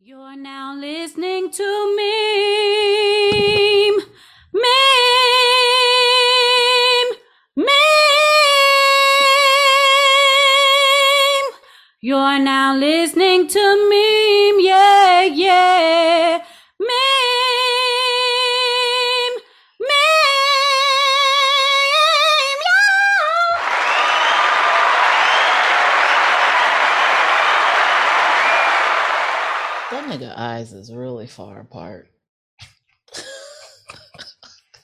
You're now listening to Meme, Meme, Meme. You're now listening to Meme, yeah, yeah. Meme, Meme, yeah. That nigga eyes is really far apart.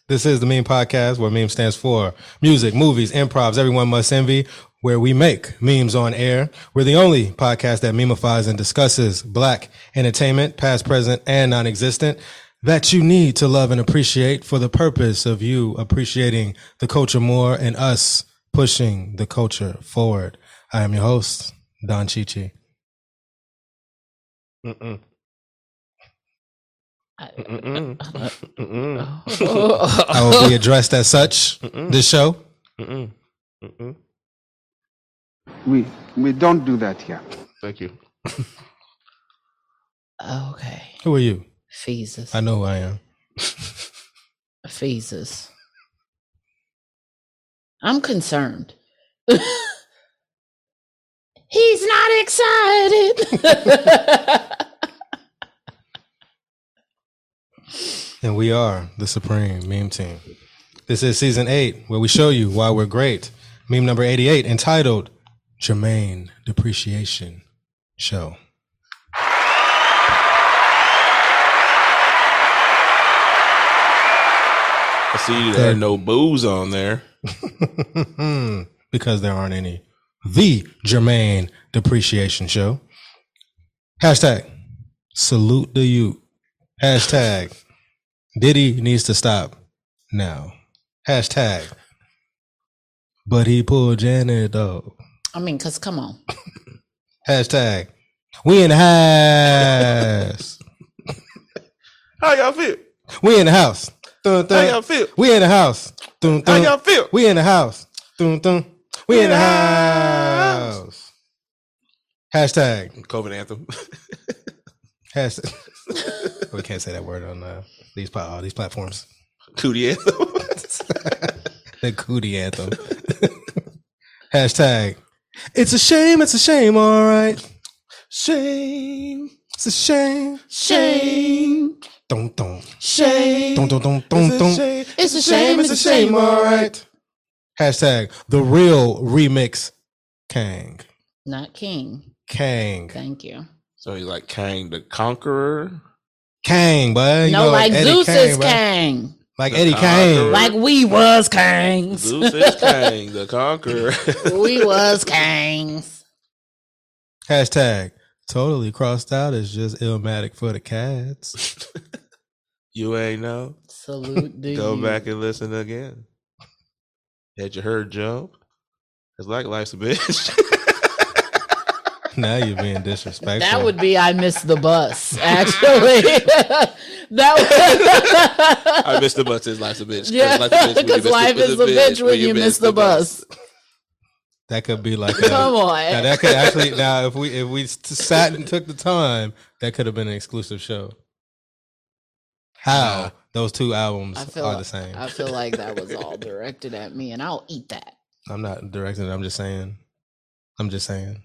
This is the Meme Podcast, where meme stands for music, movies, improvs, everyone must envy, where we make memes on air. We're the only podcast that memeifies and discusses black entertainment, past, present, and non existent, that you need to love and appreciate for the purpose of you appreciating the culture more and us pushing the culture forward. I am your host, Don Chichi. Mm-mm, I, Oh. Mm-mm. I will be addressed as such this show. We we don't do that here. Thank you. okay. Who are you? Feesus. I know who I am. Feesus. I'm concerned. He's not excited. And we are the Supreme Meme Team. This is season eight, where we show you why we're great. Meme number 88, entitled Jermaine Depreciation Show. I see you had no booze on there. because there aren't any. The Jermaine Depreciation Show. Hashtag salute the you. Hashtag Diddy needs to stop now. Hashtag but he pulled Janet though. I mean, because come on. Hashtag we in the house. How y'all feel? we in the house. Dun, How dun. y'all feel? We in the house. Dun, How dun. y'all feel? We in the house. Dun, dun. We in the house. Hashtag. COVID anthem. Hashtag. we can't say that word on uh, these pla- all these platforms. Cootie anthem. The cootie anthem. Hashtag. It's a shame. It's a shame. All right. Shame. It's a shame. Shame. Dun, dun. Shame. Dun, dun, dun, dun, dun. It's a shame. It's a shame. all right. Hashtag the real remix Kang. Not King. Kang. Thank you. So he's like Kang the Conqueror. Kang, boy. You no, know, like Eddie Zeus Kang, is boy. Kang. Like The Eddie Kane. Conqueror. Like we was Kangs. Zeus is Kang the Conqueror. we was Kangs. Hashtag totally crossed out is just illmatic for the cats. you ain't know. Salute the Go you. back and listen again. Had you heard Joe? It's like life's a bitch. now you're being disrespectful. That would be I missed the bus, actually. that I missed the bus. It's life's a bitch. Yeah, because life is a bitch when you miss the bus. that could be like Come a, now on. that could actually now if we if we s- sat and took the time, that could have been an exclusive show. How Nah. those two albums I are feel, the same. I feel like that was all directed at me, and I'll eat that. I'm not directing. it, I'm just saying. I'm just saying.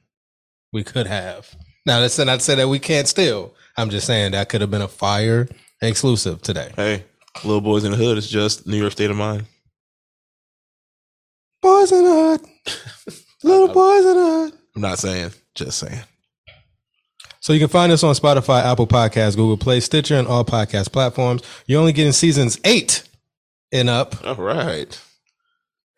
We could have. Now that's not to say that we can't still. I'm just saying that could have been a fire exclusive today. Hey, little boys in the hood. It's just New York state of mind. Boys in the hood. Little I- boys in the hood. I'm not saying. Just saying. So you can find us on Spotify, Apple Podcasts, Google Play, Stitcher, and all podcast platforms. You're only getting seasons eight and up. All right.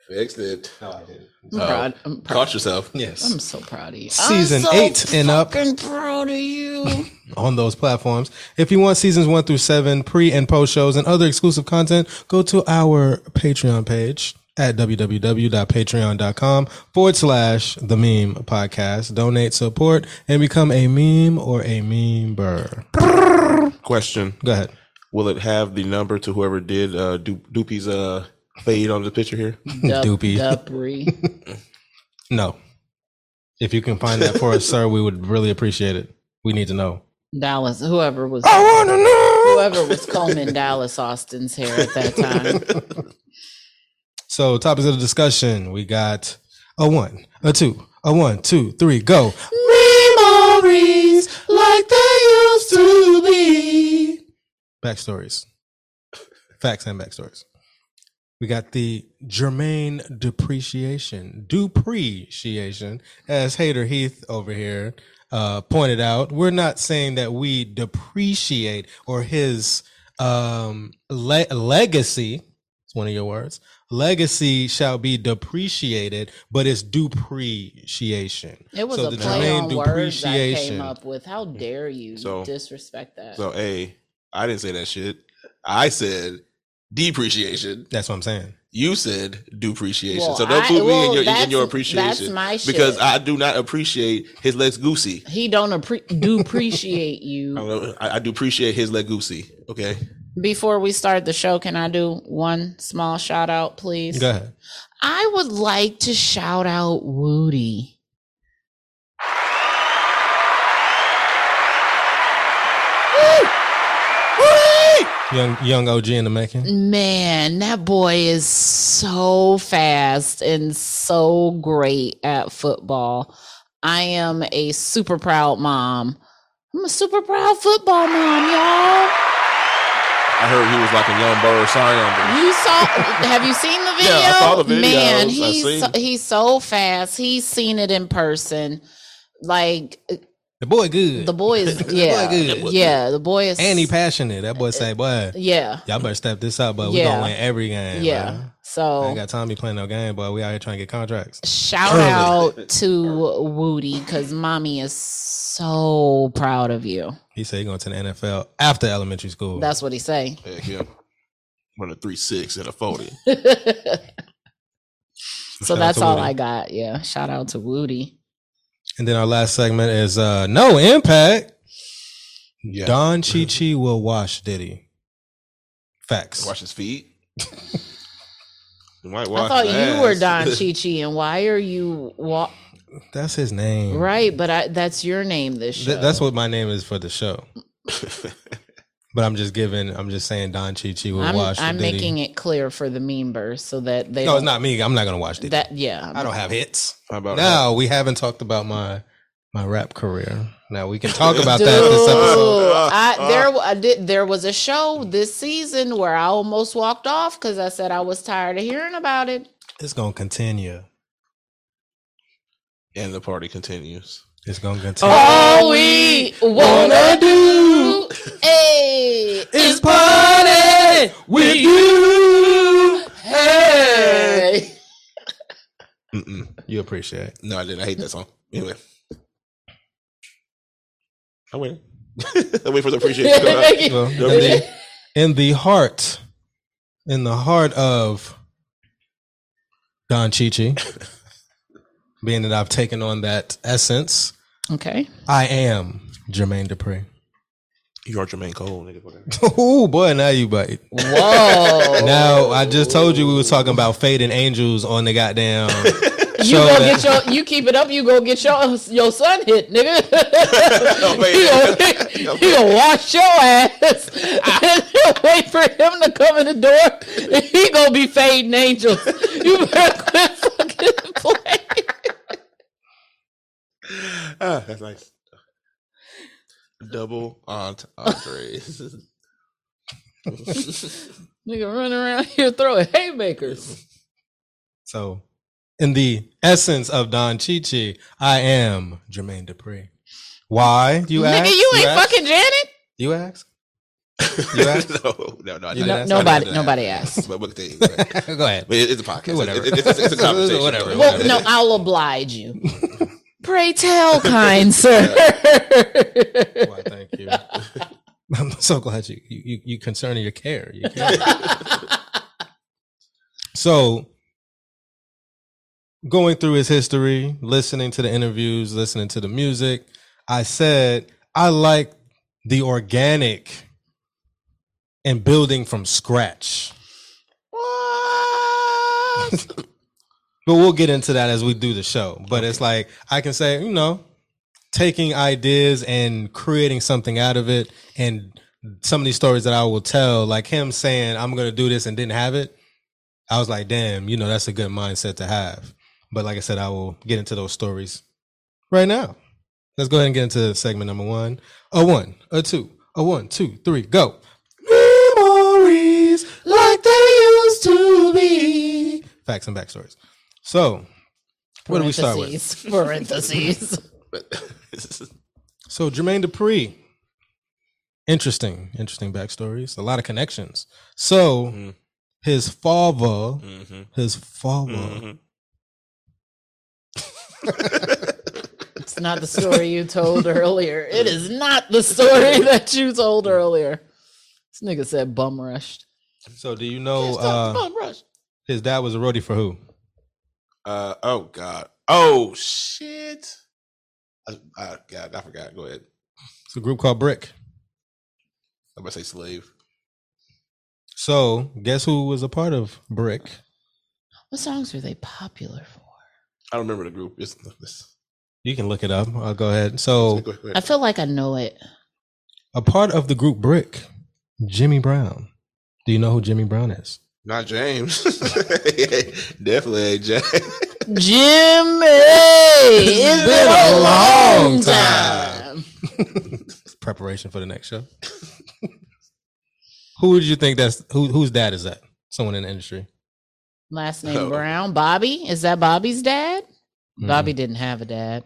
Fixed it. No, I didn't. I'm Oh, proud. I'm, proud. Caught yourself. Yes. I'm so proud of you. Season I'm so eight and up. fucking proud of you. on those platforms. If you want seasons one through seven, pre and post shows, and other exclusive content, go to our Patreon page at www.patreon.com forward slash the meme podcast. Donate, support, and become a meme or a meme burr. Question: Go ahead. Will it have the number to whoever did uh, Doop, Doopy's uh, fade on the picture here? Dup- Doopy. Dupri. No. If you can find that for us, sir, we would really appreciate it. We need to know. Dallas, whoever was I want to know. whoever was combing Dallas Austin's hair at that time. So topics of the discussion. We got a one, a two, a one, two, three, go. Memories like they used to be. Backstories. Facts and backstories. We got the Germaine depreciation, depreciation, as Hater Heath over here uh, pointed out. We're not saying that we depreciate or his um, le- legacy. It's one of your words. Legacy shall be depreciated, but it's depreciation. It was So a the play Jermaine on words I depreciation. came up with. How dare you So- disrespect that? So, A, I didn't say that shit. I said depreciation. That's what I'm saying. You said depreciation. Well, so don't I- put me well, in, your, in that's- your that's appreciation. my shit. Because I do not appreciate his legs goosey. he don't appre- do appreciate I, don't you. know, I, I do appreciate his leg goosey. Okay. Before we start the show, can I do one small shout out, please? Go ahead. I would like to shout out Woody. Young young OG in the Mm. making. Man, that boy is so fast and so great at football. I am a super proud mom. I'm a super proud football mom, y'all. I heard he was like a young Burrow Sarian. You saw? have you seen the video? Yeah, I saw the Man, videos. I he's seen so, it. he's so fast. He's seen it in person. Like The boy good. the boy is, The yeah, good. yeah. The boy is And he passionate. That boy say, boy, Yeah, y'all better step this up, but we Yeah. gonna win every game. yeah. bro. I ain't So got time to be playing no game, but we out here trying to get contracts. shout out to Woody because mommy is so proud of you. He said he going to the NFL after elementary school. That's what he say. Heck yeah. Run a 3 6 and a 40. so out that's to all Woody. I got. Yeah, shout out to Woody. and then our last segment is uh no impact. Yeah. Don Chi Chi will wash Diddy. Facts. Wash his feet. You might I wash thought his you were ass. Don Chi Chi, and why are you wa- That's his name. right? But I, that's your name this show. Th- that's what my name is for the show. But I'm just giving. I'm just saying Don Chi Chi will I'm, wash. I'm Diddy. making it clear for the meme burst so that they No, it's don't- not me. I'm not gonna watch Diddy. that yeah I don't have hits. How about that? Now we haven't talked about my my rap career. Now we can talk about that this Dude, episode. I, there, I did. There was a show this season where I almost walked off because I said I was tired of hearing about it. It's gonna continue. And the party continues. It's gonna continue. All we wanna do, hey, It's party with you. hey. Mm-mm. You appreciate. it. No, I didn't. I hate that song. Anyway. I win. I wait for the appreciation. to come out. Well, in, Okay. the, in the heart, in the heart of Don Chichi, being that I've taken on that essence, okay. I am Jermaine Dupri. You are Jermaine Cole, nigga. Whatever. oh boy, now you bite. Whoa. Now I just told you we were talking about fate and angels on the goddamn. You show go that- get your you keep it up, you go get your your son hit, nigga. he, gonna, he gonna wash your ass. Wait for him to come in the door. and He gonna be fading angels. You better quit fucking playing. Ah, that's nice. Double Aunt Andres. Nigga run around here throwing haymakers. So, in the essence of Don Chichi, I am Jermaine Dupri. Why you nigga, ask? you ain't ask? fucking Janet. You ask? no, You asked? no, no, I You asked? didn't. I Nobody- didn't ask. nobody asked. But what the thing? But Go ahead. it- it's a podcast. Whatever. It- it- it's, it's a conversation. Whatever. Well, no, I'll oblige you. Pray tell, kind sir. Why, thank you. I'm so glad you you you, you concern and your care. You care. so going through his history, listening to the interviews, listening to the music, I said I like the organic and building from scratch. But we'll get into that as we do the show. But it's like I can say, you know, taking ideas and creating something out of it. And some of these stories that I will tell, like him saying, I'm going to do this and didn't have it. I was like, damn, you know, that's a good mindset to have. But like I said, I will get into those stories right now. Let's go ahead and get into segment number one. A one, a two, a one, two, three, go. Memories like they used to be. Facts and backstories. So, what do we start with? Parentheses. Parentheses. So Jermaine Dupri, interesting, interesting backstories, a lot of connections. So his father, Mm-hmm. his father, Mm-hmm. it's not the story you told earlier. It is not the story that you told earlier. This nigga said bum rushed. so do you know Stop, uh, bum rushed. his dad was a roadie for who? Uh, oh God. Oh shit. I, I, God, I forgot. Go ahead. It's a group called Brick. I'm about to say slave. So guess who was a part of Brick? What songs were they popular for? I don't remember the group. It's, it's, You can look it up. I'll go ahead. So go ahead, go I ahead. feel like I know it. a part of the group Brick, Jimmy Brown. Do you know who Jimmy Brown is? Not James. Definitely ain't James. Jimmy, it's been a long long time. Preparation for the next show. who would you think that's who whose dad is that? Someone in the industry. Last name Oh. Brown. Bobby. Is that Bobby's dad? Mm-hmm. Bobby didn't have a dad.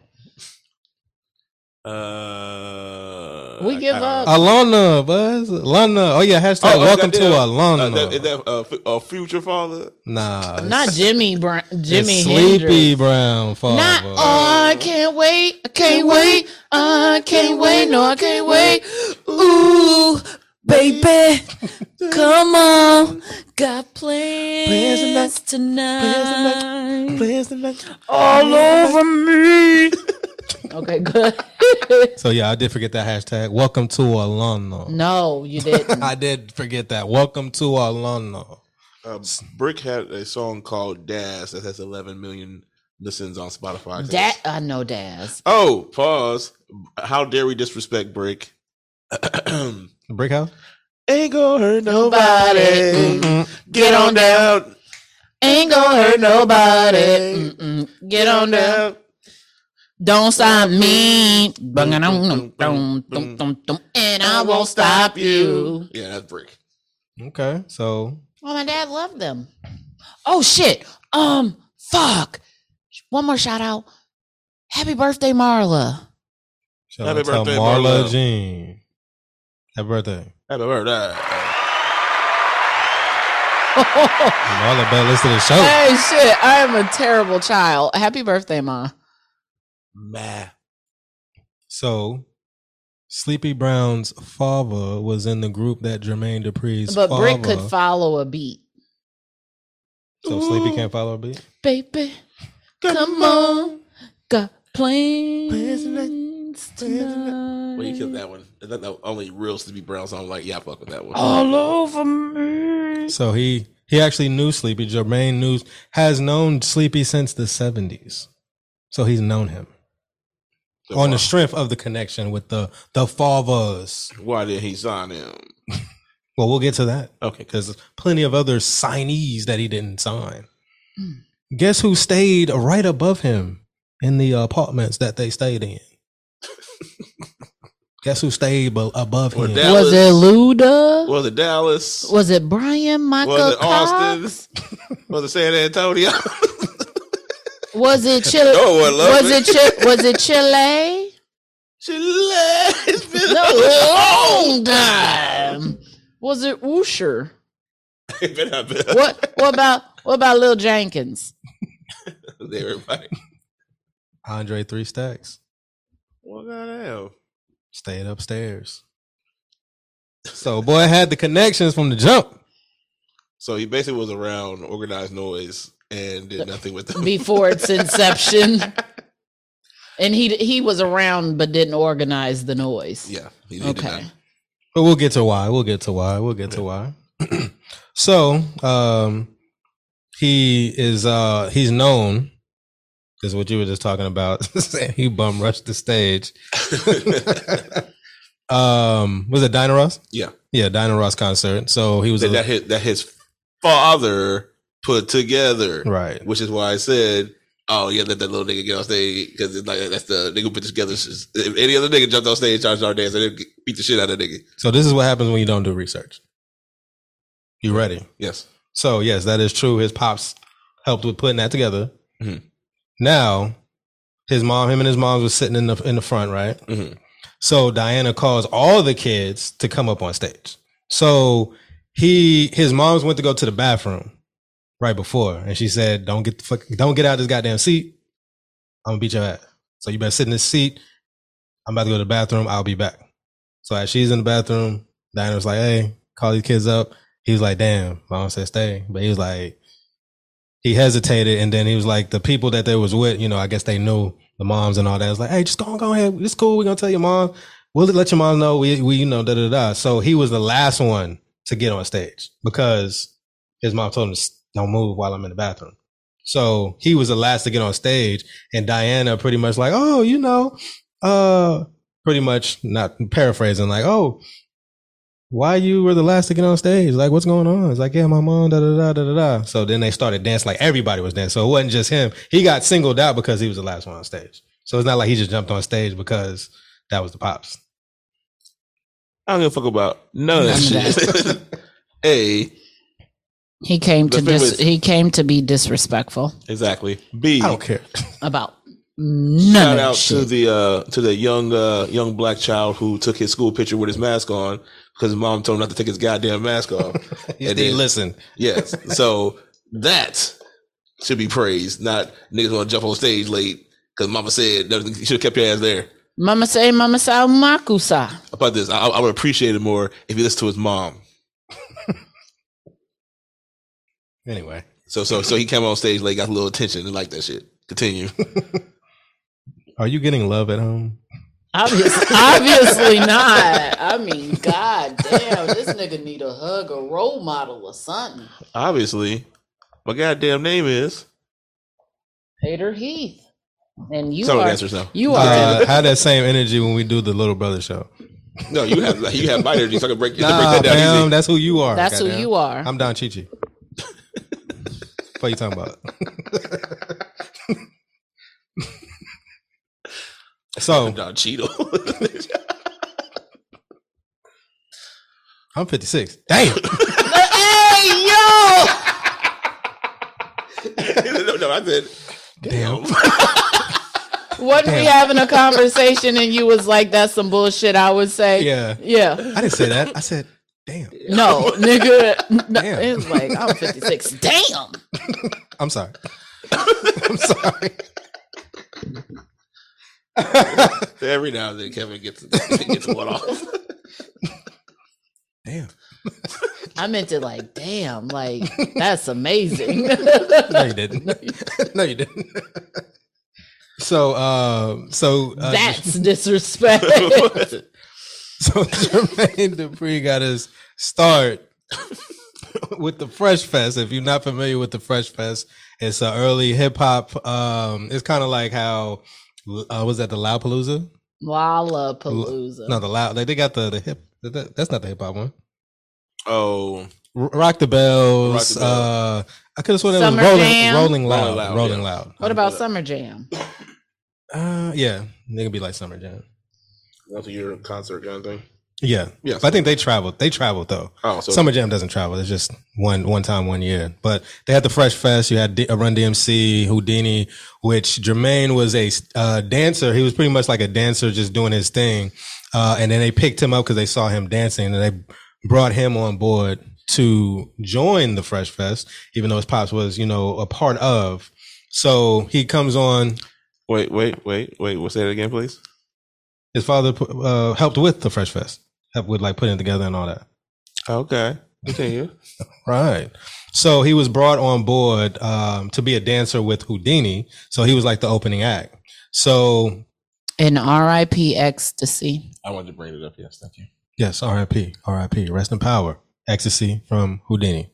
Uh, We I- give I up. don't know. Alana, Buzz. Alana. Oh yeah, hashtag Oh, oh, Oh, welcome that- to that- Uh, Alana. that, is that uh, fu- uh, future father? nah. it's- Not Jimmy Brown. Jimmy it's Sleepy Hendrix. Brown father. Not oh, I can't wait. I can't wait. I can't wait. No, I can't wait. Ooh, baby, come on. Got plans tonight. All over me. Okay, good. so yeah, I did forget that hashtag. Welcome to Alana. no, you didn't. I did forget that. Welcome to Alana. Uh, Brick had a song called "Daz" that has 11 million listens on Spotify. 'cause Dad, I know Daz. Oh, pause. How dare we disrespect Brick? Brick house? Ain't gonna hurt Nobody. nobody. Get on down. Ain't gonna hurt nobody. Mm-mm. Get on down. Don't stop me. And I won't stop you. Yeah, that's Brick. Okay. So Well, my dad loved them. Oh shit. Um, fuck. One more shout out. Happy birthday, Marla. shout Happy out to birthday, Marla Marla. Jean. Happy birthday. Happy birthday. Oh. Marla better listen to the show. Hey, shit. I am a terrible child. Happy birthday, ma. Ma. So Sleepy Brown's father was in the group that Jermaine Dupri's But father. Brick could follow a beat. so Sleepy can't follow a beat. Baby, come on. Got plans tonight. When you killed that one, that's the only real Sleepy Brown song. I'm like, yeah, I fuck with that one. All over me. So he he actually knew Sleepy. Jermaine knew has known Sleepy since the seventies. So he's known him So on why- the strength of the connection with the the fathers. Why did he sign him? Well, we'll get to that Okay, because because plenty of other signees that he didn't sign. Guess who stayed right above him in the apartments that they stayed in? Guess who stayed bu- above Well, him? that- Was it Luda? was it Dallas? Was it Brian Michael was it Cox? Austin? was it San Antonio? Was it Chile? No one loved was it. it Chi- was it Chile? Chile. It's been a No, long long- time. Was it Usher? It's been a bit. What what about what about Lil Jenkins? Everybody. Andre Three Stacks What the stayed upstairs. So boy had the connections from the jump. So he basically was around organized noise and did nothing with them. Before its inception. And he he was around but didn't organize the noise. yeah. He, he did okay. not. But we'll get to why. We'll get to why. We'll get to why. so um he is uh he's known This is what you were just talking about. he bum rushed the stage. um, was it Dinah Ross? Yeah. Yeah, Dinah Ross concert. So he was That, a- that his, that his father put together. right. Which is why I said, oh, yeah, let that little nigga get on stage because it's like, that's the nigga put this together. If any other nigga jumped on stage, charged our dance, they'd beat the shit out of that nigga. So this is what happens when you don't do research. You ready? Yes. So yes, that is true. His pops helped with putting that together. Mhm. Now, his mom, him and his mom was sitting in the in the front, right? Mhm. So Diana calls all the kids to come up on stage. So he, his mom's went to go to the bathroom right before, and she said, "Don't get the fuck, don't get out of this goddamn seat. I'm gonna beat your ass. So you better sit in this seat. I'm about to go to the bathroom. I'll be back." So as she's in the bathroom, Diana was like, "Hey, call these kids up." he was like, damn, mom said stay. But he was like, he hesitated. And then he was like, the people that they was with, you know, I guess they knew the moms and all that. It was like, hey, just go on, go ahead. It's cool. We're going to tell your mom. We'll let your mom know. We, we, you know, da da da. So he was the last one to get on stage because his mom told him, don't move while I'm in the bathroom. So he was the last to get on stage. And Diana pretty much like, oh, you know, uh, pretty much not paraphrasing, like, oh, why you were the last to get on stage? Like, what's going on? It's like, yeah, my mom, da da da da da da. So then they started dancing, like everybody was dancing. So it wasn't just him. He got singled out because he was the last one on stage. So it's not like he just jumped on stage because that was the pops. I don't give a fuck about none of that None of shit. A, He came to The thing dis- with- he came to be disrespectful exactly. B, I don't care. about none shout of out that to shit. the uh, to the young uh, young black child who took his school picture with his mask on because his mom told him not to take his goddamn mask off. He And did then- listen. yes, so that should be praised, not niggas want to jump on stage late because Mama said "No, you should have kept your ass there. Mama say, Mama sa makusa. About this, I, I would appreciate it more if you listened to his mom. Anyway, So so so he came on stage late, got a little attention, and like that shit. Continue. are you getting love at home? Obvious, obviously not. I mean, god damn, this nigga need a hug, a role model, or something. Obviously, my goddamn name is. Peter Heath, and you Some of the are answers now. you are Uh, had that same energy when we do the Little Brother show. No, you have like, you have my energy. So I can break, you can Nah, break that down fam, easy. that's who you are. that's who uh, goddamn. you are. I'm Don Chichi. what you talking about? so Don Cheeto. I'm 56. Damn. hey yo, no, no, I said, damn. wasn't we having a conversation and you was like, "That's some bullshit." I would say, Yeah. yeah. I didn't say that. I said, damn. No, nigga. No, Damn. it's like I'm 56. Damn. I'm sorry. I'm sorry. Every now and then, Kevin gets gets one off. Damn. I meant to like, damn, like that's amazing. No, you didn't. no, you didn't. So, uh, so uh, that's disrespect. So Jermaine Dupree got his start with the Fresh Fest. If you're not familiar with the Fresh Fest, it's an early hip hop. Um, it's kind of like how uh, was that the Loudpalooza? Lollapalooza. No, the Loud. Like they got the the hip. that- that's not the hip hop one. oh, R- Rock the bells. Rock the Bells. Uh, I could have sworn it was Summer rolling, Jam. rolling loud, rolling Rolling loud, Loud, yeah. what about Summer Jam? Uh, yeah, they can be like Summer Jam. once a year concert kind of thing. Yeah, Yes. But I think they traveled. They traveled though. Oh, so Summer Jam doesn't travel. It's just one one time, one year. But they had the Fresh Fest. You had D- uh, Run DMC, Houdini, which Jermaine was a uh, dancer. He was pretty much like a dancer, just doing his thing. Uh, and then they picked him up because they saw him dancing, and they brought him on board to join the Fresh Fest, even though his pops was, you know, a part of. So he comes on. wait, wait, wait, wait. We'll say that again, please. His father pu- uh, helped with the Fresh Fest, helped with like putting it together and all that. Okay, continue. Right. So he was brought on board um, to be a dancer with Houdini. So he was like the opening act. So In R.I.P. Ecstasy. I wanted to bring it up. Yes, thank you. yes, R.I.P. R.I.P. Rest in power. Ecstasy from Houdini.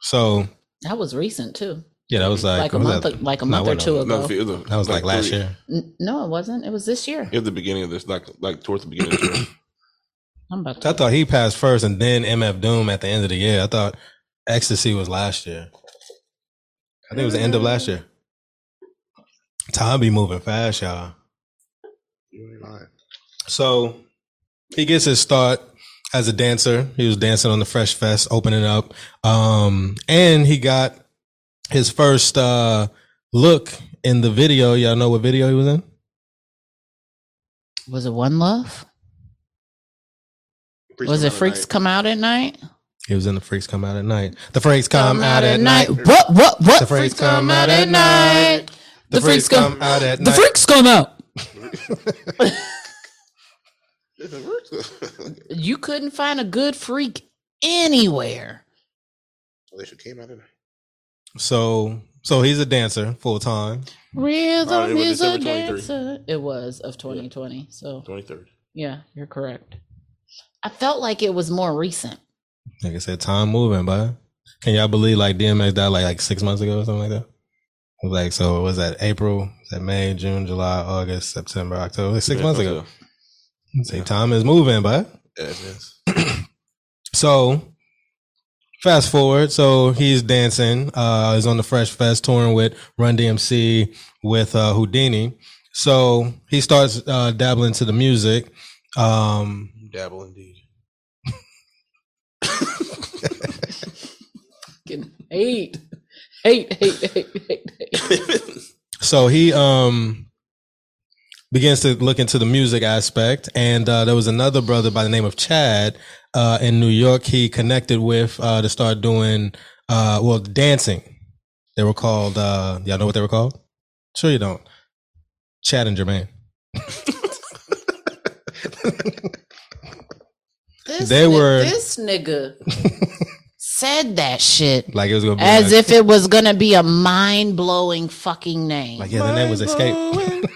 So That was recent too. Yeah, that was like like, a what was month, that? like a Nah, month or wasn't two it? No, ago. it was, That was like last three- year. N- No, it wasn't. It was this year. It was the beginning of this, like like towards the beginning of this year. I'm about I to. thought he passed first, and then MF Doom at the end of the year. I thought Ecstasy was last year. I think it was the end of last year. Time be moving fast, y'all. So he gets his start as a dancer. He was dancing on the Fresh Fest, opening up, um, and he got his first uh, look in the video. Y'all know what video he was in? Was it One Love? was it Freaks Come Out at Night? He was in the Freaks Come Out at Night. The Freaks Come, Out at Night. What? What? What? The freaks come out at night. The freaks come. out at The freaks come out. You couldn't find a good freak anywhere. Unless you came out of So, so he's a dancer full time. All right, it Rhythm was is a December 23. dancer. It was of 2020. So 23rd. yeah, you're correct. I felt like it was more recent. Like I said, time moving, but can y'all believe like DMX died like like six months ago or something like that? Like so, what was that April? Was that May, June, July, August, September, October? Like six Yeah, months so- ago. Say time is moving, but Yeah, it is. So fast forward. So he's dancing. Uh, is on the Fresh Fest touring with Run DMC with uh, Houdini. So he starts uh, dabbling to the music. Um, Dabble indeed. Fucking Hate, hate, hate, hate, hate, hate. so he um begins to look into the music aspect and uh, there was another brother by the name of chad uh, in new york he connected with uh, to start doing uh, well dancing they were called uh, y'all know what they were called sure you don't chad and jermaine This They ni- were- This nigga said that shit like it was gonna be as like, if it was gonna be a mind blowing fucking name. like yeah the name was escape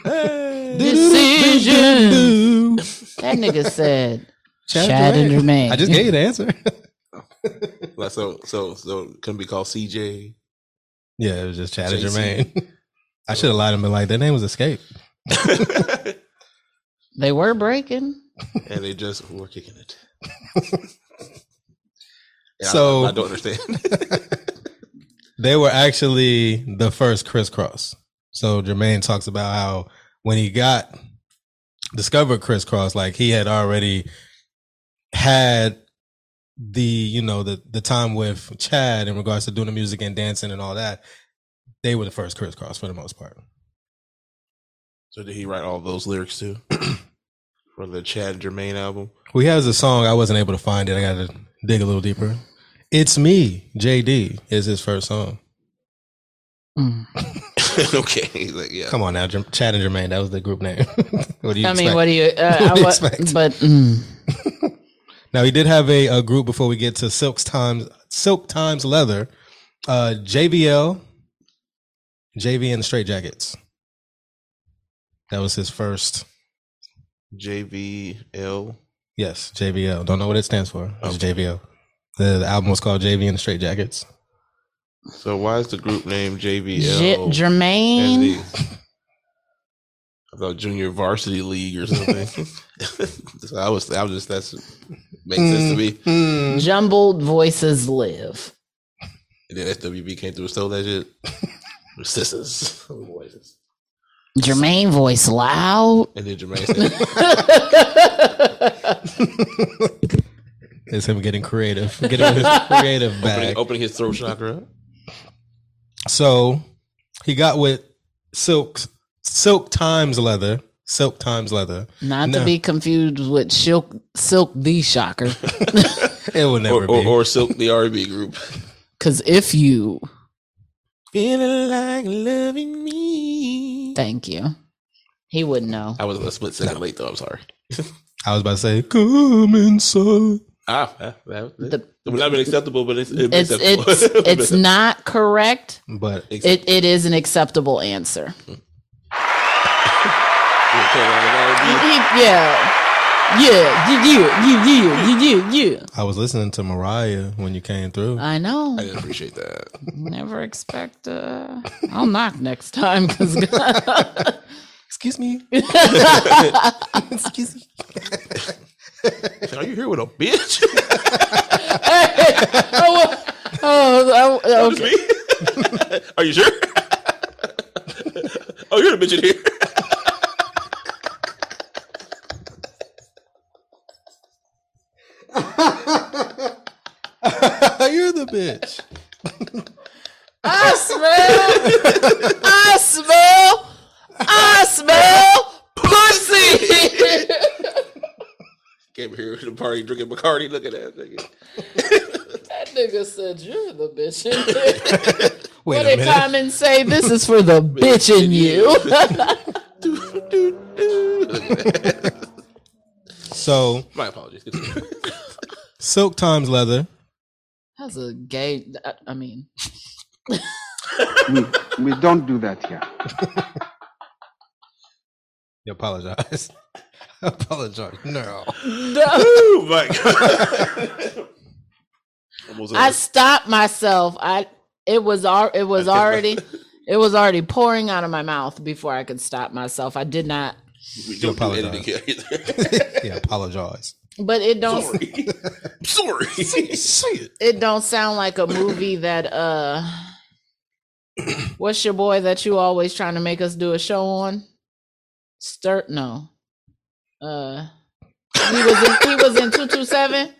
Decision. that nigga said Chad, and Jermaine. i just gave you the answer Like so, so, so it couldn't be called CJ. yeah it was just chad and JC. jermaine i should have lied and been like their name was escape They were breaking. and they just were kicking it. Yeah, I- So- I, don't understand. They were actually the first crisscross. So Jermaine talks about how when he got discovered crisscross, like he had already had the you know the the time with Chad in regards to doing the music and dancing and all that. They were the first crisscross for the most part. so did he write all those lyrics too for the Chad and Jermaine album? Well, he has a song. I wasn't able to find it. I got to dig a little deeper. It's me, JD, is his first song. Mm. okay, he's like yeah. Come on now, Jer- Chad and Jermaine. That was the group name. what do you? I expect? mean, what do you? Uh, What do I you wa- expect? But mm, Now he did have a, a group before we get to Silk's Times Silk Times Leather, uh, JVL, JV and the Straight Jackets. That was his first. JVL. Yes, JVL. Don't know what it stands for. It's JVL. The, the album was called JV and the Straight Jackets. So why is the group name J- JVL? and Jermaine. these? I thought Junior Varsity League or something. so I was, I was just that's makes sense to me. Hmm. Jumbled voices live. And then SWB came through and stole that shit. Sisters. Voices. Jermaine voice loud. And then Jermaine said, It's him getting creative, getting his creative opening, bag. opening his throat chakra. So he got with Silk Silk Times Leather. Silk Times Leather. Not to No. be confused with Silk Silk the Shocker. It will never Or, or, be. or Silk the R&B group. Cause if you Feeling like loving me. thank you. He wouldn't know. I was a split second late though. I'm sorry. I was about to say, come inside. Ah, that, that, The- it would not been acceptable, but it's It's it's acceptable. it's it's not correct. But It it is an acceptable answer. Carolina He- R&B. he- yeah. Yeah, yeah, yeah, yeah, yeah, yeah, yeah. I was listening to Mariah when you came through. I know. I appreciate that. Never expect. Uh, I'll knock next time because Excuse me. Excuse me. Are you here with a bitch? oh, oh, okay. Are you sure? oh, you're the bitch in here. You're the bitch. I smell. I smell. I smell pussy. Came here to the party drinking Bacardi. Look at that nigga. that nigga said you're the bitch. In Wait they a minute. come and say this is for the bitch in you. So, My apologies. silk times leather. That's a gay. I, I mean, We, we don't do that here. You apologize. I apologize. No. oh my god. Almost I over. stopped myself. I it was al- it was already it was already pouring out of my mouth before I could stop myself. I did not, we don't do apologize. anything here either. Yeah, apologize. but it don't Sorry. Sorry. it don't sound like a movie that uh what's your boy that you always trying to make us do a show on stir no uh he was in, he was in 227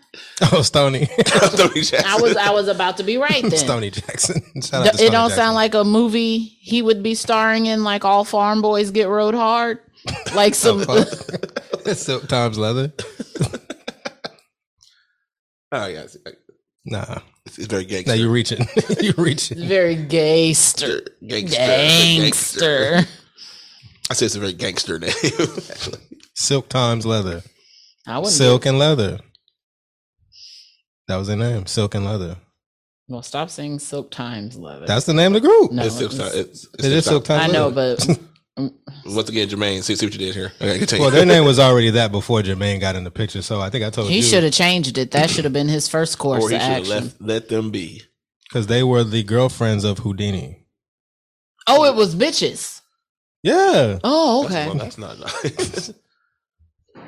Oh, Stony. Tony Jackson. i was i was about to be right then Stony Jackson. Shout out to it Stony don't sound like a movie he would be starring in like all farm boys get rode hard like Oh, some like silk times leather. Oh yeah, it's, Nah. it's it's very gangster. Now you're reaching. you're reaching. very gayster gangster, gangster I say it's a very gangster name. Silk times leather. i wouldn't do- Silk and leather. That was the name. Silk and leather. well stop saying silk times leather That's the name of the group. no it's silk time. it's- It's, it's It is silk silk times I leather. know, but time. Once again, Jermaine, see, see what you did here. Okay, continue. Well, their name was already that before Jermaine got in the picture, so I think I told he should you have changed it. That should have been his first course or he of should have action. left. Let them be. because they were the girlfriends of Houdini. Oh, it was bitches. Yeah, Oh, That's- okay. Well, that's not nice.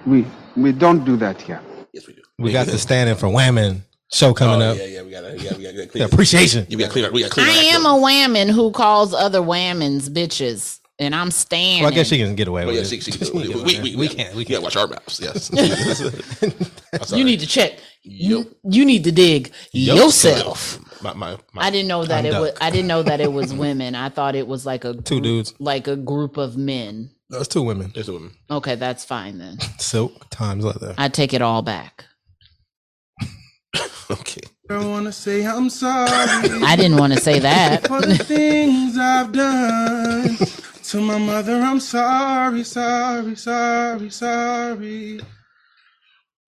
We, we don't do that here. yes, we do. we got the standing for Whammon show coming oh, up. Yeah, yeah, we got to. Yeah, we got to The clean. appreciation. You got to clean. up- We got to clean. I our act am up. a whammon who calls other whammons bitches, and I'm standing. Well, I guess she can get away Well, with Oh, yeah, it. she, she, She can can we, get we, away we, with it. we, We can't. We gotta can't. watch our mouths. Yes. you need to check. You, Yup. you need to dig yourself. My, my, my. I didn't know that it was. Conduct. I didn't know that it was women. I thought it was like a Two group- dudes. like a group of men. Those two women. There's a woman. Okay, that's fine then. Silk times leather. I take it all back. Okay. I wanna say I'm sorry I didn't want to say that. for the things I've done. To my mother, I'm sorry, sorry, sorry, sorry.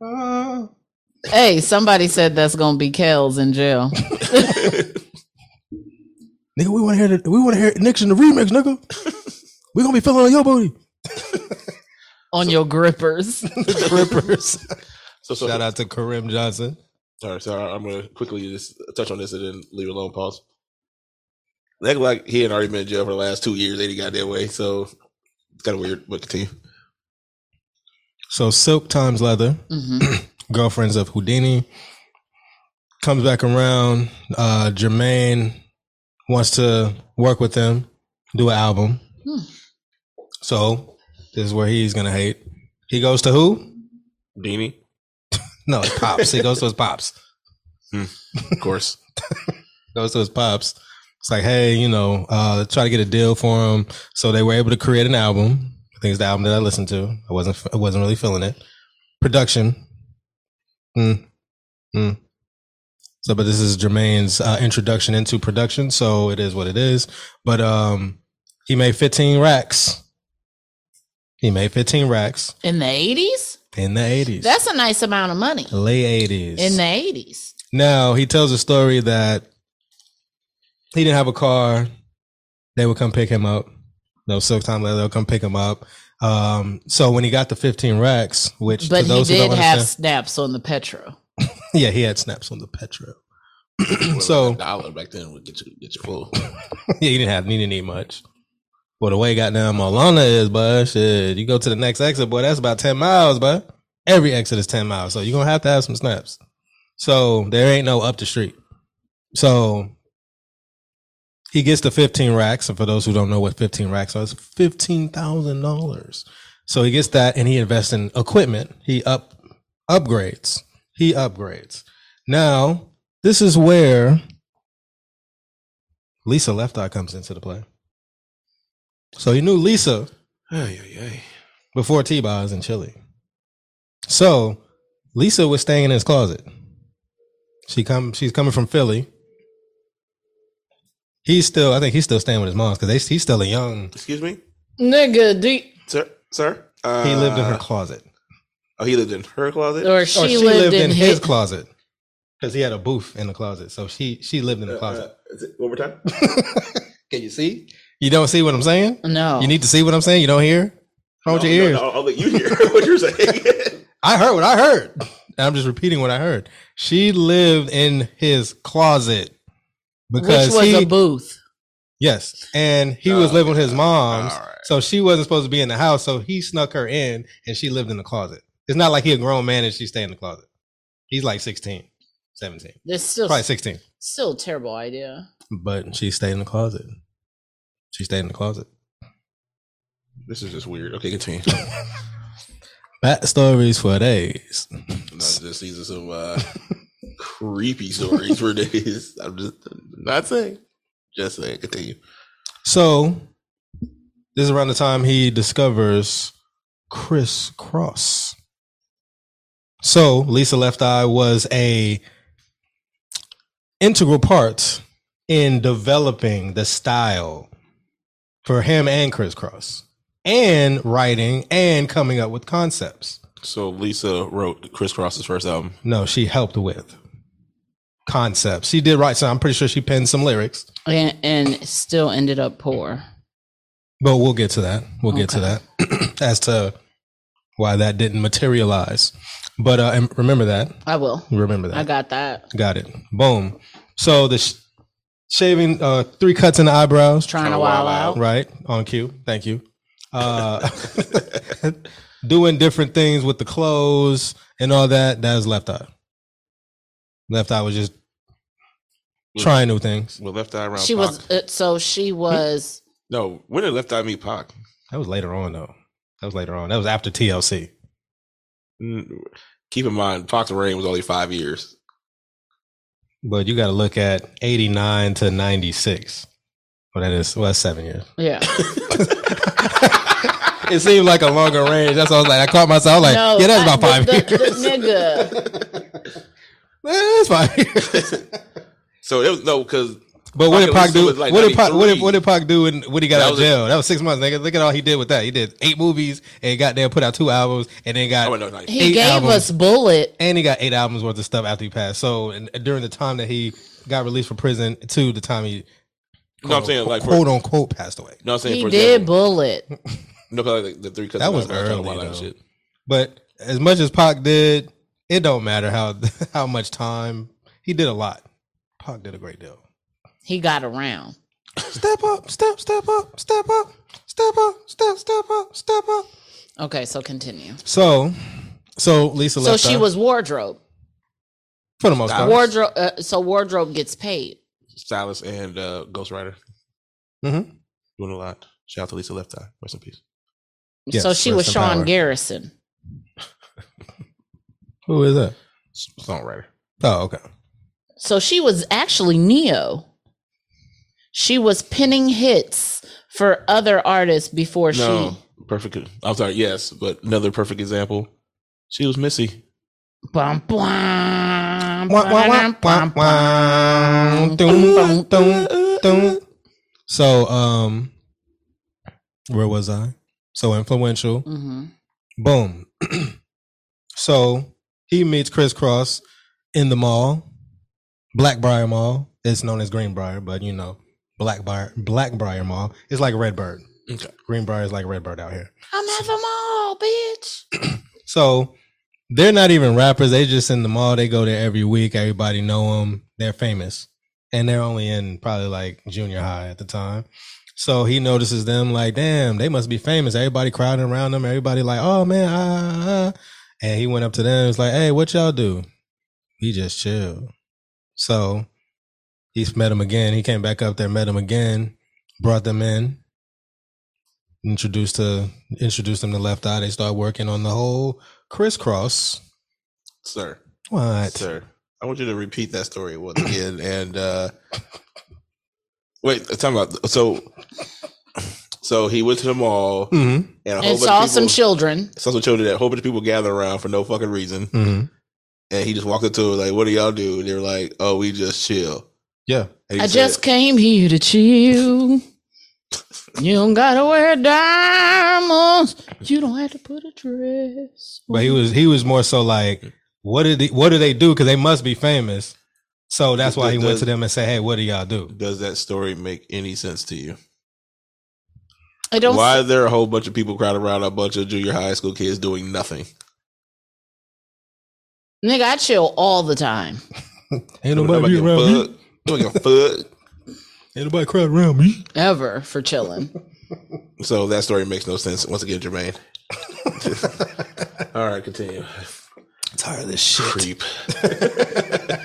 Oh, Hey, somebody said that's gonna be Kells in jail. Nigga, we want to hear. The, we want to hear Nick's in the remix, nigga. we gonna be feeling on your booty. on your grippers. Crippers. So, so Shout out to Kareem Johnson. All right, so I- I'm going to quickly just touch on this and then leave it alone. Pause. They act like he had already been in jail for the last two years. They didn't got that way, so it's kind of weird. But continue. So silk times leather. hmm Mm-hmm. girlfriends of Houdini. Comes back around. Uh, Jermaine wants to work with them, do an album. Hmm. So this is where he's gonna hate. He goes to who? Deanie, No, his pops. he goes to his pops. of course. Goes to his pops. It's like, hey, you know, uh, try to get a deal for him. So they were able to create an album. I think it's the album that I listened to. I wasn't. I wasn't really feeling it. Production. Mm. Mm. So, but this is Jermaine's uh, introduction into production. So it is what it is. But um, he made 15 racks. He made 15 racks In the eighties, in the 80s, that's a nice amount of money. late 80s. In the eighties, Now he tells a story that he didn't have a car. They would come pick him up. No silk time leather. They'll come pick him up. Um, so when he got the 15 racks, which But to he those who did don't have understand- snaps on the Petro. yeah, he had snaps on the Petro. So- a dollar back then would get you get you full. yeah, he didn't have he didn't need much. Well, the way goddamn Molana is, boy, shit, you go to the next exit, boy, that's about ten miles, boy. Every exit is ten miles, so you're gonna have to have some snaps. So there ain't no up the street. So he gets the fifteen racks, and for those who don't know what fifteen racks are, it's fifteen thousand dollars. So he gets that, and he invests in equipment. He up upgrades. He upgrades. Now this is where Lisa Left Eye comes into the play. So he knew Lisa Ay, ay, ay. before T Boz in Chile. So Lisa was staying in his closet. She come she's coming from Philly. He's still I think he's still staying with his mom because he's still a young Excuse me, Nigga, do y- sir. Sir, uh, he lived in her closet. Oh, he lived in her closet. or she, lived, in, his his closet. Because he had a booth in the closet. So she she lived in the Uh, closet. uh, is it- one more time. Can you see? You don't see what I'm saying? No. You need to see what I'm saying? You don't hear? Hold Oh. No, your ears. No, no, I'll let you hear what you're saying. I heard what I heard. And I'm just repeating what I heard. She lived in his closet because which was he, a booth. yes, and he was Oh, living with his mom's. All right. So she wasn't supposed to be in the house. So he snuck her in, and she lived in the closet. It's not like he a grown man and she stay in the closet. He's like 16, 17, That's still probably 16, still a terrible idea. but she stayed in the closet. She stayed in the closet. This is just weird. Okay, continue. Backstories for days. Not just these are some uh, creepy stories for days. I'm just not saying. Just saying. Continue. So this is around the time he discovers Chris Cross. So Lisa Left Eye was a integral part in developing the style for him and Chris Cross. And writing and coming up with concepts. So Lisa wrote Chris Cross's first album. No, she helped with concepts. She did write some. I'm pretty sure she penned some lyrics. And and still ended up poor. But we'll get to that. We'll get to Okay. that as to why that didn't materialize. But uh, and remember that. I will. Remember that. I got that. Got it. Boom. So the sh- shaving uh, three cuts in the eyebrows, Trying to wild out. right on cue. Thank you. Uh, doing different things with the clothes and all that. That is left eye. Left eye was just trying new things. Well, Left Eye around. She Pac. was uh, so she was no. When did Left Eye meet Pac? That was later on though. That was later on. That was after TLC. Mm, Keep in mind, Pac's reign was only five years. But you got to look at 89 to 96. Well, that is, well, that's seven years. yeah. It seemed like a longer range. That's what I was like. I caught myself. I was like, yeah, that's about I- five the- the- years. The, nigga. that's five years. So it was no because But what Pac did Pac at least it do? was like what, did Pac, what, did, 93. what did Pac do when, when he got That out of was a- jail? that was six months, nigga. Look at all he did with that. He did eight movies and got there, put out two albums, and then I got went no ninety. He Eight gave albums. us Bullet. and he got eight albums worth of stuff after he passed. So and during the time that he got released from prison to the time he You know what I'm saying? Like for, quote unquote passed away. you know what I'm saying? He for did example, Bullet. no, 'cause like the, the three cousins. That was I talking early, about that though. shit. But as much as Pac did, it don't matter how how much time he did a lot. Pac did a great deal. He got around. Step up, step, step up, step up, step up, step, step up, step up. Okay, so continue. So, so Lisa So left. she out, was wardrobe. for the most part. Wardrobe. Uh, so wardrobe gets paid. Stylist and uh, Ghost Rider Mhm. doing a lot. Shout out to Lisa Left Eye. Rest in peace. Yes, so she was rest in Sean power. Garrison. Who is that? S- Songwriter. Oh, okay. So she was actually Neo. She was pinning hits for other artists before No, perfect. I'm sorry. Yes, but another perfect example. She was Missy. she. Bum, bum, Wah, wah, wah, bum, wah, bum, wah. Dun, dun, dun. So, um, where was I? So influential. Mhm. Boom. so he meets Chris Cross in the mall, Blackbriar Mall. It's known as Greenbrier, but you know, Blackbriar Blackbriar Mall. It's like Redbird. Okay. Greenbrier is like Redbird out here. I'm at the mall, bitch. So they're not even rappers. They just in the mall. They go there every week. Everybody know them. They're famous, and they're only in probably like junior high at the time. So he notices them like, damn, they must be famous. Everybody crowding around them. Everybody like, oh man, ah, ah. And he went up to them. and was like, hey, what y'all do? He just chilled. So he met him again. He came back up there, met him again, brought them in, introduced to introduced them to Left Eye. They start working on the whole crisscross. Sir. What? Sir. I want you to repeat that story once again and uh wait, uh, time about so so he went to the mall Mm-hmm. and a whole And bunch saw of people, some children. saw some children that a whole bunch of people gathered around for no fucking reason. Mm-hmm. And he just walked up to her like, What do y'all do? And they were like, Oh, we just chill. Yeah. And he I said- just came here to chill. you don't gotta wear diamonds. You don't have to put a dress. But he was he was more so like, what did he, what do they do? Because they must be famous. So that's why he went to them and said, hey, what do y'all do? Does that story make any sense to you? I don't. Why is there a whole bunch of people crowded around a bunch of junior high school kids doing nothing? Nigga, I chill all the time. Ain't Nobody nobody give a around me. fuck. Nobody give a fuck. Ain't nobody crowd around me. Ever for chilling. So that story makes no sense. Once again, Jermaine. All right, continue. tired of this shit. Creep.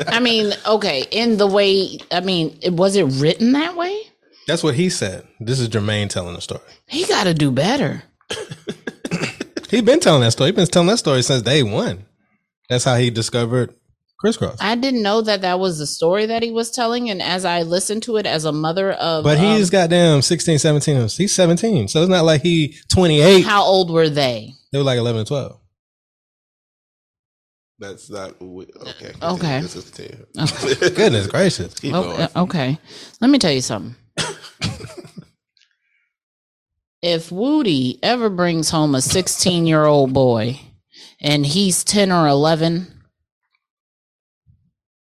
I mean, okay, in the way, I mean, it was it written that way? That's what he said. This is Jermaine telling the story. He got to do better. He been telling that story. He been telling that story since day one. That's how he discovered crisscross. I didn't know that that was the story that he was telling. And as I listened to it as a mother of. But um, he's goddamn 16, 17. He's 17. So it's not like he 28. How old were they? They were like 11 and 12. That's not okay. continue. Okay. uh, Let's just continue. Goodness gracious. Keep Okay, going. okay. Let me tell you something. if Woody ever brings home a 16 year old boy and he's 10 or 11,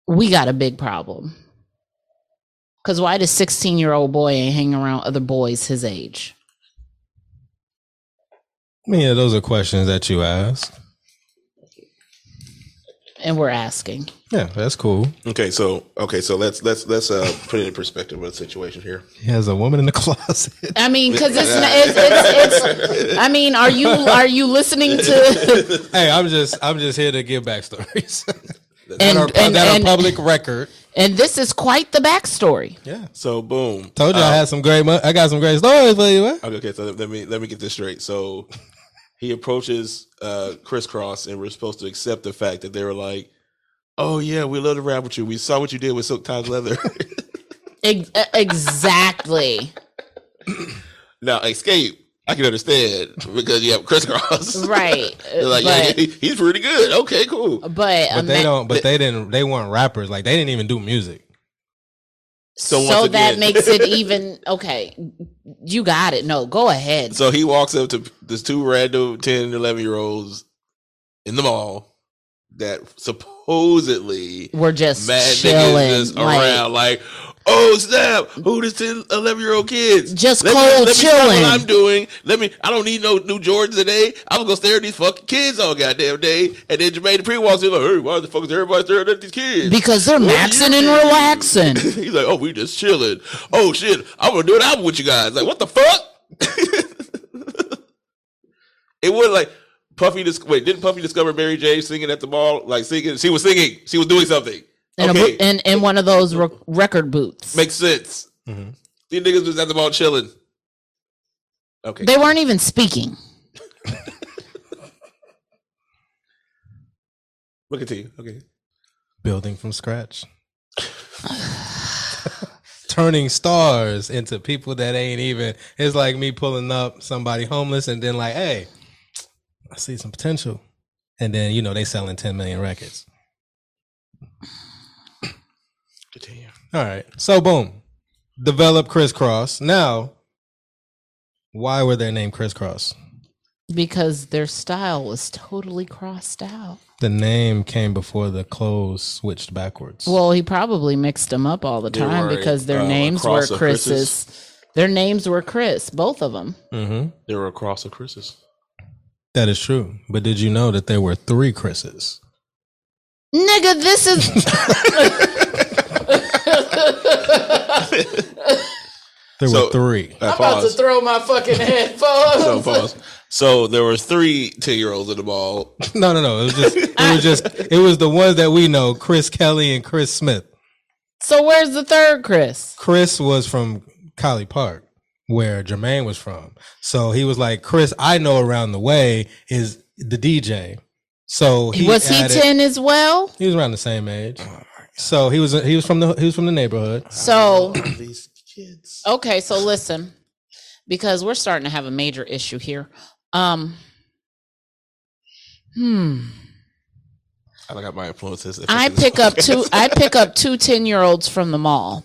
we got a big problem. Because why does 16 year old boy ain't hang around other boys his age? I mean, yeah, those are questions that you ask. And we're asking. Yeah, that's cool. Okay, so okay, so let's let's let's uh put it in perspective with the situation here. He has a woman in the closet. I mean, because it's, n- it's, it's, it's, I mean, are you, are you listening to, hey, I'm just I'm just here to give backstories. that And- are, and- that and- are public record. and this is quite the backstory. Yeah. So boom. Told you I had some great mo- I got some great stories for you, eh? man. Okay, okay, so let me let me get this straight. So he approaches uh crisscross and we're supposed to accept the fact that they were like, Oh yeah, we love to rap with you. We saw what you did with Silk Time's leather. Ex- e, exactly. now escape. I can understand because you have crisscross. right. They're like, yeah, but, yeah, he- he's pretty good. Okay, cool. but, um, But ama- they don't but they didn't they weren't rappers. Like they didn't even do music. So So, once again- that makes it even okay. You got it. No, go ahead. So he walks up to this two random 10, 11 year olds in the mall that supposedly We're just mad chilling, niggas just like around like, oh snap, who this 10, 11 year old kids? Just let cold me, let me stop chilling. what I'm doing. Let me, I don't need no new Jordans today. I'm gonna stare at these fucking kids all goddamn day. And then Jermaine Dupri walks in like, hey, why the fuck is everybody staring at these kids? because they're What do you maxing and do? relaxing. He's like, oh, we just chilling. Oh shit, I'm gonna do an album with you guys. Like, what the fuck? it was like Puffy. Dis- wait, didn't Puffy discover Mary J singing at the mall? Like singing, she was singing. She was doing something. in, a okay, bo- in in one of those rec- record booths. makes sense. Mhm. These niggas was at the mall chilling. Okay, they weren't even speaking. look at you. Okay, Building from scratch. Turning stars into people that ain't even it's like me pulling up somebody homeless and then like, hey, I see some potential. And then, you know, they selling ten million records. continue. All right. So boom. Develop crisscross. Now, why were they named crisscross? Because their style was totally crossed out. The name came before the clothes switched backwards. Well, he probably mixed them up all the They time were, because their uh, names were cross of Chris's. Their names were Chris, both of them. Mm-hmm. They were across the Chris's. That is true. But did you know that there were three Chris's? Nigga, this is There So- were three. Uh, I'm about to pause. throw my fucking headphones. So pause. So there was three ten year olds in the mall. No, no, no. It was just, it was just, it was the ones that we know: Chris Kelly and Chris Smith. so. Where's the third Chris? Chris was from Collie Park, where Jermaine was from. So he was like, Chris, I know around the way is the DJ. So he was he added- ten as well? He was around the same age. So he was he was from the he was from the neighborhood. So These kids. okay, so listen, because we're starting to have a major issue here. Um, hmm. I got my influences. I pick up two. I pick up two 10 year olds from the mall,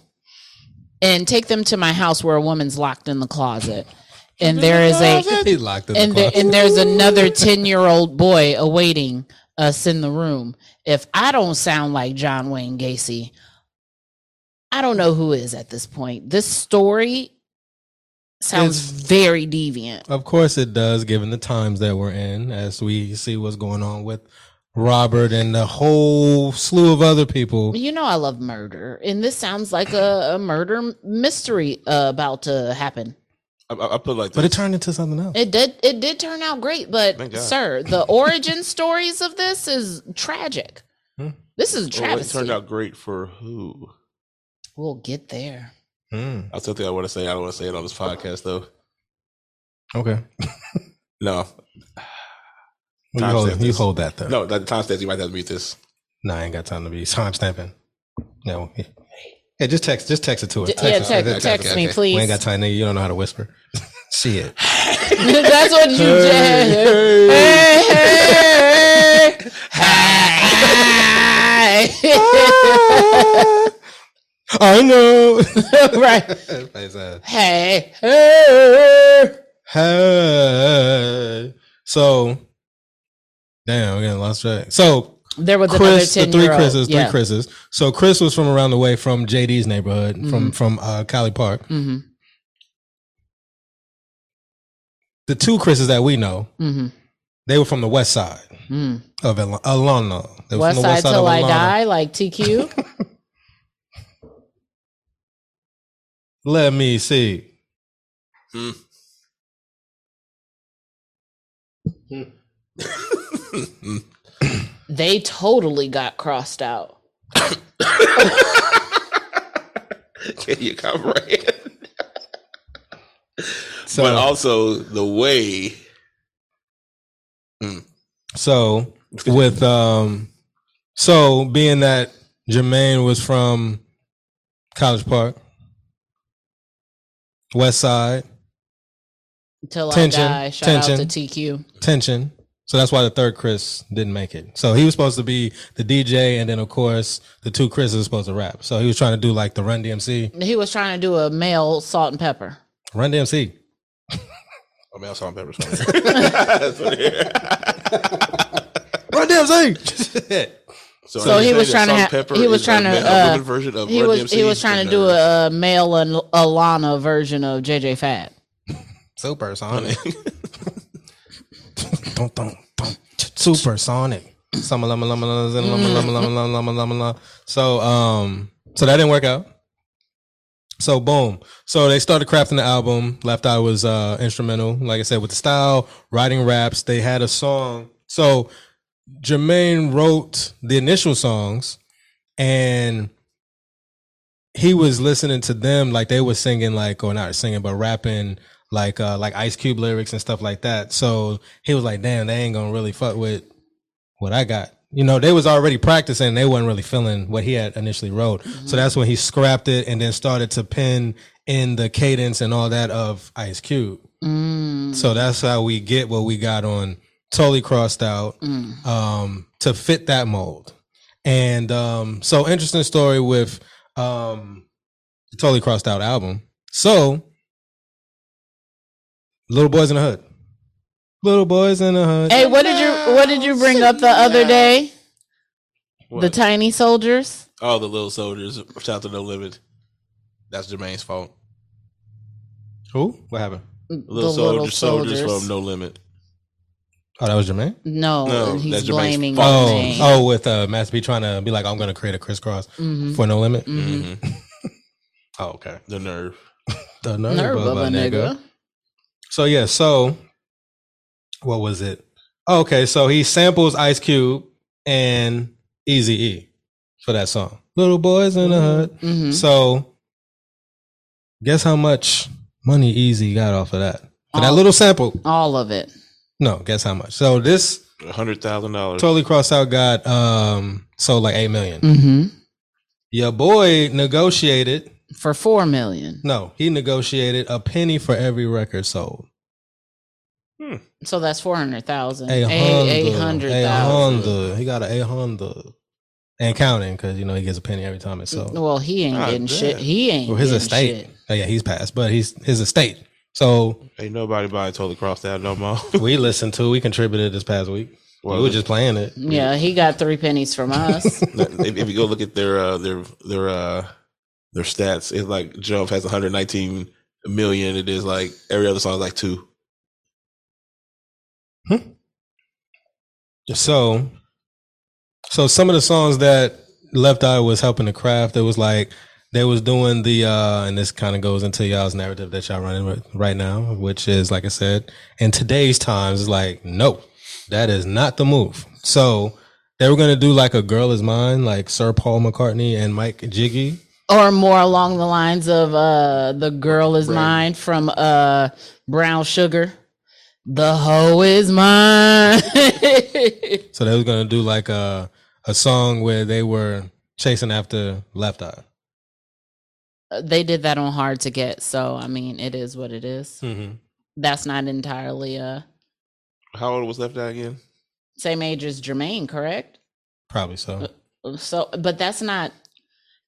and take them to my house where a woman's locked in the closet, and there is a He locked in and the there, closet. and there's another 10 year old boy awaiting us in the room if i don't sound like john wayne gacy i don't know who is at this point this story sounds very deviant Of course it does, given the times that we're in, as we see what's going on with Robert and the whole slew of other people. you know i love murder and this sounds like a, a murder mystery uh, about to happen I, I I put it like But it this. turned into something else. it did it did turn out great Thank but God. sir the origin stories of this is tragic Hmm? this is a Oh, it travesty. turned out great for who? we'll get there Mm, That's something I want to say. I don't want to say it on this podcast though. okay. No, You Timestamp hold, you this. hold that though. no. That time stamps. You might have to mute this. No, I ain't got time to be time stamping. No. Yeah, just text. Just text it to her. D- yeah, it. text, text me, please. We ain't got time, nigga. You don't know how to whisper. See it. That's what you did. I know. right. Plays that. Hey. Hey, hey. So, damn, we getting lost track. So, There was Chris, the another 10 three year old. Chris's, three Chris's. So, Chris was from around the way from JD's neighborhood, from Mm. from uh, Cali Park. hmm The two Chris's that we know, hmm they were from the west side Mm. of Al- Alana. They were West from the Side Till I Alana. Die, like TQ. Let me see. they totally got crossed out. Can you comprehend? So, but also the way. So with um, so being that Jermaine was from College Park, West Side Till I Tension, die. Shout tension. out to TQ. tension. So that's why the third Chris didn't make it. So he was supposed to be the DJ, and then of course the two Chris's were supposed to rap. So he was trying to do like the Run DMC, He was trying to do a male salt and pepper. Run DMC. I mean, I saw him pepper so, Run DMC. So are you he was trying saying to that ha- Salt-N-Pepa he was is trying a, to, man- uh, a woman version of He Run was DMC he was for trying to do nerds? a male and Alana version of JJ Fat. Supersonic. dun, dun, dun. Supersonic. Summa, lumma, lumma, lumma, zin, lumma, lumma, lumma, lumma, lumma, lumma, lumma. So um so that didn't work out. So boom. So they started crafting the album. Left Eye was uh instrumental, like I said, with the style, writing raps. They had a song. So Jermaine wrote the initial songs and he was listening to them like they were singing like or not singing but rapping like uh like Ice Cube lyrics and stuff like that. So he was like, "Damn, they ain't gonna really fuck with what I got." You know, they was already practicing. They wasn't really feeling what he had initially wrote. So that's when he scrapped it and then started to pin in the cadence and all that of Ice Cube. Mm. So that's how we get what we got on totally crossed out Mm. um, to fit that mold. And um, so interesting story with um, the totally crossed out album. So little boys in the hood, little boys in the hood. Hey, what did you what did you bring up the other day? The What? tiny soldiers. Oh, the little soldiers. Shout out to No Limit. That's Jermaine's fault. Who? What happened? Little, the soldier, little soldiers, soldiers. from No Limit. Oh, that was Jermaine. No, No, he's that's your man's blaming fault. the Oh, man. oh, with uh, Master B trying to be like, I'm gonna create a crisscross Mhm. for no limit. Mhm. Mhm. Oh, okay. The nerve. The nerve, Nerve of a nigga. nigga. So yeah, so what was it? Oh, Okay, so he samples Ice Cube and Easy E for that song, "Little Boys in the Hood." Mhm. So guess how much money Easy got off of that for that All- little sample? All of it. No, guess how much? So this hundred thousand dollars. totally cross out got um so like eight million. hmm Your boy negotiated. For four million. No, he negotiated a penny for every record sold. So that's four hundred thousand. A Eight Honda. hundred A thousand. Honda. He got an A Honda. And counting, because you know he gets a penny every time it's sold. Well, he ain't God getting damn. shit. He ain't. Well, his getting estate. Shit. Oh yeah, he's passed, but he's his estate. So Ain't nobody buy totally crossed out no more. we listened to, we contributed this past week. we were just playing it. Yeah, he got three pennies from us. if, if you go look at their uh, their their uh, their stats, it's like Jump has 119 million. It is like every other song is like two. So, so some of the songs that Left Eye was helping to craft, it was like they was doing the, uh, and this kind of goes into y'all's narrative that y'all running with right now, which is like I said, in today's times, it's like no, that is not the move. So they were gonna do like a "Girl Is Mine," like Sir Paul McCartney and Mike Jiggy. or more along the lines of uh the girl is mine from uh brown sugar the hoe is mine So they was gonna do like a a song where they were chasing after Left Eye. they did that on hard to get so i mean it is what it is Mm-hmm. that's not entirely uh How old was Left Eye again? same age as jermaine correct Probably so. so but that's not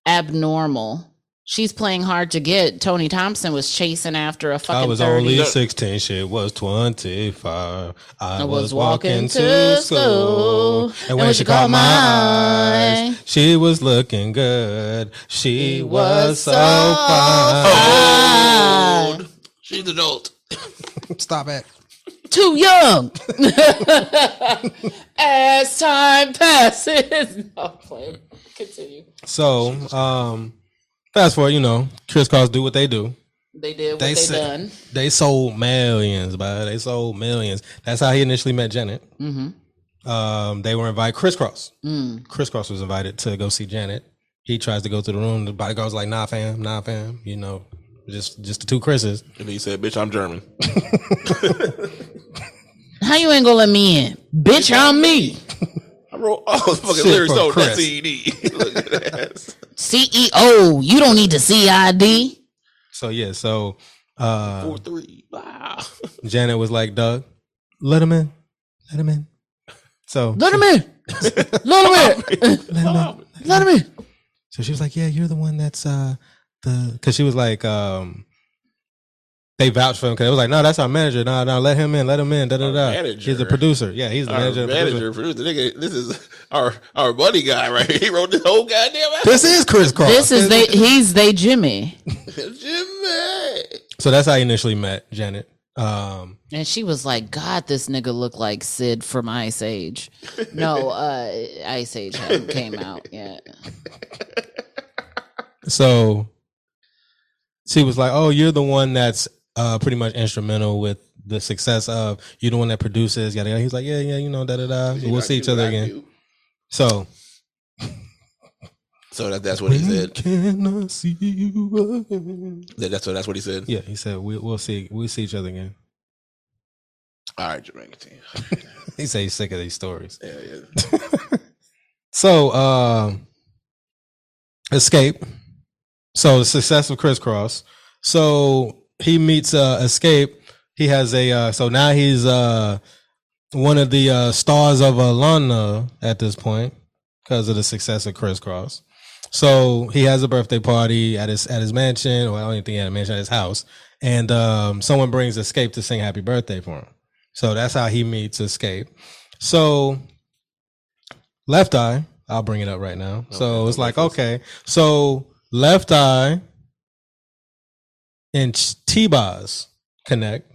abnormal she's playing hard to get tony thompson was chasing after a fucking I was 30 only No. 16, she was 25. I, I was, walking, to to school. school, And when she caught my eyes, she was looking good. She was so fine. fine. She's an adult. Stop it. too young. As time passes, no, play. Continue. So, um, fast forward, you know, crisscross do what they do. They did what They they, said- done. They sold millions, but they sold millions. That's how he initially met Janet. Mm-hmm. Um, they were invited. Crisscross. Mm. Crisscross was invited to go see Janet. He tries to go to the room. The bodyguard's like, "Nah, fam, nah, fam." You know, just just the two Chris's. And he said, "Bitch, I'm German." How you ain't gonna let me in, bitch? I'm me, I wrote all the fucking Shit lyrics for on Chris. that CD. Look at that. CEO. E You don't need to CID. So yeah, so uh, Four three. Wow. Janet was like, "Doug, let him in, let him in." So Let him in. Let him in. let him in. Let him in. So she was like, "Yeah, you're the one that's uh the," because she was like, um, they vouched for him because it was like, "No, that's our manager. No, no, let him in, let him in." Da da da. manager. He's the producer. Yeah, he's the Our manager. and producer. manager, producer, nigga, this is our our buddy guy right here. He wrote this whole goddamn album. This is Chris Cross. This is they. He's they Jimmy, Jimmy. So that's how I initially met Janet. Um, and she was like, "God, this nigga look like Sid from Ice Age." No, uh, Ice Age hadn't came out yet. so she was like, "Oh, you're the one that's uh pretty much instrumental with." The success of you, the one that produces, yada yada. He's like, yeah, yeah, you know, da da da. We'll see each other again. So So that, that's what he When said. Can I see you again? That- that's what that's what he said. Yeah, he said we, we'll see we'll see each other again. All right, Jermaine. continue. He said he's sick of these stories. Yeah, yeah. So, um, escape. So the success of crisscross. So he meets uh, escape. He has a uh, so now he's uh, one of the uh, stars of Alana at this point because of the success of crisscross. So he has a birthday party at his at his mansion, or I don't even think he had a mansion at his house, and um, someone brings Escape to sing Happy Birthday for him. So that's how he meets Escape. So Left Eye, I'll bring it up right now. so it's like okay, so Left Eye and T-Boz connect.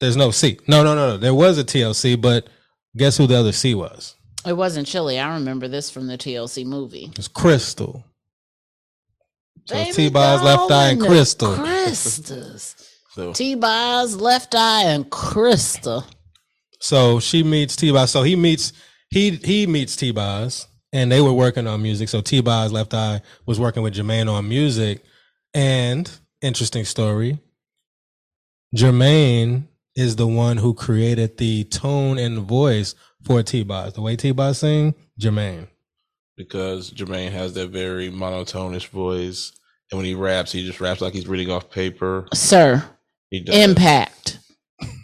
There's no C. No, no, no, no. There was a TLC, but guess who the other C was? It wasn't chilly. I remember this from the TLC movie. It's Crystal. So Baby T-Boz, Left doll Eye, and the Crystal. Crystas. So T-Boz, Left Eye, and Crystal. So she meets T Boz. So he meets he he meets T Boz, and they were working on music. So T Boz Left Eye was working with Jermaine on music, and interesting story. Jermaine is the one who created the tone and voice for T Boz. The way T Boz sing, Jermaine. because Jermaine has that very monotonish voice, and when he raps, he just raps like he's reading off paper. Sir, He does. impact.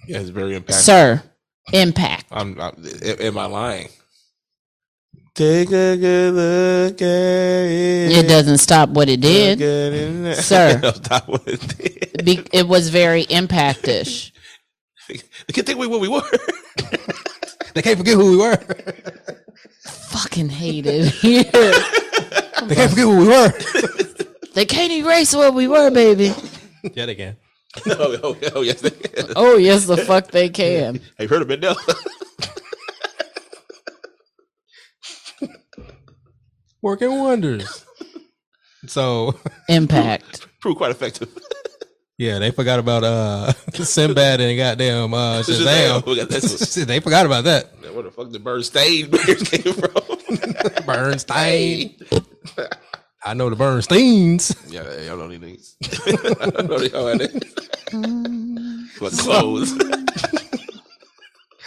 Yeah, it's very impactful. Sir, impact. I'm, I'm. a- Am I lying? Take a good look at it. It doesn't stop what it Look did. at it now. Sir. Stop what it did. Be- it was very impactish. They can't take away what we were. They can't forget who we were. Fucking hated. Yeah. They can't forget who we were. They can't erase where we were, baby. Yet again. no, oh, oh, yes. They can. Oh yes, the fuck they can. Have you heard of it now? Working wonders. So Impact. Proved quite effective. yeah, they forgot about uh Sinbad and goddamn uh Shazam. We got this Shit, they forgot about that. one. Where the fuck the bird stayed bears came from? Bernstein. I know the Bernsteins. yeah, yeah, y'all don't need these. I don't know y'all had it. But clothes.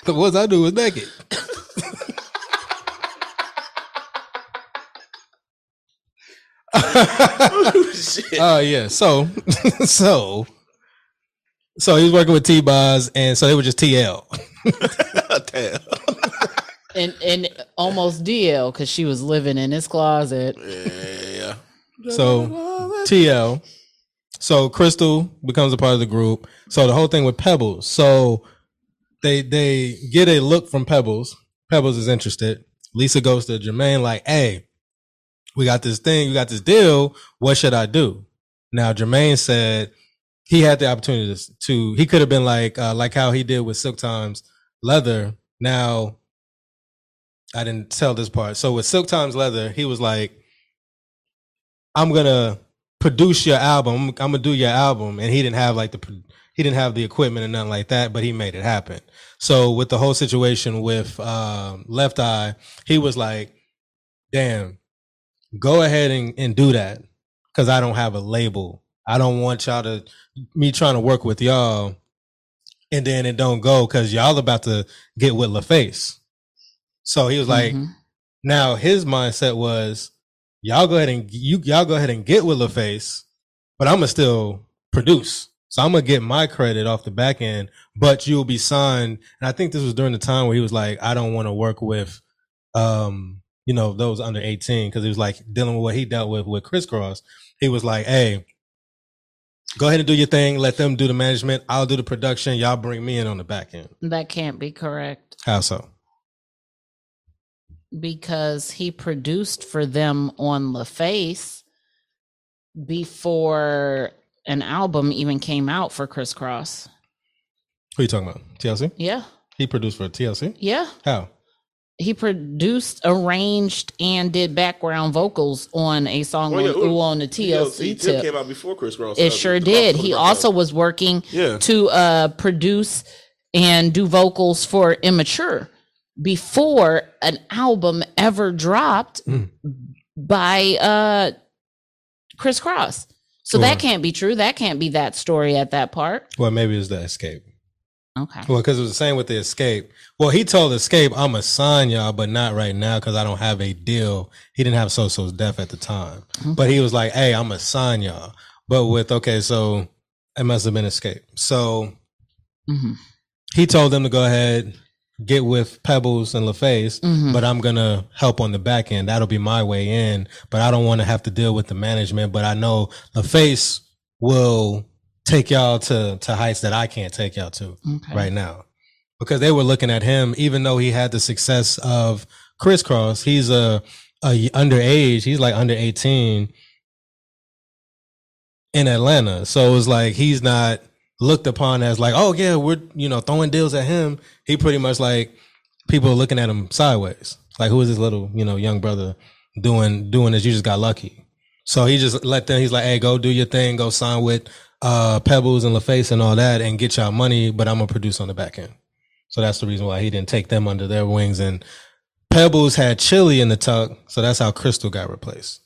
The ones I do was naked. Shit. Oh yeah. So so so he was working with T Boz and so they were just TL. Damn. And and almost DL because she was living in his closet. Yeah. So TL. So Crystal becomes a part of the group. So the whole thing with Pebbles. So they they get a look from Pebbles. Pebbles is interested. Lisa goes to Jermaine like, "Hey, we got this thing. We got this deal. What should I do?" Now Jermaine said he had the opportunity to. to he could have been like uh, like how he did with Silk Times Leather. Now I didn't tell this part. So with Silk Times Leather, he was like, I'm gonna produce your album. I'm gonna do your album, and he didn't have like the pro- he didn't have the equipment and nothing like that, but he made it happen. So with the whole situation with um, Left Eye, he was like, "Damn, go ahead and, and do that, because I don't have a label. I don't want y'all to me trying to work with y'all, and then it don't go because y'all about to get with LaFace." So he was like, Mhm. now his mindset was, y'all go ahead and you y'all go ahead and get with LaFace, but I'ma still produce. So I'm gonna get my credit off the back end, but you'll be signed. And I think this was during the time where he was like, I don't want to work with um, you know, those under 18, because he was like dealing with what he dealt with with crisscross. He was like, Hey, go ahead and do your thing, let them do the management, I'll do the production, y'all bring me in on the back end. that can't be correct How so? because he produced for them on LaFace before an album even came out for Crisscross. Who you talking about? TLC? Yeah, He produced for TLC? yeah. How? He produced, arranged, and did background vocals on a song Oh, yeah, on, ooh, on the TLC tip. came out before Chris Ross. It sure did. He also was working Yeah. to uh, produce and do vocals for Immature before an album ever dropped Mm. by uh, Chris Cross. So Sure. that can't be true. That can't be that story at that part. Well, maybe it was the escape. Okay. Well, because it was the same with the escape. Well, he told escape, "I'm going to sign y'all, but not right now because I don't have a deal." He didn't have So So's death at the time, but he was like, "Hey, I'm going to sign y'all." But with okay, so it must have been escape. So hmm he told them to go ahead, get with Pebbles and LaFace, Mhm. but I'm gonna help on the back end. That'll be my way in, but I don't want to have to deal with the management. But I know LaFace will take y'all to to heights that I can't take y'all to Okay. right now because they were looking at him even though he had the success of crisscross he's a, a underage he's like under 18 in Atlanta. So it's like he's not looked upon as like, oh yeah, we're you know throwing deals at him. He pretty much like people are looking at him sideways. Like who is this little you know young brother doing doing this? You just got lucky. So he just let them. He's like, hey, go do your thing. Go sign with uh Pebbles and LaFace and all that, and get y'all money. But I'm gonna produce on the back end. So that's the reason why he didn't take them under their wings. And Pebbles had Chili in the tuck, so that's how Crystal got replaced.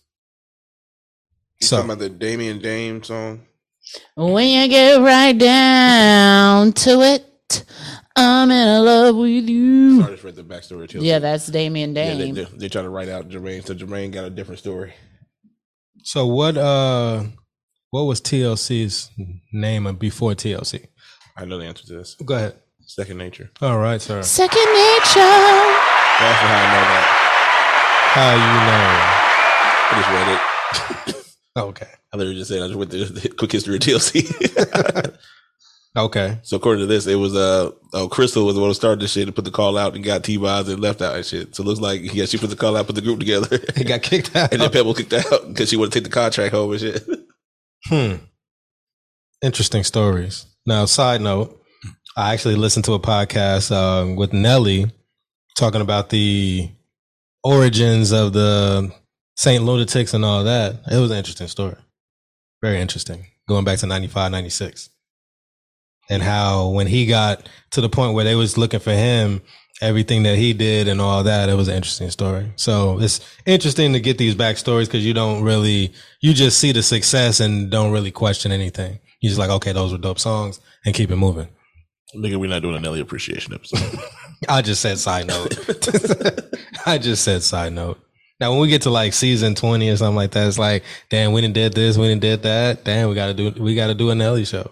You So- talking about the Damien Dame song? When you get right down to it, I'm in love with you. Sorry, I just read the backstory too. Hmm. Yeah, that's Damien Yeah, they, Dame. they, they try to write out Jermaine, so Jermaine got a different story. So what uh what was TLC's name of before TLC? I know the answer to this. Go ahead. Second nature. All right, sir. Second nature. That's how I know that. How you I just read it. know? Okay. I literally just said I just went through the quick history of TLC. Okay. so according to this, it was uh oh Crystal was the one who started this shit and put the call out and got T Boz and left out and shit. So it looks like yeah, she put the call out, put the group together, He got kicked out. and then Pebble kicked out because she wanted to take the contract home and shit. Hmm. Interesting stories. Now, side note, I actually listened to a podcast um, with Nelly talking about the origins of the Saint Lunatics and all that. It was an interesting story. Very interesting. Going back to 95, 96. And how when he got to the point where they was looking for him, everything that he did and all that, it was an interesting story. So it's interesting to get these backstories because you don't really you just see the success and don't really question anything. You're just like, okay, those were dope songs and keep it moving. Nigga, we're not doing a Nelly appreciation episode. I just said side note. I just said side note. Now, when we get to like season 20 or something like that, it's like, damn, we didn't did this, we didn't did that. Damn, we got to do, we got to do an Nelly show.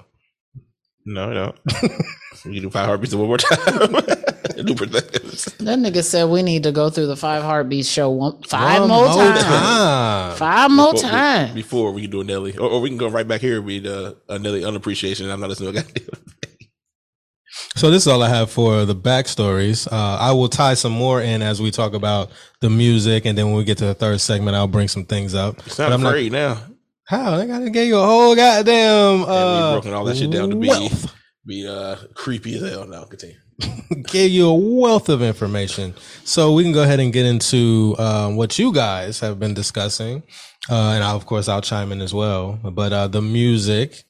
no, no. we can do five heartbeats one more time. New perspectives. That nigga said we need to go through the five heartbeats show one, five One more, more times. time. Five more Before- times. Before we can do a Nelly, or, or we can go right back here and read uh, a Nelly unappreciation. And I'm not listening to a goddamn. So this is all I have for the backstories. Uh, I will tie some more in as we talk about the music, and then when we get to the third segment, I'll bring some things up. It's But not I'm not- free now. How they gotta give you a whole goddamn And uh, we've broken all that shit down to be wealth. be uh creepy as hell. Now continue. Gave you a wealth of information. So we can go ahead and get into um, what you guys have been discussing, uh, and I'll, of course I'll chime in as well. But uh, the music,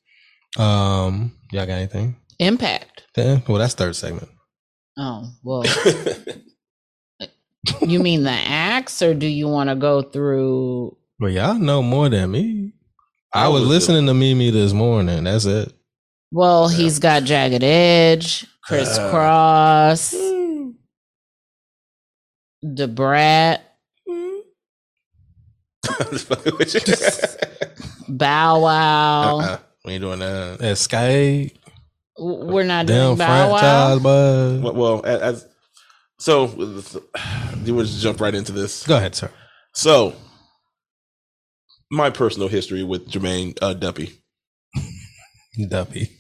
um, y'all got anything? Impact. Yeah, Well, that's third segment. Oh, well. you mean the acts, or do you want to go through? Well, y'all know more than me. I I was was listening to Mimi this morning. That's it. Well, he's got Jagged Edge, Crisscross, The Brat, I'm just fucking with you. Bow Wow. Uh-uh. We ain't doing that. Escape, W- We're not damn doing Bow Wow. franchise, bud. Well, well as, as so, you want to jump right into this? Go ahead, sir. So, my personal history with Jermaine uh, Dumpy. Duppy.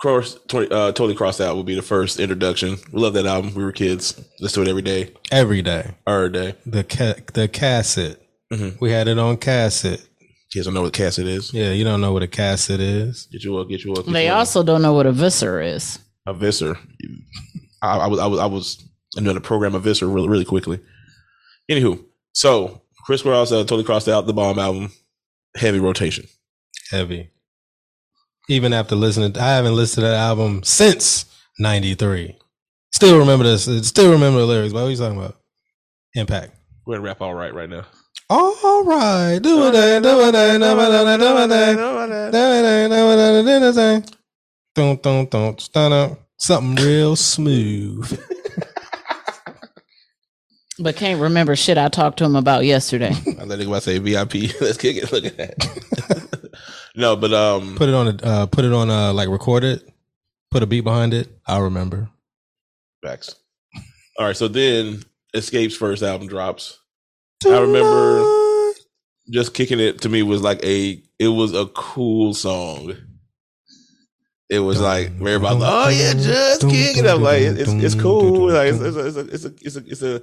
Cross, tw- uh, totally crossed out would be the first introduction. We love that album. We were kids. Let's do it every day, Every day. every day. the ca- the cassette. Mhm. We had it on cassette. Kids don't know what cassette is. Yeah, you don't know what a cassette is. Get you up, get you up. get They you up. also don't know what a viscer is. a visor. I, I was I was I was another program a visor really really quickly. Anywho, so Chris Cross uh, totally crossed out the bomb album, heavy rotation. Heavy. Even after listening, I haven't listened to that album since '93. Still remember this. Still remember the lyrics. But what are you talking about? Impact. We're gonna rap all right right now. All right, do it, eh, do it, eh, do it, eh, do it, eh. Dun, dun, dun, dun. Something real smooth. But can't remember shit I talked to him about yesterday. I let nigga say VIP. Let's kick it. Look at that. no, but um, Put it on a uh, put it on a like record it. Put a beat behind it. I'll remember. facts. All right, so then Escape's first album drops. I remember- Just kicking it to me was like a. It was a cool song. It was like everybody, like, oh yeah, just kick it. I'm like, it's it's cool. Like it's, it's, a, it's, a, it's a it's a it's a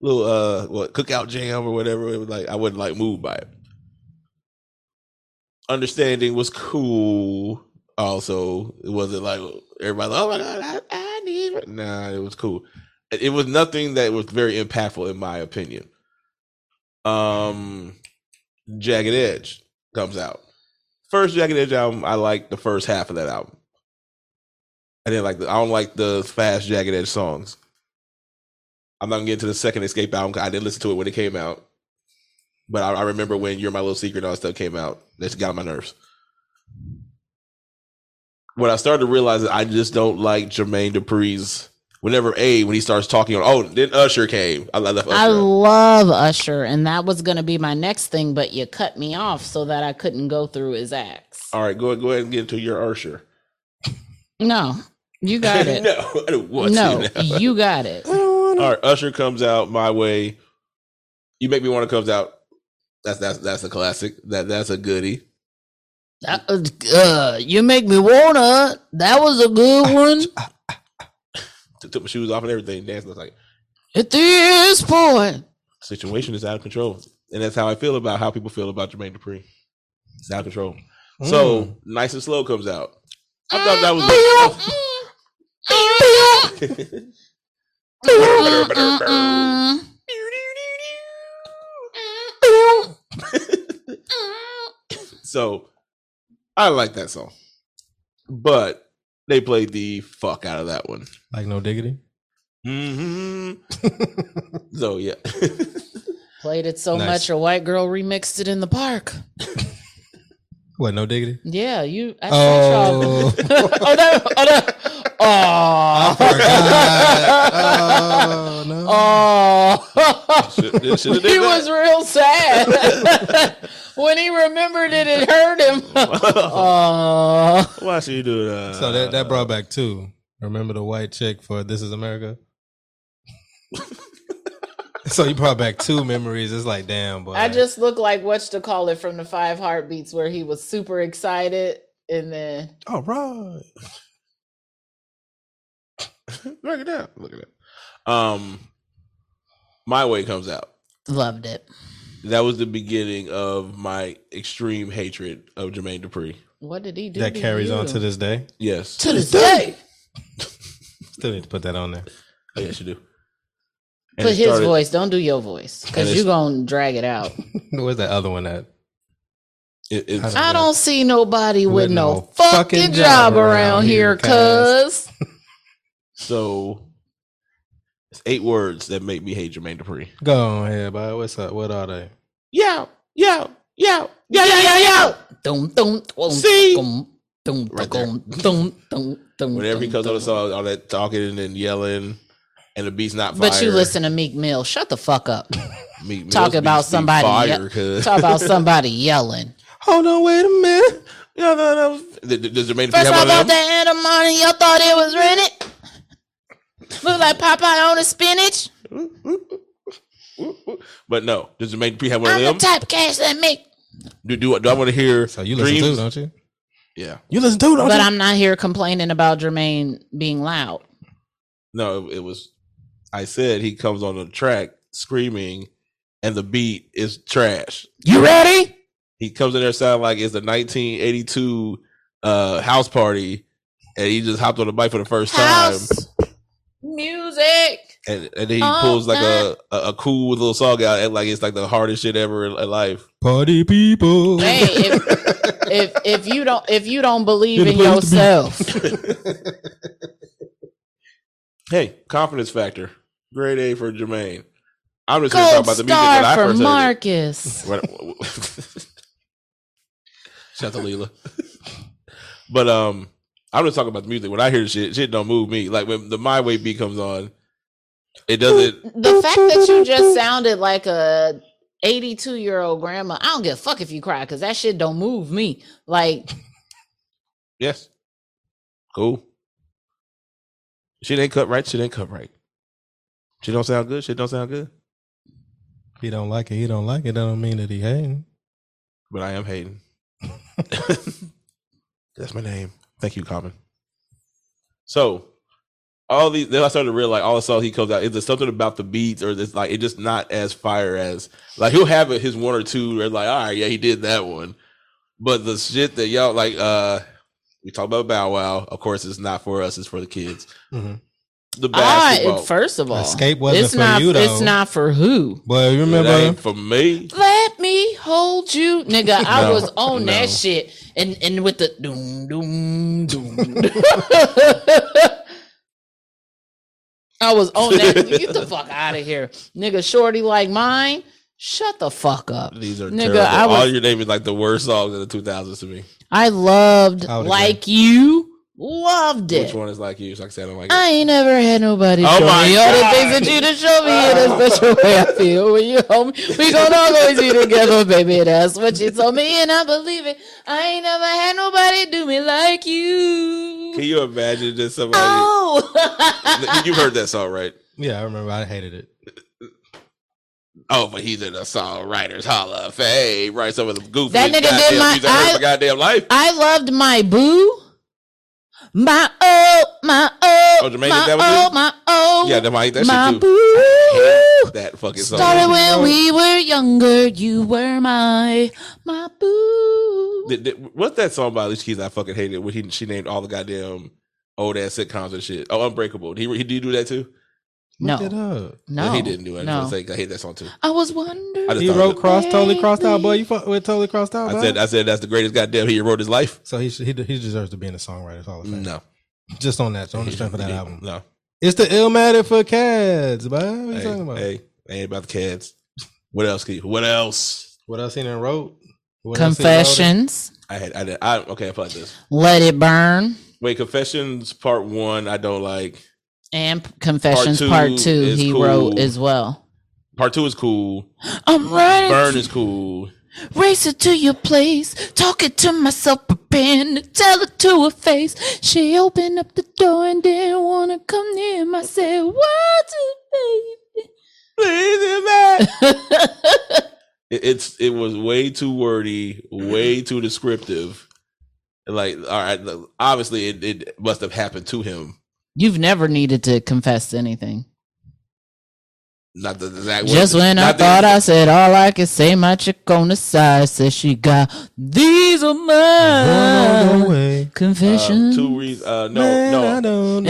little uh what cookout jam or whatever. It was like I wasn't like moved by it. understanding was cool. Also, it wasn't like everybody. Like, oh my god, I, I need. it." Nah, it was cool. It it was nothing that was very impactful, in my opinion. Um, Jagged Edge comes out. First Jagged Edge album, I like the first half of that album. I didn't like the. I don't like the fast Jagged Edge songs. I'm not gonna get into the second Escape album. 'cause I didn't listen to it when it came out, but I, I remember when "You're My Little Secret" and all that stuff came out. That's got on my nerves. When I started to realize that I just don't like Jermaine Dupri's. Whenever A when he starts talking on oh then Usher came I left Usher. I out. love Usher, and that was going to be my next thing, but you cut me off so that I couldn't go through his acts. All right, go go ahead and get into your Usher. No, you got it. no, I don't want no, to. now. you got it. All right, Usher comes out my way. You make me want to comes out. That's that's that's a classic. That that's a goodie. That was- uh, you make me wanna. That was a good one. T- Took my shoes off and everything. Dancing I was like At this point, situation is out of control, and that's how I feel about how people feel about Jermaine Dupri. It's out of control. Mm. Hmm. So nice and slow comes out. I thought that Mm, was. mm, mm. So I like that song, but they played the fuck out of that one. Like no diggity. Mm-hmm. so yeah, played it so Nice. much a white girl remixed it in the park. What? No diggity. Yeah, you. I oh. Oh, oh no! Oh no! Oh, I forgot. Oh no. Oh, Should- should have did he that. was real sad when he remembered it. It hurt him. Oh, Why should you do uh, that? So that that brought back two. Remember the white chick for This Is America. so you brought back two memories. It's like damn, boy. I just look like what's to call it from the Five Heartbeats, where he was super excited and then all right. Look at that! Look at that! Um, my way comes out. loved it. That was the beginning of my extreme hatred of Jermaine Dupri. What did he do? that to carries you? on to this day. Yes, to this day. Still need to put that on there. oh, yes, you do. And Put it his started- voice. Don't do your voice And because it's- you gonna drag it out. Where's that other one at? It, it's, I don't see nobody with, With no, no fucking, fucking job job around around here, here, cuz. so it's eight words that make me hate Jermaine Dupri. Go on here, boy. What's up? What are they? Yeah, yeah, yeah, Yeah, yeah, yeah, yeah, yeah, yeah. yeah. Dum, dum, dum, See? dum, dum, Right dum, dum, dum, dum, Whenever he dum, comes on the dum. song, all that talking and yelling, and the beat's not. But you fire. listen to Meek Mill. Shut the fuck up. Me- me, Talk those about beats be somebody fire, ye- cuz. Talk about somebody yelling. Hold on, wait a minute. No, no, no. Th- th- Does Jermaine Dupri First have I one bought of them? that antimony, y'all thought it was rented. Look like Popeye on a spinach. But no, does Jermaine Dupri have one I'm of the them? type of cash that make. Do do, do I want to hear? So you listen dreams? too, don't you? Yeah. You listen too, don't But I'm not here complaining about Jermaine being loud. No, it, it was. I said he comes on the track screaming, and the beat is trash. You ready? He comes in there sounding like it's a 1982 uh, house party, and he just hopped on the bike for the first time. House music. and and then he Oh, pulls like uh. a, a a cool little song out, and like it's like the hardest shit ever in, in life. Party people. Hey, if, if if you don't if you don't believe You're the in place to be. yourself, Hey, confidence factor, grade A for Jermaine. I'm just gonna talk gold about the music that star I for first heard. Marcus. What- Shout out to Leela. but um, I'm just talking about the music. When I hear shit, shit don't move me. Like when the My Way beat comes on, it doesn't. The fact that you just sounded like a 82 year old grandma, I don't give a fuck if you cry because that shit don't move me. Like Yes, cool. Shit ain't cut right. Shit ain't cut right. Shit don't sound good. Shit don't sound good. If he don't like it, he don't like it. That don't mean that he hating. but I am Hayden. That's my name. Thank you, Common. So, all these then I started to realize all the songs he comes out is there something about the beats or this like it's just not as fire as like he'll have it, his one or two where like all right yeah he did that one, But the shit that y'all like, uh we talk about Bow Wow. Of course, it's not for us; it's for the kids. Mhm. The basketball, I, first of all, Escape wasn't it's for not, you, though. It's not for who. But you It remember ain't for me. Let me hold you, nigga. I No, was on no. that shit, and and with the doom doom doom. I was on that. Get the fuck out of here, nigga. Shorty like mine. Shut the fuck up. These are Nigga, terrible. I was- All your name is like the worst songs of the two thousands to me. I loved I would agree. like you. Loved it. Which one is like you? So I said, I'm like, I ain't never had nobody Oh show my me all the God. things that you done show me in a special way. I feel when you home, we gonna always be together, baby. That's what you told me, and I believe it. I ain't never had nobody do me like can you. you imagine just somebody? Oh, You've heard that song, right? Yeah, I remember. I hated it. Oh, but he's in the songwriters Hall of Fame, right? Some of the goofy That nigga did goddamn my- music I heard in I- my goddamn life. I loved my boo, my oh, my oh, Oh, Jermaine, my that was oh, you? my oh, Yeah, that might that my shit too. boo. That fucking song. Started when we were younger. You were my my boo. Did- did- what's that song by Alicia Keys? I fucking hated when he she named all the goddamn old ass sitcoms and shit. Oh, Unbreakable. Did he, he did he do that too? No, Look it up. no, he didn't do it. I, No. was like, I hate that song too. I was wondering. I just He thought wrote that- cross, totally crossed out, boy. You fuck with totally crossed out. I Uh-huh. boy. said, I said that's the greatest goddamn he wrote his life. so he should, he de- he deserves to be in the songwriters hall of fame. No, Just on that, on the strength of that He- album. No, It's the Illmatic for cats, boy. What are you hey, talking about? hey, ain't about the cats. What else? Can you, what else? What else he done wrote? What else he wrote? Confessions. I had. I did. I okay. I fuck this. Let it burn. Wait, Confessions Part One. I don't like. And P- Confessions Part Part Two Two, is he cool. wrote as well. Part Two is cool. I'm Burn running, is cool. racing to your place, talking to myself, preparing to tell it to her face. She opened up the door and didn't want to come near him. I said, What's it, baby? It, it's it was way too wordy, way Mm-hmm. too descriptive. Like, all right, look, obviously it, it must have happened to him. You've never needed to confess to anything. Not the exact. Just words- when I not the- thought I said all I could say, my chick on the side says she got these are Run on the mine way. uh, confessions, two reasons. Uh, no, Man, I no. don't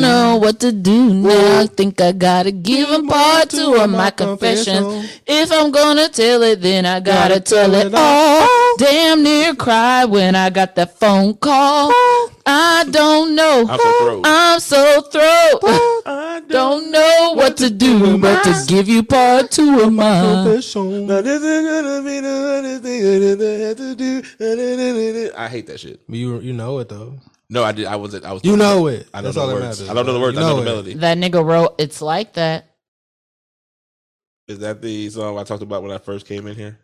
know and I what to don't do. know what to do now. I think I gotta give a part two of my confessions. If I'm gonna tell it, then I gotta tell it all. Damn near cried when I got that phone call. I don't know. I'm so thrilled. I'm so thrilled. Don't know what to do but to give you part two of my. Confession. I hate that shit. You you know it though. No, I did. I wasn't. I was. You know it. I don't That's know all the that words. matters, I don't know the bro. words. You I know the know it. melody. That nigga wrote, "It's like that." Is that the song I talked about when I first came in here?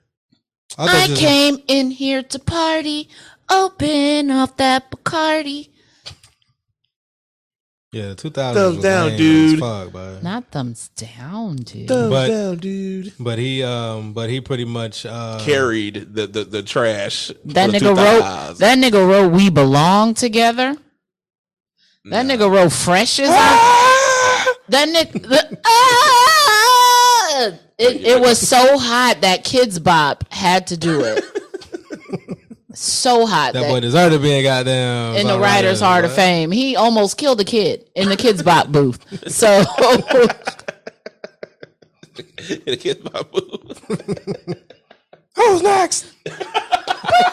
I, thought I you was- came in here to party. Open off that Bacardi. Yeah, two thousand. Thumbs down, down, dude. dude. Fuck, bud. Not thumbs down, dude. But- down, dude. But he um, but he pretty much uh, Carried the the, the trash. That for the nigga wrote. 2000s. That nigga wrote, "We belong together." That Nah. nigga wrote fresh as I- Ah! That nigga. The, ah! It, it was so hot that Kids Bop had to do it. so hot That that, boy deserved to be a goddamn in the songwriter, Writers Hall of boy. Fame. He almost killed a kid in the Kids Bop booth. So it gets my mood. Who's next?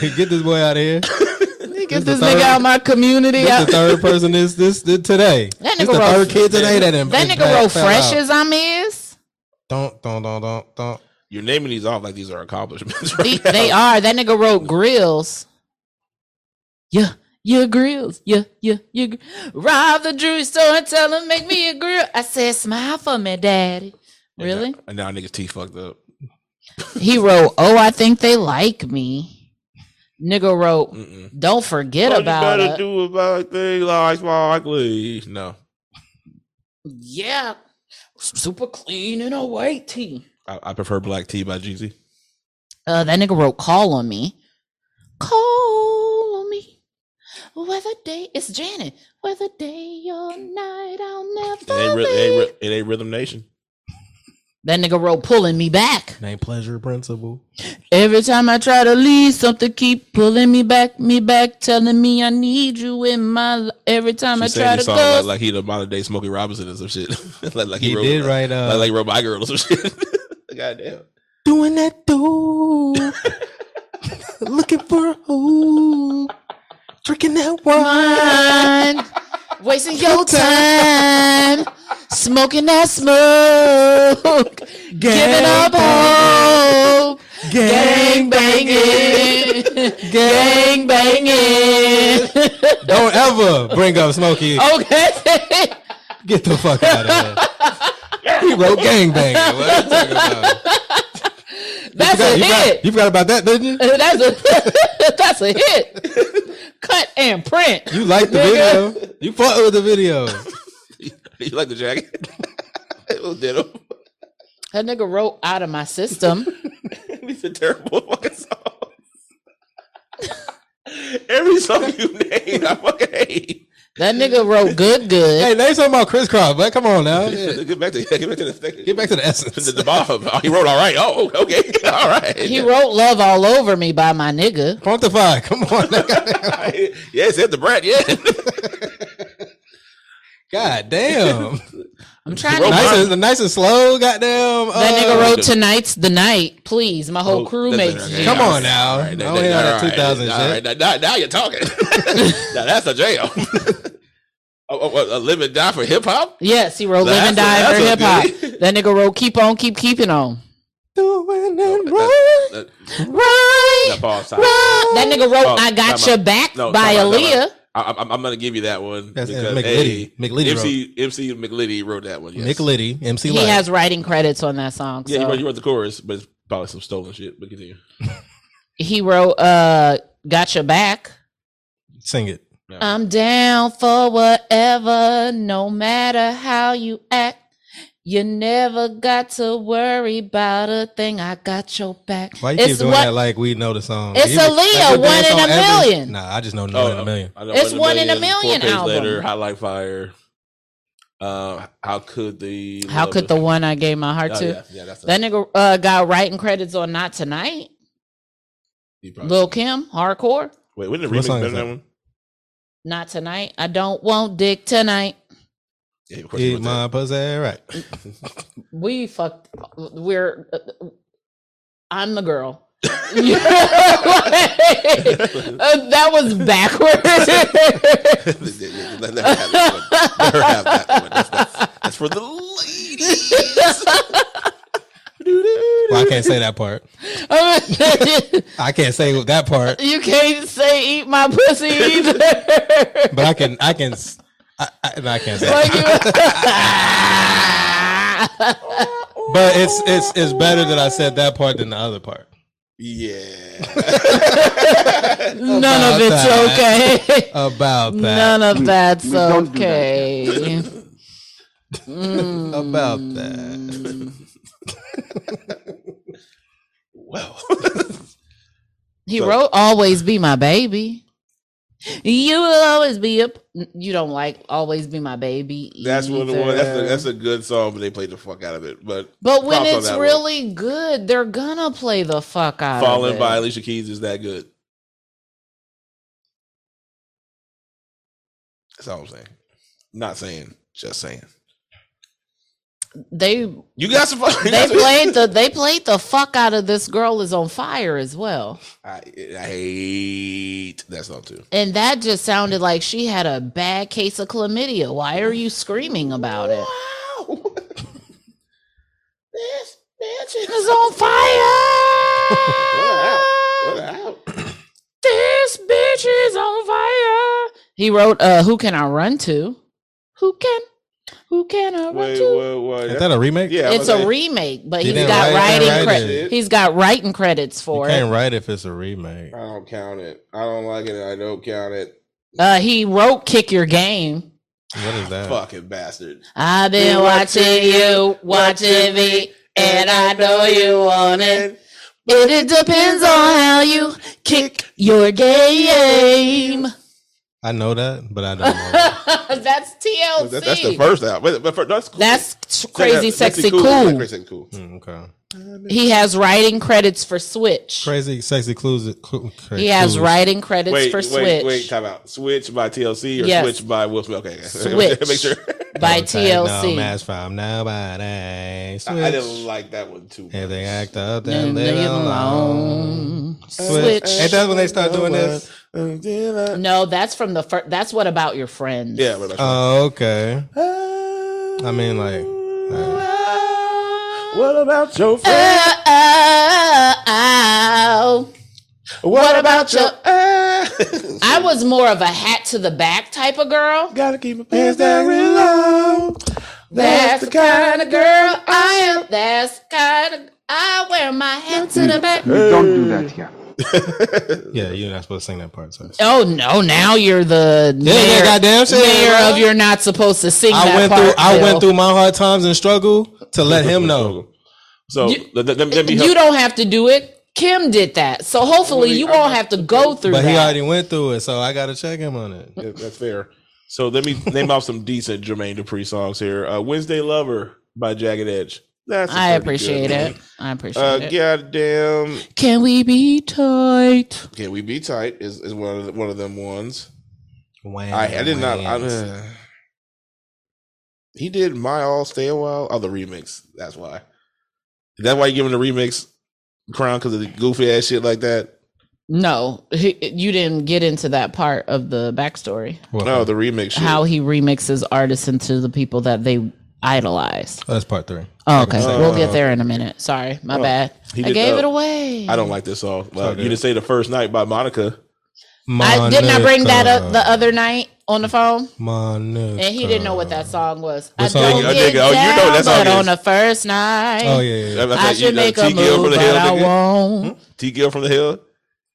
Get this boy out of here. get the this nigga third- out my community. This I- the third person is this, this today. That this nigga the wrote- third kid today that done- that nigga that wrote fell fresh out. as I'm is. Don't don't don't don't don't. You're naming these off like these are accomplishments. They, Right they are. That nigga wrote grills. Yeah, yeah, grills. Yeah, yeah, yeah. gr- Rob the jewelry store and tell him make me a grill. I said, smile for me, daddy. now. Really? And now niggas teeth fucked up. He wrote, oh, I think they like me. Nigga wrote, Mm-mm. don't forget about you better it. do about things like likely. No, yeah, super clean and a white tee. I, I prefer Black Tea by Jeezy. Uh, that nigga wrote "Call on Me." Call on me, whether day it's Janet, whether day or night, I'll It ain't, never ry- be. it, ain't, ry- it ain't Rhythm Nation. That nigga wrote pulling me back. Name pleasure principle. Every time I try to leave, something keep pulling me back, me back, telling me I need you in my. Li- Every time She I sang try this to song go, like, like he the modern day Smokey Robinson or some shit. like, like He wrote, did like, write, uh, like, like he wrote my girl or some shit. Goddamn. Doing that dope. Looking for a hole. Drinking that wine, wasting your time, smoking that smoke, giving up hope, gang banging, gang banging. Don't ever bring up Smokey. Oh. Okay. Get the fuck out of here. He wrote gangbanging. What are you talking about? That's a You forgot- hit. you forgot about that, didn't you? That's a that's a hit. Cut and print. You liked the video. You fucked with the video. You like the jacket? it was denim. That nigga wrote out of my system. These are terrible fucking songs. Every song you name, I fucking hate. That nigga wrote good good. Hey, they talking about crisscross, but come on now. Get back to get back to the second. Get back to the the, essence. the bomb. He wrote all right. Oh, okay, all right. He wrote Love All Over Me by my nigga. Quantify. Come on. nigga. yes, hit the brat. Yeah, God damn. I'm trying to. Wrote Nice and, nice and slow. Goddamn. That uh, nigga Oh, wrote Tonight's the Night. Please, my whole crew makes you. Come on now. All right, I don't hear all that 2000 all shit. right, now, now- now you're talking. now that's a jail. oh, oh, oh, a live and die for hip hop. Yes, he wrote Live and That's a- Die for Hip that's a Hop. That nigga wrote Keep On, Keep Keeping On. Doing it right. That, Right. that pause. time. That nigga wrote Oh, I Got time Your out. Back No, by time out, time Aaliyah. out. I, I'm, I'm gonna give you that one. That's- that's because, McLitty. A, McLitty MC MC McLitty wrote that one. Yes. Nick Liddy, MC He Light. has writing credits on that song. Yeah, so. you wrote, you wrote the chorus, but it's probably some stolen shit. But continue. he wrote uh got your back Sing it. i'm down for whatever no matter how you act you never got to worry about a thing i got your back Why you keep doing what- that like we know the song? It's Even- Aaliyah, that's the One in best song a ever. Million. Nah, I just know One in Oh, a Million. I know It's One in a Million Four Page album. Later, High Like Fire. Uh, how could the how Love could It- the one i gave my heart Oh, to yeah, yeah, that's that nigga uh got writing credits on not tonight you probably- lil kim hardcore Wait, when the What remix song better is than that? that one? not tonight i don't want dick tonight Yeah, of course. Eat you wrote my that. pussy right. we fucked we're uh, i'm the girl Uh, that was backwards Let her have that one. Let her have that one. That's, that's, that's for the ladies. Well, I can't say that part. I can't say that part, you can't say eat my pussy either but I can. I can. s- I, I, no, I can't say. that. like you But it's it's it's better that I said that part than the other part. Yeah. none of it's okay About that. none of that's We don't do that. okay Mm. About that. well, He So- wrote "Always Be My Baby." You will always be up. You don't like "Always Be My Baby." that's one of the one. That's a, either. that's a good song, but they played the fuck out of it. But but when props on it's that one. really good, they're gonna play the fuck out. of Falling it. by Alicia Keys is that good. That's all I'm saying. Not saying, just saying. They You got some. you they got some- played the they played the fuck out of this girl is on fire as well, I, I hate that song too. and that just sounded like she had a bad case of chlamydia. Why are you screaming about it? Wow. this bitch It's on fire. This bitch is on fire. He wrote, uh, "Who can I run to? Who can, who can I run Wait, to?" wait, wait. Is that a remake? yeah, It's a remake, but He he's didn't got write it, writing. didn't write cre- it. he's got writing credits You for it. can't write if it's a remake. I don't count it. I don't like it. I don't count it. Uh, he wrote "Kick Your Game." What is that? Fucking bastard. I've been watching you, watching me, and I know you want it. But it depends on how you kick your game. I know that, but I don't know. that. that's TLC. That, that's the first album. But, but for, that's cool. That's t- Say that- crazy, Nipsey sexy, Cool. cool. Hmm. Like Crazy and cool. Mm, okay. He has writing credits for Switch. Crazy, sexy clues. Cl- cra- He has clues. writing credits Wait, for wait, Switch wait, time out. Switch by TLC or Yes. Switch by Will Smith? Okay, Switch. make sure. by Don't take No TLC. match from nobody. Switch. I, I didn't like that one too. If they much. act up, then And leave Mm, leave it him alone. alone. Switch. Switch. Ain't that when they start doing this? No, that's from the first. That's what about your friends? Yeah, but that's Oh, okay. I mean, like, like, what about your friend? Oh, oh, oh. What about your- ass? I was more of a hat to the back type of girl. Gotta keep my pants down real low. That's the kind of girl I am. That's the kind of I wear my hat to the back. We don't do that here. yeah, you're not supposed to sing that part. Sorry. Oh no! Now you're the mayor, goddamn shit, mayor bro. of you're not supposed to sing. I that went part, through. I Bill. went through my hard times and struggle to let him know. So let, let, let me help. You don't have to do it. Kim did that, so hopefully you won't have to go through But that. he already went through it, so I got to check him on it. Yeah, That's fair. So let me name off some decent Jermaine Dupri songs here. Uh, Wednesday Lover by Jagged Edge. That's a I pretty appreciate good it. one. I appreciate Uh, it. goddamn, Can we be tight? can we be tight? Is is one of the, one of them ones? Wham, I I did not. I, wham. uh, he did my all stay a while. Oh, the remix. That's why. That's why you give him the remix crown because of the goofy ass shit like that. No, he, you didn't get into that part of the backstory. Well, No, the remix. Shit. How he remixes artists into the people that they idolize. that's part three. Oh, okay, Oh, we'll get there in a minute. Sorry, my Oh, bad. he I did gave that. it away. I don't like this song. all Well, good. you didn't say the first night by Monica. I, didn't I bring that up the Monica. other night on the phone? Monica. And he didn't know what that song was. I song? don't Nigga, get nigga, oh, uh, you know down, that song but is- on the first night, Oh yeah, yeah. yeah. That's I like, you should know, make a T. Gill move, from the but Hill, I nigga. Hmm? won't. T. Gill from the Hill.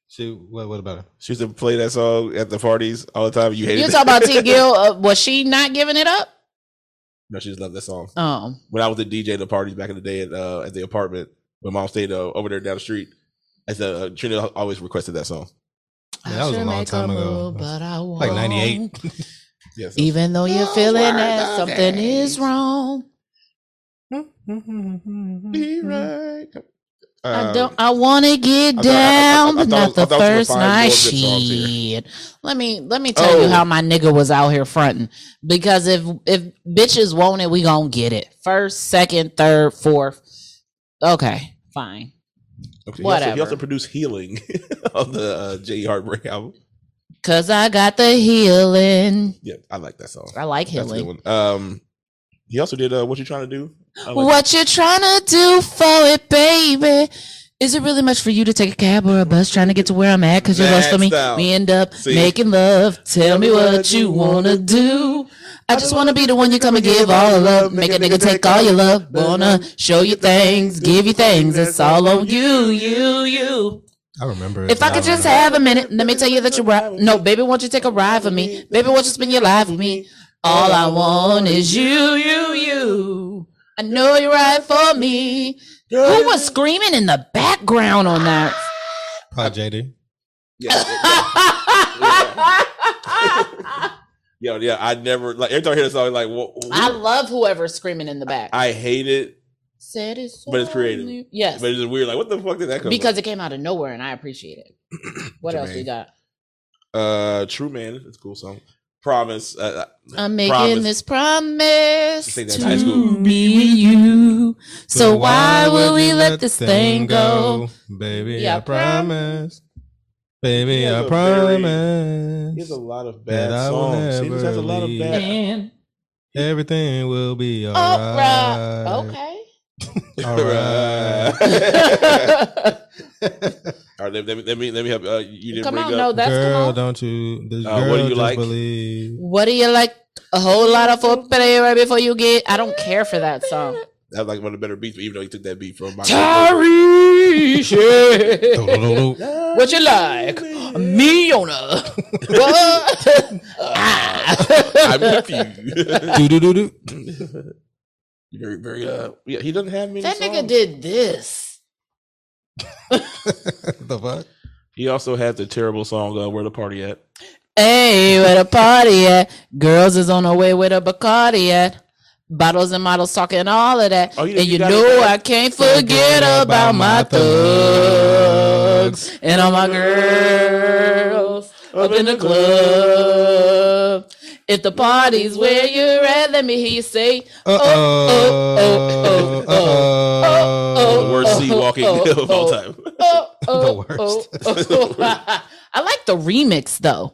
She, what, what about it? She used to play that song at the parties all the time. You hated You it. talk about T. Gill? Uh, was she not giving it up? no, she just loved that song. Oh, When I was the DJ at the parties back in the day at uh, at the apartment, when mom stayed uh, over there down the street, I said uh, Trina always requested that song. Man, that was a should long make time ago. move, but I won't. Like '98. Yes. Yeah, so- Even though you're feeling that something is wrong, Be right. mm-hmm. I Um, don't. uh, I want to get I thought- I- I- I- I down, but thought- not I the thought we were first fine night. doing good songs here. Shit. Let me let me tell Oh. you how my nigga was out here fronting. Because if if bitches want it, we gonna get it. First, second, third, fourth. Okay, fine. okay, He also, he whatever. also produced "Healing" on the uh, J. E. Heartbreak album. Cause I got the healing. Yeah, I like that song. I like That's a good healing. one. Um, he also did uh, "What You Trying to Do." I like What you tryna do for it, baby? Is it really much for you to take a cab or a bus trying to get to where I'm at? Cause you're Mad lost on me. style. We end up See? making love. Tell me what you wanna do. I just wanna be the one you come and give all the love. Make a nigga take all your love. Wanna show you things, give you things. It's all on you, you, you. I remember. it. If I could just have a minute, let me tell you that you're right. No, baby, won't you take a ride for me? Baby, won't you spend your life with me? All I want is you, you, you. I know you're right for me. Who was screaming in the background on that? Probably JD. Yeah. yeah, yeah. I never like every time I hear this song, like wha- I wha- love whoever's screaming in the back. I hate it, Said it's but it's so creative. new- Yes, but it's just weird. Like, what the fuck did that come? because it came out of nowhere, and I appreciate it. What else we Jermaine. got? from? uh, True Man, it's a cool song. Promise, uh, uh, I'm making Promise. this promise Sing that in to high school. me and you. So why will we let this thing go? Baby, Yeah, I promise. Baby, He I has a very- promise. he has a lot of That bad I will songs. He just has a lot of never bad. And Everything will be oh, alright. Uh, right. okay. All right. All right, let, let me let me let me help. you. Uh, you didn't come bring on, up. no, that's girl, come on. don't you? This Uh, girl what do you just like? believe. What do you like? A whole lot of foot play right before you get. I don't care for that song. That's like one of the better beats, even though he took that beat from. my Tyrese, Do-do-do-do. what you like? Me on a what? Ah. I'm confused. Do-do-do-do. very very uh. Yeah, he doesn't have many. That nigga songs. did this. the fuck? He also had the terrible song uh, "Where the Party At." Hey, where the party at? Girls is on her way with a Bacardi at. Bottles and models talking all of that. Oh, you- and you you, got it know right. I can't forget about my thugs and all my girls up in the club. If the party's where you're at, let me hear you say, Uh oh, oh, oh. oh, The Uh oh. worst sea walking oh, oh, of all time. oh, oh, worst. oh, oh. I like the remix though.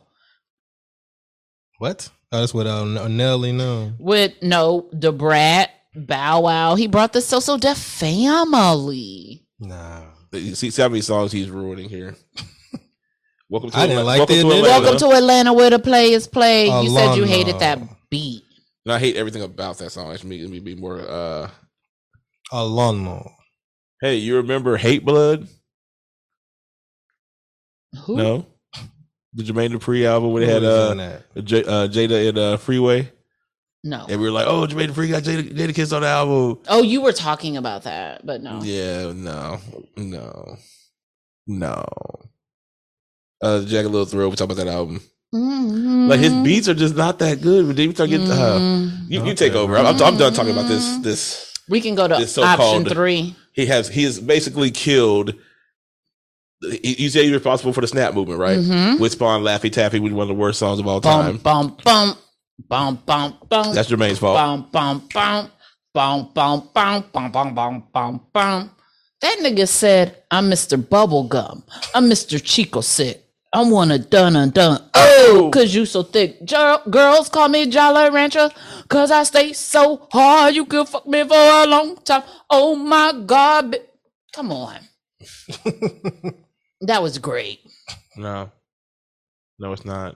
What? Oh, that's what uh, N- Nelly know. with no the brat bow wow he brought the so so deaf family Nah. You See, see how many songs he's ruining here. Welcome to I didn't Ala- like welcome the to initial- Atlanta. welcome to atlanta where the players play A you said you long hated no. that beat And I hate everything about that song. It's making me be more. uh A lawnmower. Hey, you remember Hate Blood? who No, the Jermaine Dupri album when they had Who was on uh, that? J- uh Jada in uh, Freeway, No. and we were like, "Oh, Jermaine Dupri got Jada, Jada Kiss on the album." oh you were talking about that but no Yeah, no, no, no. Uh, Jack and Little Thrill. We talk about that album. Mhm. Like his beats are just not that good. But then we start getting. Uh, Mhm. you, you take over. I'm, I'm, I'm done talking about this. Mm-hmm. This we can go to this so-called- option three he has he has basically killed. he- You say he's responsible for the snap movement, right? Mhm. With Spawn, Laffy Taffy, with one of the worst songs of all bum time. bum bum bum bum bum That's Jermaine's fault. bum bum bum bum bum bum bum bum bum bum bum. That nigga said, "I'm Mr. Bubblegum. I'm Mr. Chico Sick. I'm one of dun dun dun. Oh, cause you so thick. Gir- girls call me Jolly Rancher, cause I stay so hard. You could fuck me for a long time. Oh my God, bi- come on. that was great. No, no, it's not.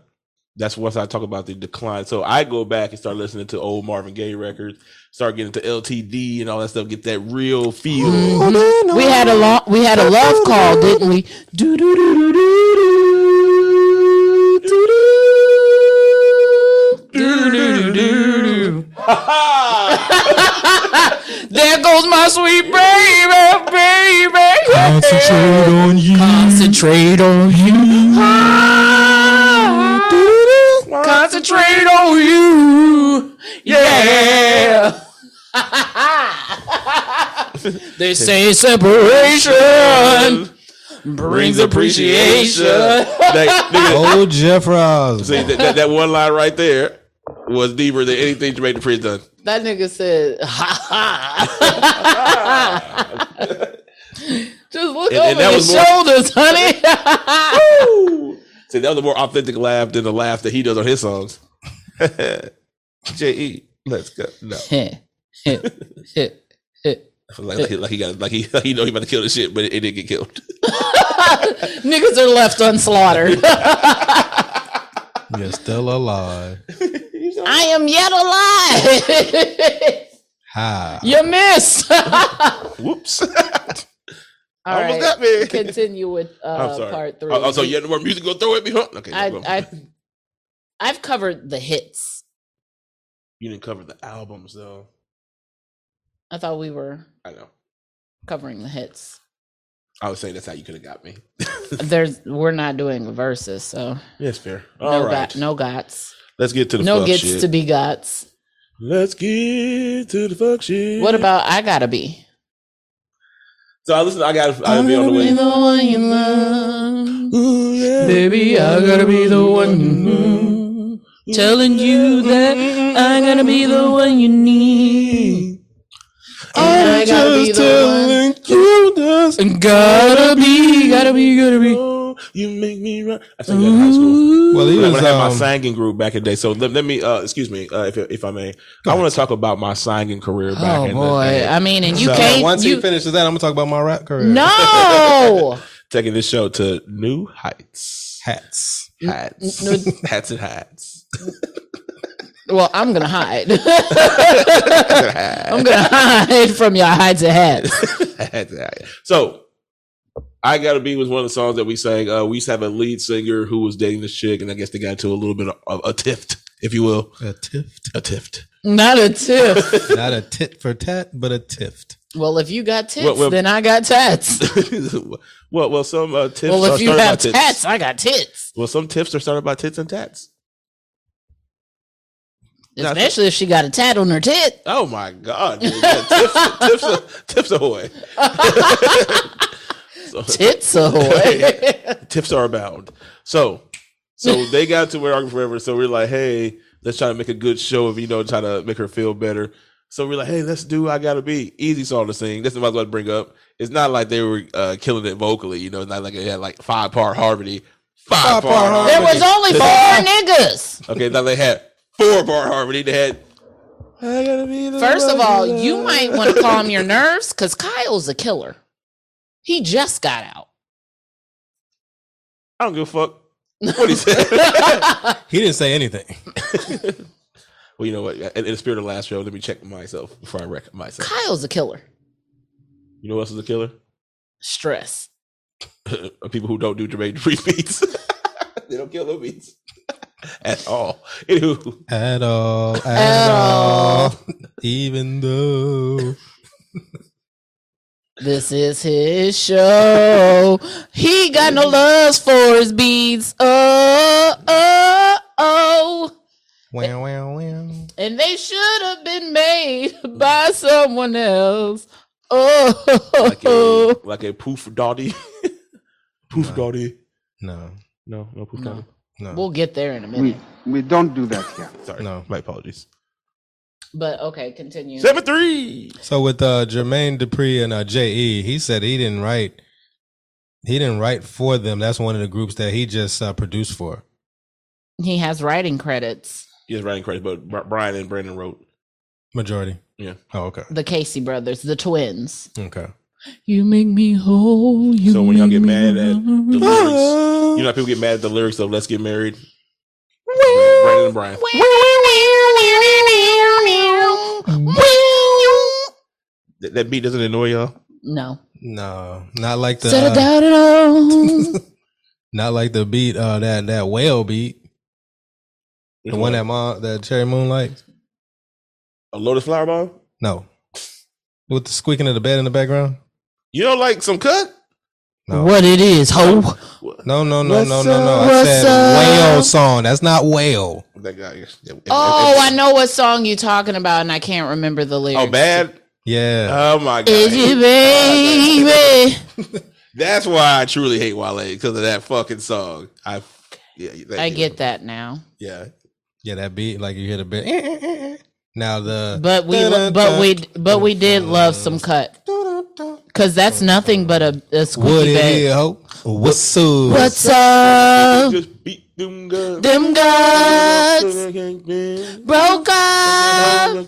That's once I talk about the decline. So I go back and start listening to old Marvin Gaye records, start getting to LTD and all that stuff. Get that real feel. Mm-hmm. We had a long, we had a love call, didn't we? Do do do do do do do do do do. There goes my sweet baby, baby. Concentrate on you. Concentrate on you. Concentrate on you. Yeah. they say separation brings appreciation. that, nigga, Old Jeff Ross. see, that, that, that one line right there was deeper than anything Jermaine Dupri has done. That nigga said, ha ha. Just look And- and over that your was more- shoulders, honey. See, that was a more authentic laugh than the laugh that he does on his songs. Je, E, let's go. No, like, like he got, like he, like he know he about to kill this shit, but it, it didn't get killed. Niggas are left unslaughtered. You're still alive. I am yet alive. Hi. you missed. Whoops. All Almost right, got me. Continue with uh, I'm sorry. part three. Oh, oh, so you had no more music go throw at me, huh? Okay, I, no problem. I, I've covered the hits. you didn't cover the albums though. I thought we were I know. covering the hits. I was saying that's how you could have got me. There's, we're not doing verses, so Yes, fair. no, All right. got, no gots, Let's get to the no fuck gets shit. to be gots. Let's get to the fuck shit. What about I gotta be? So I listen. I got. I gotta be on the way. one you love. Ooh, yeah. Baby, I gotta be the one you need. Telling you that I gotta be the one you need. And I gotta be the you this. one. Gotta be, gotta be, gotta be. Oh, you make me run. I sang that in high school. Well, he When I, was when I had my um, singing group back in the day. So let, let me, uh, excuse me, uh, if, if I may, I want to talk about my singing career back Oh in the boy, day. I mean, and you So- can't. once you, he finishes that, I'm gonna talk about my rap career. No, Taking this show to new heights. hats. Hats. hats and hats. Well, I'm gonna hide. I'm gonna hide from your hides and hats. Hats and hats. so I Gotta Be was one of the songs that we sang. Uh, we used to have a lead singer who was dating this chick, and I guess they got into a little bit of a, a tift, if you will. A tift. A tift. Not a tip. Not a tit for tat, but a tift. Well, if you got tits, Well, well- then I got tats. well, well, some uh, tips well, are if you started by have tits. tats, I got tits. Well, some tips are started by tits and tats. That's- Especially if she got a tat on her tit. Oh my god! dude. Yeah, tips, tips, tips ahoy! So- Tits ahoy. tips are abound. So, so they got to where Arkham Forever. So we're like, hey, let's try to make a good show of you know, try to make her feel better. So we're like, hey, let's do I gotta be easy song to sing. That's what I was about to bring up. It's not like they were uh, killing it vocally, you know. It's not like it had like five part harmony, five, part, Five-part harmony. there was only four niggas. okay. Now they had four part harmony. They had. I gotta be the First of one all, you you love. might want to calm your nerves because Kyle's a killer. He just got out. I don't give a fuck what he said. He didn't say anything. well, you know what? In, in the spirit of last show, let me check myself before I wreck myself. Kyle's a killer. You know what else is a killer? Stress. of people who don't do Jermaine Dupri beats. they don't kill no beats at all. Anywho, At all. At, At all. all. Even though. This is his show. He got no loves for his beads. Oh, oh, oh. Wow, wow, wow. And they should have been made by someone else. Oh, like a, like a poof dotty. poof No. dotty. No, No, no poof No. dotty. no. we'll get there in a We, minute. we don't do that here. Sorry. No. My apologies. But okay, continue. 7 3. So with uh, Jermaine Dupri and uh, J.E., he said he didn't write. He didn't write for them. That's one of the groups that he just uh, produced for. He has writing credits. He is writing credits, but Bri- Brian and Brandon wrote. Majority. Yeah. Oh, okay. The Casey brothers, the twins. Okay. You make me whole. You So when y'all get make me mad at the whole. lyrics, you know how people get mad at the lyrics of Let's Get Married? Brandon and Brian. That, that beat doesn't annoy y'all? No. No, not like the Settle uh, down and all. not like the beat uh, that that whale beat, Which the one that mom that Cherry Moon likes. A Lotus Flower Bomb? No, with the squeaking of the bed in the background. You don't like some cut? No. What it is, ho. No, no, no, What's no, no, no. up? I What's said up? whale song. That's not whale. That guy. is- Oh, I know what song you talking about, and I can't remember the lyrics. Oh, bad? Yeah. Oh, my God. Is you, baby? That's why I truly hate Wale because of that fucking song. I yeah, thank I you. get that now, Yeah, Yeah, that beat like you hear the bit. eh, eh, eh, eh. Now the but we, but we, but we did love some cut Oh. because that's nothing but a, a what squeaky it bag. is, hope what's up? What's up? just beat them guns. Them guts broke up.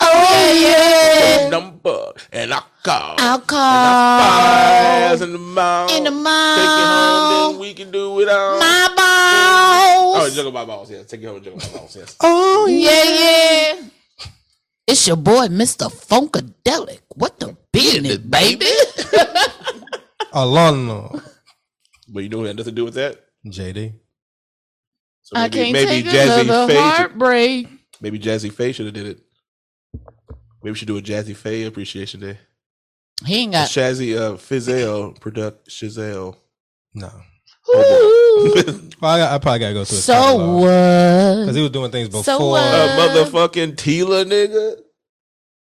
Oh yeah. Number and I call. I'll Eyes call in the mouth. in the Take it home, then mouth. we can do it all. My oh, balls. juggle my balls. Yes, take it home, juggle my balls. Yes. Oh Yeah, yeah. It's your boy, Mr. Funkadelic. What the business, baby? Alonso. But you know who had nothing to do with that? JD. So maybe, maybe Jazzy Faye. should- heartbreak. Maybe Jazzy Faye should have did it. Maybe we should do a Jazzy Faye appreciation day. He ain't Uh, got. Shazzy uh, Fizelle product Shazelle. No. Ooh. Well, I, got- I probably gotta go through. so what? Because he was doing things before. So what? uh, motherfucking Tila nigga.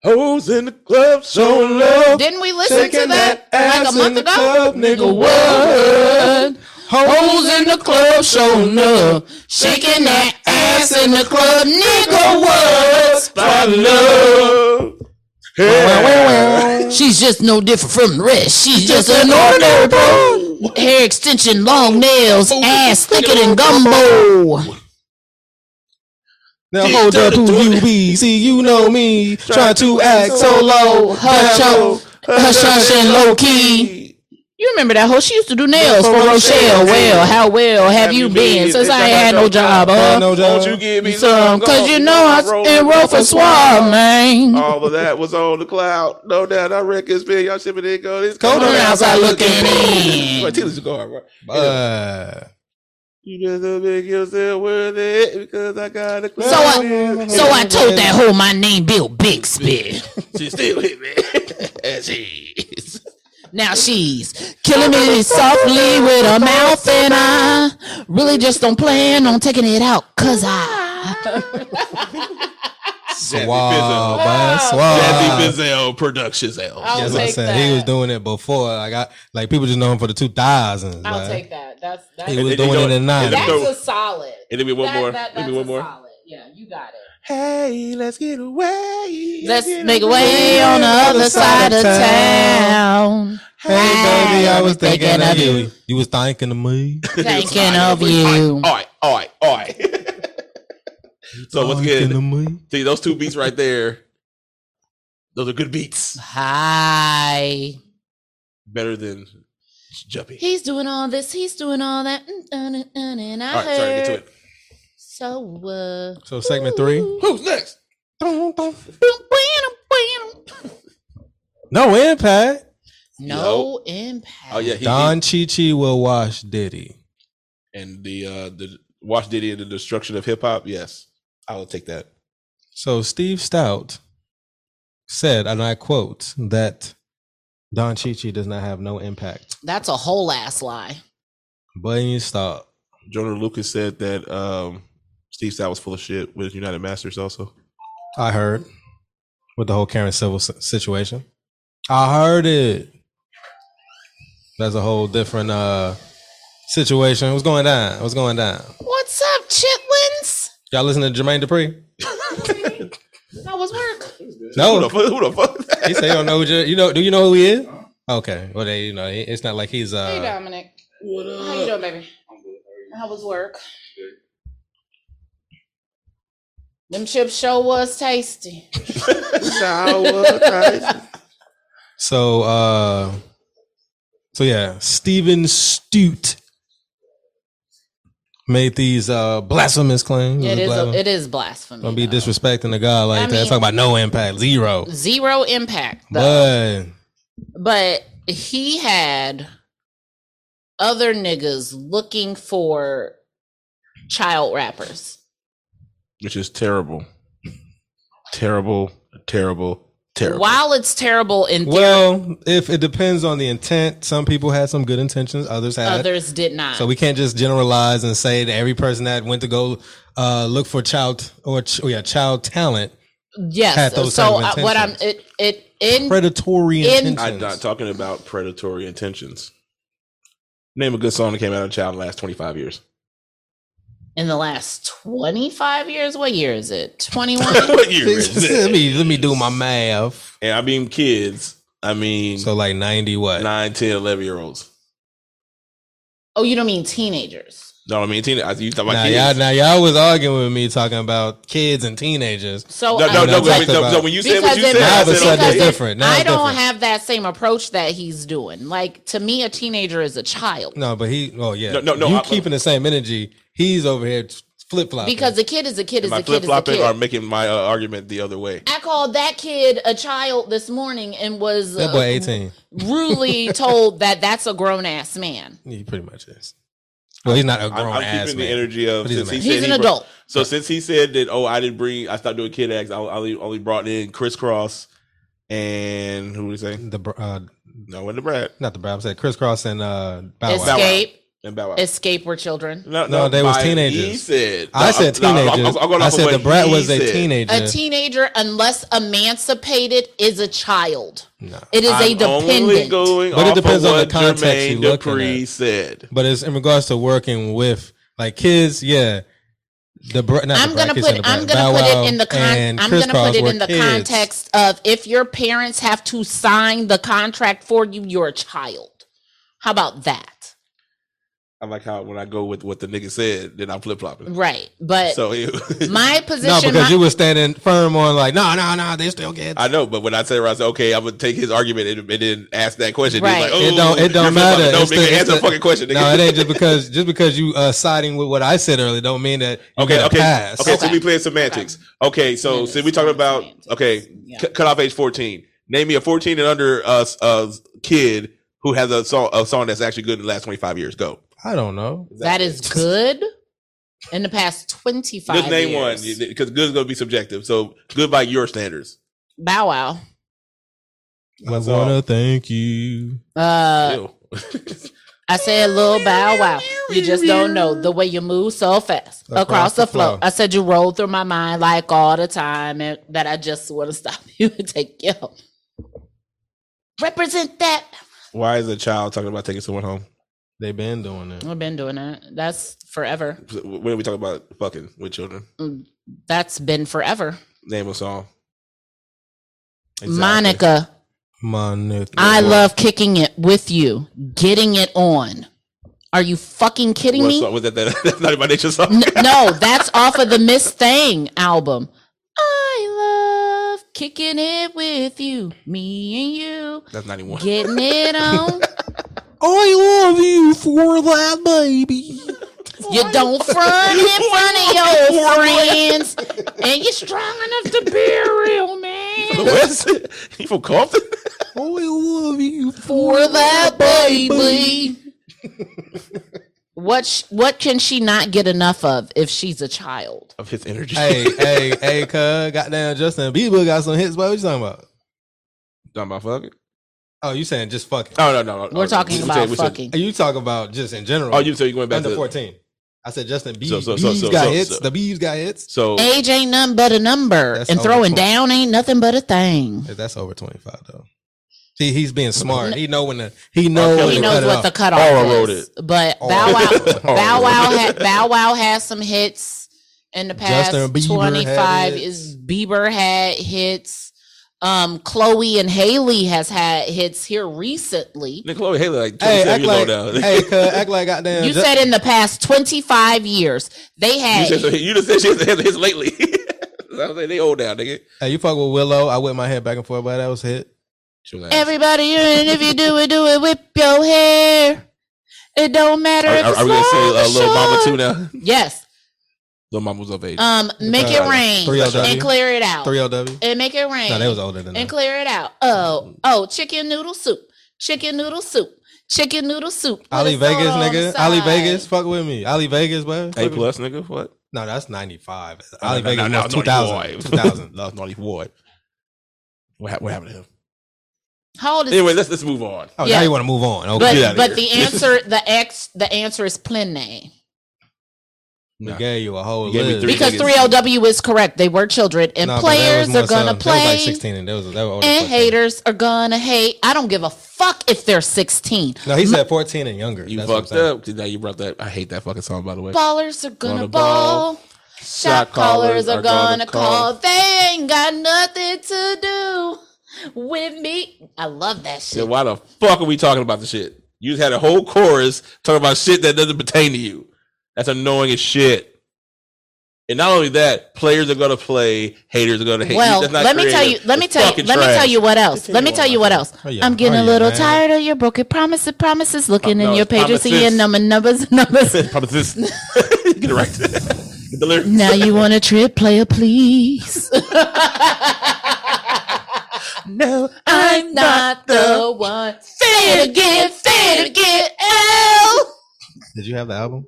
Hoes in the club, show love. Didn't we listen to Shaking that, that like ass a in month the ago? club, nigga, what? Hoes Hoes in the club showing up, shaking that ass in the club, nigga. What? I love. Yeah. She's just no different from the rest. She's just an ordinary bro. Hair extension, long nails, ass thicker than gumbo. Now hold up, who you be? See, you know me. Try to act so Solo, low. hush up, hush hush and low key. You remember that hoe? She used to do nails for Rochelle. Well, how well have you been since I ain't had no job? Ain't Huh? no Won't job. you give me Some, some? cause you know I enrolled for Swab, man. All of that was on the cloud. No doubt, I reckon it's been y'all shipping it go. It's Cold cold on the outside looking in. Right, Tila's a guard, right? Uh, You just don't make yourself worth it because I got a cloud. So uh, I, so I told that hoe my name Bill Bixby. She still hit me. Jeez. Now she's killing me softly with her mouth, and I really just don't plan on taking it out, cause I. Wow, Jazzy Fizzle. man, eh, Jazzy swab. Fizzle Productions L. I'll That's what I take said. He that. was doing it before. Like I, like people just know him for the two thousands. I'll like, take that. That's that's, He was And then doing you it know- in nine. and then that's throw- a solid. And then we one That- more. that- Let that's me one a more. Solid. Yeah, you got it. Hey, let's get away. Let's make way on the other side of town. Hey, baby, I was thinking of you. You was thinking of me. Thinking of you. All right, all right, all right. so once Thinking again, of me. see those two beats right there. Those are good beats. Hi. Better than Juppy. He's doing all this. He's doing all that. mm, mm, mm, mm, And I All right, sorry, get to heard. it. So, uh. So segment three. Who's next? No impact. No impact. Oh yeah, he, Don Chi Chi will wash Diddy. he- and the uh the Watch Diddy and the Destruction of Hip Hop. Yes, I will take that. So Steve Stout said, and I quote, that Don Chi Chi does not have no impact. That's a whole ass lie. But you stop. Jonah Lucas said that um Steve Stout was full of shit with United Masters also. I heard with the whole Karen Civil s- situation. I heard it. That's a whole different uh situation. What's going down? What's going down? What's up, chitlins? Y'all listen to Jermaine Dupri? That was work. Who No, the fuck? Who the fuck? he said he don't know. Who, Jer- you know? Do you know who he is? Okay. Well, they, you know, he- it's not like he's Hey, uh. Dominic. How you doing, baby? How was work? Them chips show was tasty. So, uh, so yeah, Stephen Stute made these uh blasphemous claims. It is. Blasphemous. A, it is blasphemy. Don't be though. disrespecting a guy like I that. mean- Talk about no impact, zero. Zero impact. Though. But But he had other niggas looking for child rappers. Which is terrible. Terrible, terrible, terrible. While it's terrible in theory, well, if it depends on the intent, some people had some good intentions, others had. others did not. so we can't just generalize and say that every person that went to go uh, look for child or ch- oh yeah child talent yes. had those so kind of I, what I'm intentions. it it in predatory In- intentions. I'm not talking about predatory intentions. Name a good song that came out of Child in the last 25 years. in the last 25 years what year is it 21 what year is let it? me let me do my math. And I mean kids. I mean So uh, like ninety what? 9, 10, 11 year olds. oh you don't mean teenagers No, I mean teen. I- You talk about Now kids. y'all, now y'all was arguing with me talking about kids and teenagers. so no, Oh, I- no, no, I'm no, talking no, about- no, When you said Because what you in said, my- I Now all of a said, sudden okay. it's because different. Now i it's don't different. have that same approach that he's doing like to me a teenager is a child No, but he. Oh yeah. No, no, no, You I- keeping the same energy. He's over here flip flopping. because the kid is a kid is My a kid flip is a flopping kid are making my uh, argument the other way. i called that kid a child this morning and was that boy uh, eighteen. rudely told that that's a grown-ass man He pretty much is. Well, he's not a I'm, grown I'm ass keeping the man. energy of But he's a since he man. said He's he an brought- adult. so since he said that, oh, I didn't bring, I stopped doing kid acts. I, I only- only brought in crisscross and who would he say? The br- uh, No, wasn't the Brad not the Brad. I said crisscross and uh, Bow Wow. Escape. escape and Bow Wow. escape were children No, No, they was by- teenagers. He said. I said No, I'm- I'm- teenagers. i I'm- I'm going off of said what the brat he was a said. teenager. a teenager unless emancipated is a child no. it is a I'm Only dependent going But it off depends of on the what context Jermaine you looking Dupri at. said. But it's in regards to working with like kids. Yeah. The br- not I'm the brat, gonna I keep put saying it. the I'm brat. gonna Bow put Wow it in the con- and I'm gonna crisscross put it were in the kids. context of if your parents have to sign the contract for you, you're a child. How about that? I like how when I go with what the nigga said, then I'm flip flopping. Right, but So he- my No, position. because my- you were standing firm on like, no, no, no, they still kids. I know, but when I said, I said, okay, I'm gonna take his argument and, and then ask that question. He's Right. like, It oh, don't. It you're don't flip-flopping. matter. No, It's nigga, the- it's answer the, the- fucking question. Nigga. No, it ain't just because just because you uh, siding with what I said earlier don't mean that. You Okay, gotta okay, Pass. okay. So Okay. we playing semantics. Okay, so Semantics, since we talking about semantics, okay, yeah. c- cut off age fourteen. Name me a fourteen and under uh, s- uh kid who has a song a song that's actually good in the last twenty five years. Go. I don't know. that is good. In the past twenty five Just name years, one because good is gonna be subjective. So good by your standards. Bow Wow. I wanna thank you. Uh, Ew. I said little bow wow. You just don't know the way you move so fast across, the, floor. I said you roll through my mind like all the time, and that I just want to stop you and take you home. Represent that. Why is a child talking about taking someone home? They've been doing that. I've been doing that. That's forever. When are we talking about fucking with children? That's been forever. Name a song. Monica, My nigga. I love kicking it with you, getting it on. Are you fucking kidding What me? song was that? that that's not even my nature song. N- no, that's off of the Miss Thing album. I love kicking it with you, me and That's not even you, one. getting it on. I love you for that, baby. You don't front in front of your friends, and you're strong enough to be a real man. Wes, you from Compton? I love you For that baby. What sh- what can she not get enough of if she's a child? of his energy. hey, hey, hey, cuz. Goddamn, Justin Bieber got some hits, bro. What you talking about? Talking about fucking? Oh, you saying just fucking. Oh no, no, no. We're no. talking We about said- we said- fucking. You talking about just in general. Oh, you so you going back under to 14. I said Justin Bieber. So, so, so, so, got so, hits. so. The Biebs got hits. So Age ain't nothing but a number, That's and over throwing twenty. down ain't nothing but a thing. Yeah, That's over 25 though. See, he's being smart. He know when the he know R. when Kelly he to knows cut it what off. the cutoff Aura is. wrote it. But Aura. Bow Wow, Aura Bow Wow, wrote it. had, Bow Wow has some hits in the past. Justin Bieber Twenty had five hits. is Bieber had hits. Um, Chloe and Haley has had hits here recently. Nick Chloe Haley like Hey, 27 act years old like, now. hey, cuz, act like goddamn. You Ju- said in the past twenty five years they you, had. said, so- you just said she has his lately. I was like, they old now, nigga. hey, you fuck with Willow. I whip my head back and forth, but that was a hit. She was like, Everybody, you're in. If you do it, do it. Whip your hair. It don't matter are, if are, it's are we gonna say long or uh, Little Mama too short. now? Yes. Little Mama was of age. Um, make it Uh, rain 3LW. and clear it out. 3LW. Oh. and make it rain. No, they was older than and that. clear it out. Oh, oh, chicken noodle soup, chicken noodle soup, chicken noodle soup. with Ali a soda Vegas, on the nigga. Ali side. Vegas, fuck with me. Ali Vegas, bro. A plus, nigga. What? No, that's 95. Ali No, no, Vegas no, was no, 2000. naughty boy. 2000. Love naughty boy. What, hap- what happened to him? How old is? Anyway, let's let's move on. Oh, now Yeah. you want to move on. Okay. but get outta but here. the answer, the ex, the answer is plenty We Nah. gave you a whole You gave me list. three because niggas. three LW is correct. They were children, and Nah, but that players was more are gonna seven. That was play, like 16 and that was that were older and 14. haters are gonna hate. I don't give a fuck if they're sixteen. No, he said 14 and younger. You That's what I'm fucked saying. up. Now you brought that. I hate that fucking song, by the way. Ballers are gonna, Gonna ball. ball. Shot callers are gonna call. They ain't got nothing to do with me. I love that shit. Then why the fuck are we talking about this shit? You just had a whole chorus talking about shit that doesn't pertain to you. That's annoying as shit. And not only that, players are gonna play, haters are gonna hate. well, That's not let me tell you. creative. Let me It's tell you. fucking Let me tell trash. you what else. Continue Let me on, tell you my what friend. else. Oh, yeah. I'm getting Oh, a yeah, little man. tired of your broken promises, promises. Looking Oh, no, in your it's pages, promises. seeing number numbers, numbers. Probably this. Get it right. Get the lyrics. now you want a trip, player? Please. No, I'm not the one. Say it again. Say it again. L. Did you have the album?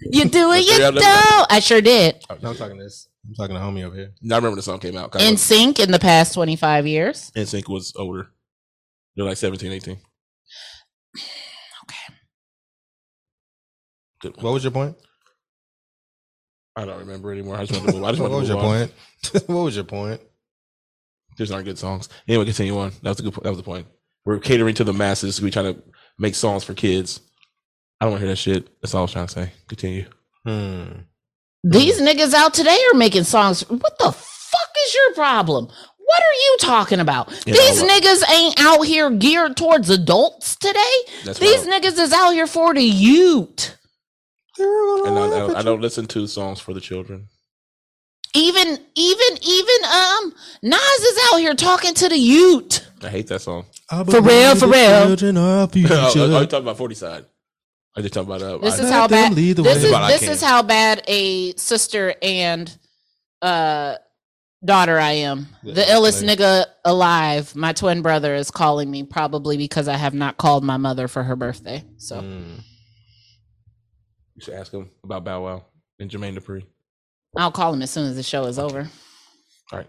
You do it. You Yeah, I don't. remember. I sure did. Oh, No, I'm talking this. I'm talking to homie over here. Now I remember the song came out. in sync in the past 25 years NSYNC was older. They're like 17, 18. Okay. Good one. What was your point? I don't remember anymore. I just wanted to move. I just What wanted to was move your on. point? What was your point? These aren't good songs. Anyway, continue on. That was a good. po- That was the point. We're catering to the masses. We trying to make songs for kids. I don't want to hear that shit. That's all I was trying to say. Continue. Hmm. these niggas out today are making songs what the fuck is your problem what are you talking about Yeah, these hold niggas ain't out here geared towards adults today That's these right. niggas is out here for the youth And I, I, don't- I don't listen to songs for the children. even even even um nas is out here talking to the youth I hate that song. For real, for real. Children are our oh, future. oh, you talking about Forty Side? Are you talking about? Uh, this I- is Let how them bad lead the this way. is But I this can't. is how bad a sister and uh daughter I am. Yeah, the illest like- nigga alive. My twin brother is calling me probably because I have not called my mother for her birthday. So Mm. Hmm. you should ask him about Bow Wow and Jermaine Dupri. I'll call him as soon as the show is over. All right.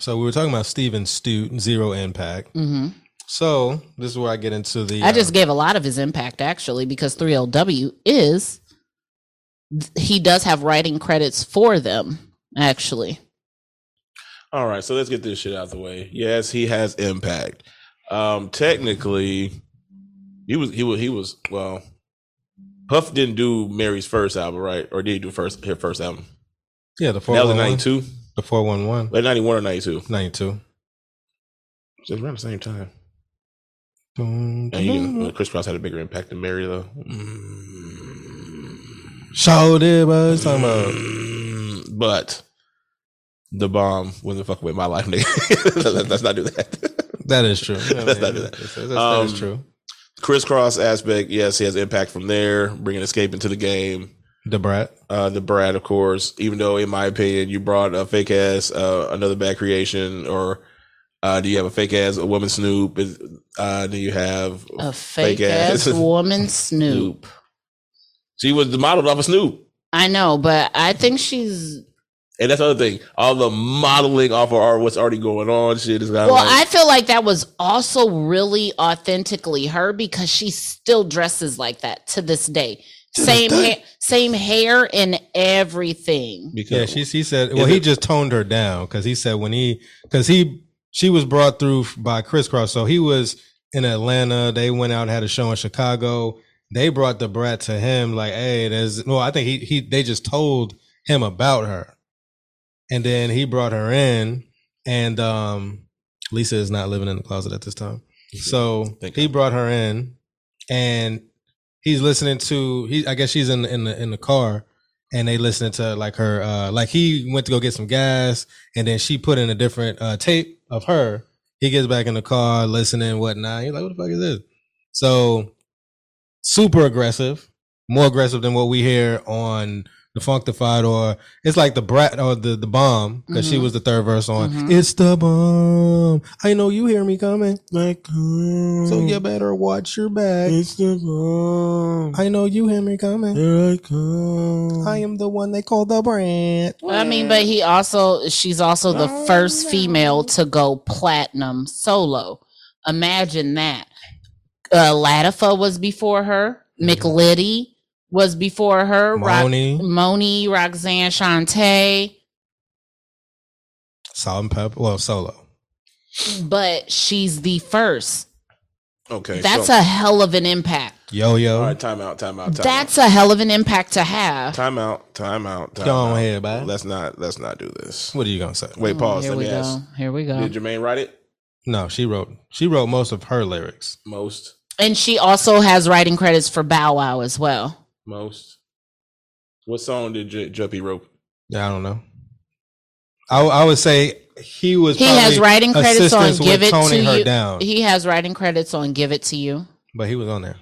So we were talking about Steven Stute, zero impact. hmm So this is where I get into the. uh, I just gave a lot of his impact actually because 3LW is he does have writing credits for them actually. All right, so let's get this shit out of the way. Yes, he has impact. Um, technically, he was he was he was well. Puff didn't do Mary's first album, right? Or did he do first her first album? yeah the four That was in one one, '92, the four one one, like '91 or '92. ninety two. So it's around the same time. And you know, Shout Chris Cross had a bigger impact than Mary, though. it, bro. It's talking about Mm, But the bomb wouldn't fuck with my life, nigga. Let's not do that. that is true. That's not that. That's- that's- that is Um, true. crisscross aspect. Yes, he has impact from there, bringing escape into the game. The brat. Uh, the Brad, of course, even though in my opinion you brought a fake ass, uh, another bad creation, or uh, do you have a fake ass, a woman Snoop? Is- Uh, do you have A fake, Fake ass, ass. woman Snoop. She was modeled off of Snoop, I know, but I think she's and that's the other thing. All the modeling off of our, what's already going on shit is kind Well, of like, I feel like that was also really authentically her because she still dresses like that to this day. Same hair, same hair and everything. because Yeah, she. He said. Well, he it- just toned her down because he said when he because he she was brought through by crisscross. So he was in Atlanta. They went out had a show in Chicago. They brought the brat to him like, hey, there's. Well, I think he he they just told him about her, and then he brought her in, and um, Lisa is not living in the closet at this time. So Thank he God. brought her in, and he's listening to he. I guess she's in in the in the car, and they listening to like her. uh Like he went to go get some gas, and then she put in a different uh tape of her. He gets back in the car, listening whatnot. He's like, "What the fuck is this?" So super aggressive, more aggressive than what we hear on the Functified, or it's like the brat or the the bomb because she Mhm. was the third verse on. Mm-hmm. Mhm. It's the bomb. I know you hear me coming. Like, uh, so you better watch your back. It's the bomb. I know you hear me coming. Here I uh, come. I am the one they call the brand. I mean, but he also she's also the first female to go platinum solo. Imagine that. Uh, Latifa was before her. McLitty was before her. Ro- Moni, Moni, Roxanne, Shantae. salt and pepper. Well, solo. but she's the first. okay, That's so- a hell of an impact. Yo yo. all right. Time out. Time out. Time That's a hell of an impact to have. Time out. Time out. Time Go out. on ahead, bud. Let's not. Let's not do this. What are you gonna say? Wait. Pause. Oh, Here Let we me go. ask. Here we go. Did Jermaine write it? No, she wrote. She wrote most of her lyrics. Most. and she also has writing credits for Bow Wow as well. Most. What song did J- Juppy wrote? Yeah, I don't know. I, I would say he was. He has probably writing credits on assistance with Give It to toning her You. down, He has writing credits on Give It to You. but he was on there.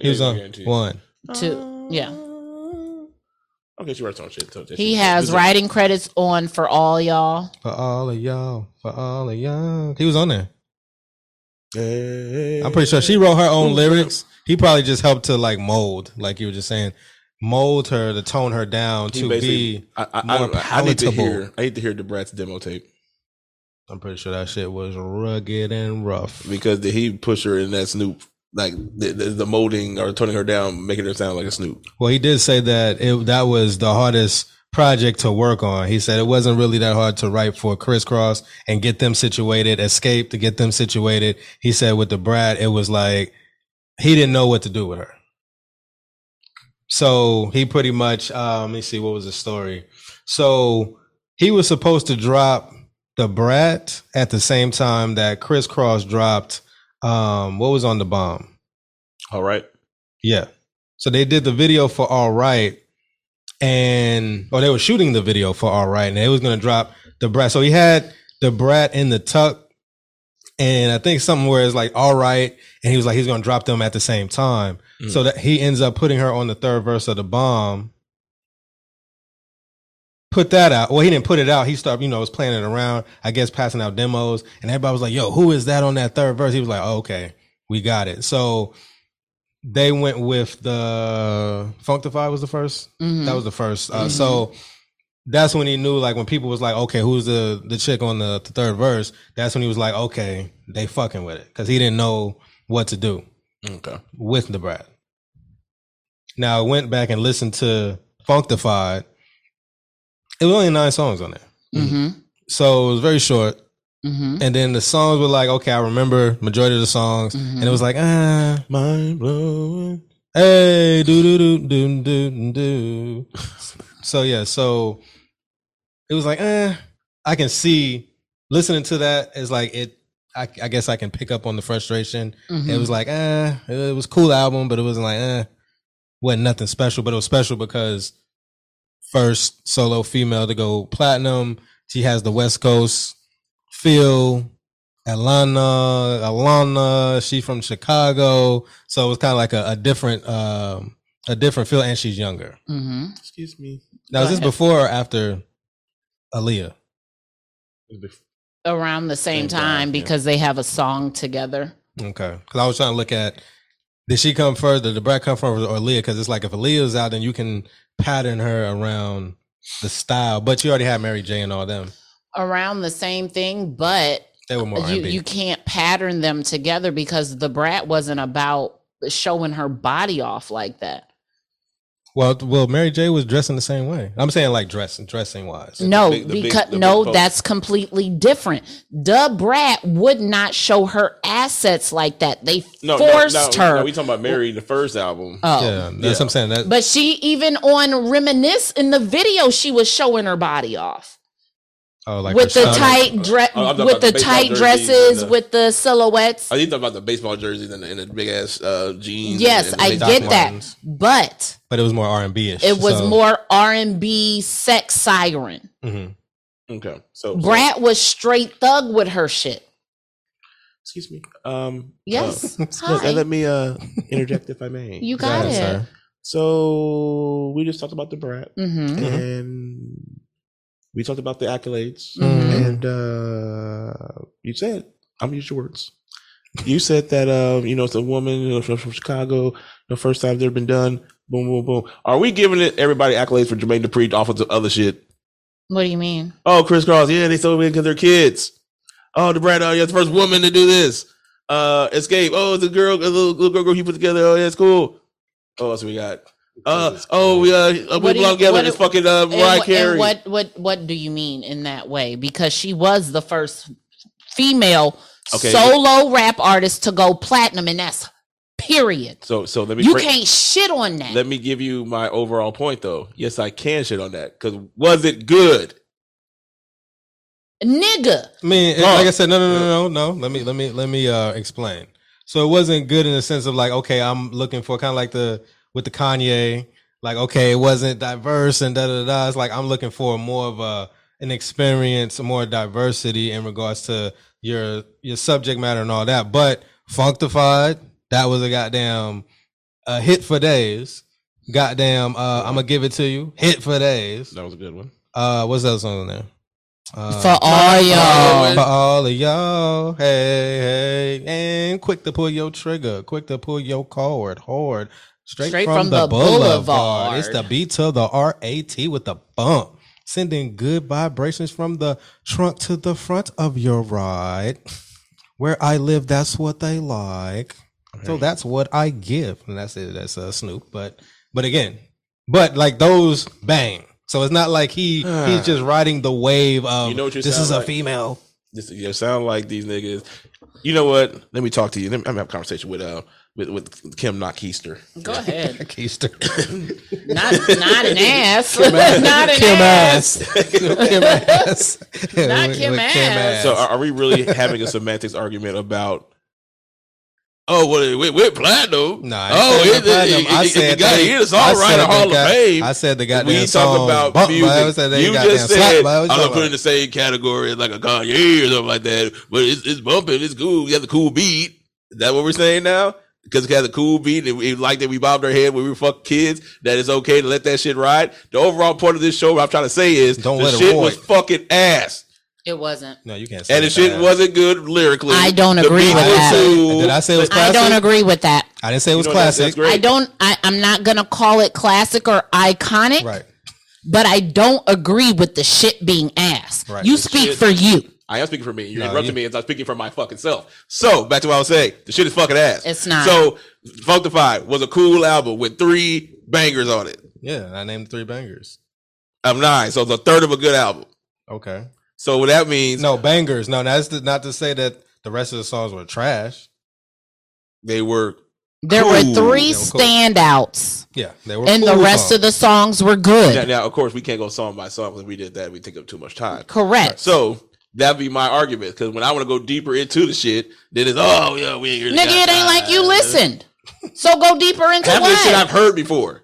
He was on one. To yeah. Ah. Okay, she writes on shit. so that He she- has this- writing credits on for all y'all. For all of y'all, for all of y'all, he was on there. I'm pretty sure she wrote her own lyrics. He probably just helped to like mold, like you were just saying, mold her to tone her down He to basically- be. I, I, I, more don't know. I need to palatable. hear. I need to hear the Brat's demo tape I'm pretty sure that shit was rugged and rough. because did he push her in that Snoop like the, the, the molding or toning her down, making her sound like a Snoop? Well, he did say that it that was the hardest project to work on. He said it wasn't really that hard to write for Crisscross and get them situated, escape to get them situated. He said with the Brad, it was like he didn't know what to do with her. So he pretty much um, let me see what was the story. So he was supposed to drop the Brat at the same time that Crisscross dropped um, what was on the bomb. All right. Yeah. So they did the video for All Right, and or they were shooting the video for All Right, and they was gonna drop the brat. So he had the brat in the tuck, and I think something where it's like All Right, and he was like he's gonna drop them at the same time. Mm. So that he ends up putting her on the third verse of the bomb. Put that out. Well, he didn't put it out. He started, you know, was playing it around. I guess passing out demos, and everybody was like, "Yo, who is that on that third verse?" He was like, oh, "Okay, we got it." So they went with the Functify was the 1st Mhm. That was the first. Uh, Mhm. So that's when he knew like when people was like okay who's the the chick on the, the third verse that's when he was like okay they fucking with it because he didn't know what to do Okay. with the brat now i went back and listened to functified it was only nine songs on there Mm-hmm. so it was very short Mm-hmm. and then the songs were like okay i remember majority of the songs Mm-hmm. and it was like ah Mind blowing. Hey, do do do do do do. So yeah, so it was like, eh, I can see listening to that is like it. I, I guess I can pick up on the frustration. Mm-hmm. It was like, eh, it was a cool album, but it wasn't like, eh, wasn't nothing special. But it was special because first solo female to go platinum. She has the West Coast feel. Alana, Alana, she from Chicago, so it was kind of like a, a different, um, a different feel, and she's younger. Mm-hmm. Excuse me. Now, is this Go ahead. before or after Aaliyah? Around the same Same time, time yeah. because they have a song together. Okay, because I was trying to look at did she come first, did the brat come first, or Aaliyah? Because it's like if Aaliyah's out, then you can pattern her around the style. But you already had Mary J and all them; Around the same thing, but they were more you, R&B. you can't pattern them together because the brat wasn't about showing her body off like that. well, well, Mary J was dressing the same way. I'm saying like dressing, dressing wise. no, big- the big- because the no, big post. that's completely different. The brat would not show her assets like that. They No, forced no, no, her. No, we talking about Mary the first album. oh. Yeah, that's what I'm saying. That, But she even on reminisce in the video, she was showing her body off oh, like with the Rashana. tight dress, Oh, I'm talking with about the the baseball tight jerseys dresses, and the- with the silhouettes. I think Oh, talking about the baseball jerseys and the, and the big ass uh, jeans. yes, and, I and the- Doc get that, Martens. but but it was more R and B ish. it was more R and B sex siren. mm-hmm. Okay, so so- Brat was straight thug with her Oh. shit. excuse me. Um, Yes, uh, hi, let me uh interject if I may. you got it. So we just talked about the brat, Mm-hmm. and we talked about the accolades, Mm-hmm. Mhm. and uh you said I'm gonna use your words. You said that um, you know it's a woman you know, from, from Chicago, the first time they've been done. Boom, boom, boom. Are we giving it everybody accolades for Jermaine Dupri off of the other shit? What do you mean? Oh, Chris Cross. Yeah, they still win because they're kids. Oh, the Brad. Oh, yeah, the first woman to do this. Uh, Escape. Oh, it's a girl, a little, little girl group he put together. Oh, yeah, it's cool. Oh, what else we got? Uh, oh, we uh, we What do you- belong together. what It's do- fucking uh, And, Mariah wh- and Carey. what what what do you mean in that way? Because she was the first female Okay. solo rap artist to go platinum, and that's period. So, so let me You break- can't shit on that. let me give you my overall point though. Yes, I can shit on that because was it good? Nigga. I mean, it- Huh. like I said, no, no, no, no, no. Let me, let me, let me uh, explain. So it wasn't good in the sense of like, okay, I'm looking for kind of like the with the Kanye, like, okay, it wasn't diverse and da da da. It's like I'm looking for more of a an experience, more diversity in regards to your your subject matter and all that. But Functified, that was a goddamn a hit for days. Goddamn, uh, I'm gonna give it to you. Hit for days. That was a good one. Uh, what's that song on there? Uh, For all y'all. for all of y'all, hey, hey, and quick to pull your trigger, quick to pull your cord, hard, straight, Straight from, from the, the boulevard. boulevard. It's the B to the R A T with the bump, sending good vibrations from the trunk to the front of your ride. Where I live, that's what they like. So that's what I give, and that's it. That's uh, Snoop, but but again, but like those bang. So it's not like he he's just riding the wave of You know what you this sound is a like? female. This you sound like these niggas. You know what? Let me talk to you. Let me, I'm gonna have a conversation with uh with with Kim Knockeister. Go ahead. Keister. Not not an ass. not an Kim ass. ass. Kim ass. Not With- Kim with ass. So uh, are, are we really having a semantics argument about? Oh, well, we, we're platinum. Nah, I oh, ain't saying it, we're platinum. it, it, I said got they- here. It's I all right. said A they Hall of got- Fame. I said the goddamn we song talk bump, about but music. I said they you goddamn just slap, said but I was I'm talking gonna put about- in the same category as like a Kanye or something like that. But it's, it's bumping. It's cool. You got the cool beat. Is that what we're saying now? Because it has a cool beat and we like that we bobbed our head when we were fuck kids. That it's okay to let that shit ride. The overall point of this show, what I'm trying to say is, Don't the let it shit roar. was fucking ass. It wasn't. No, you can't. say And the that. shit wasn't good lyrically. I don't The agree beat with was that. cool. Did I say it was I classic? don't agree with that. I didn't say it was You know, that's- classic. that's great. I don't I, I'm not gonna call it classic or iconic. Right. but I don't agree with the shit being asked. Right. You The speak shit- for you. I am speaking for me. You're No, interrupting you- me as I'm speaking for my fucking self. So back to what I was saying. The shit is fucking ass. It's not. So Functify was a cool album with three bangers on it. Yeah, and I named three bangers. I'm nine. So it's a third of a good album. Okay. So what that means No bangers. No, that's the, not to say that the rest of the songs were trash. they were There Cool. were three Yeah, well, cool. standouts, Yeah, they were. and the cool rest songs. of the songs were good. now, now, of course we can't go song by song because we did that, we take up too much time. Correct. So that'd be my argument. Cause when I want to go deeper into the shit, then it's oh yeah, we ain't really Nigga, got it ain't like you time. listened. So go deeper into Half of the shit I've what. heard before.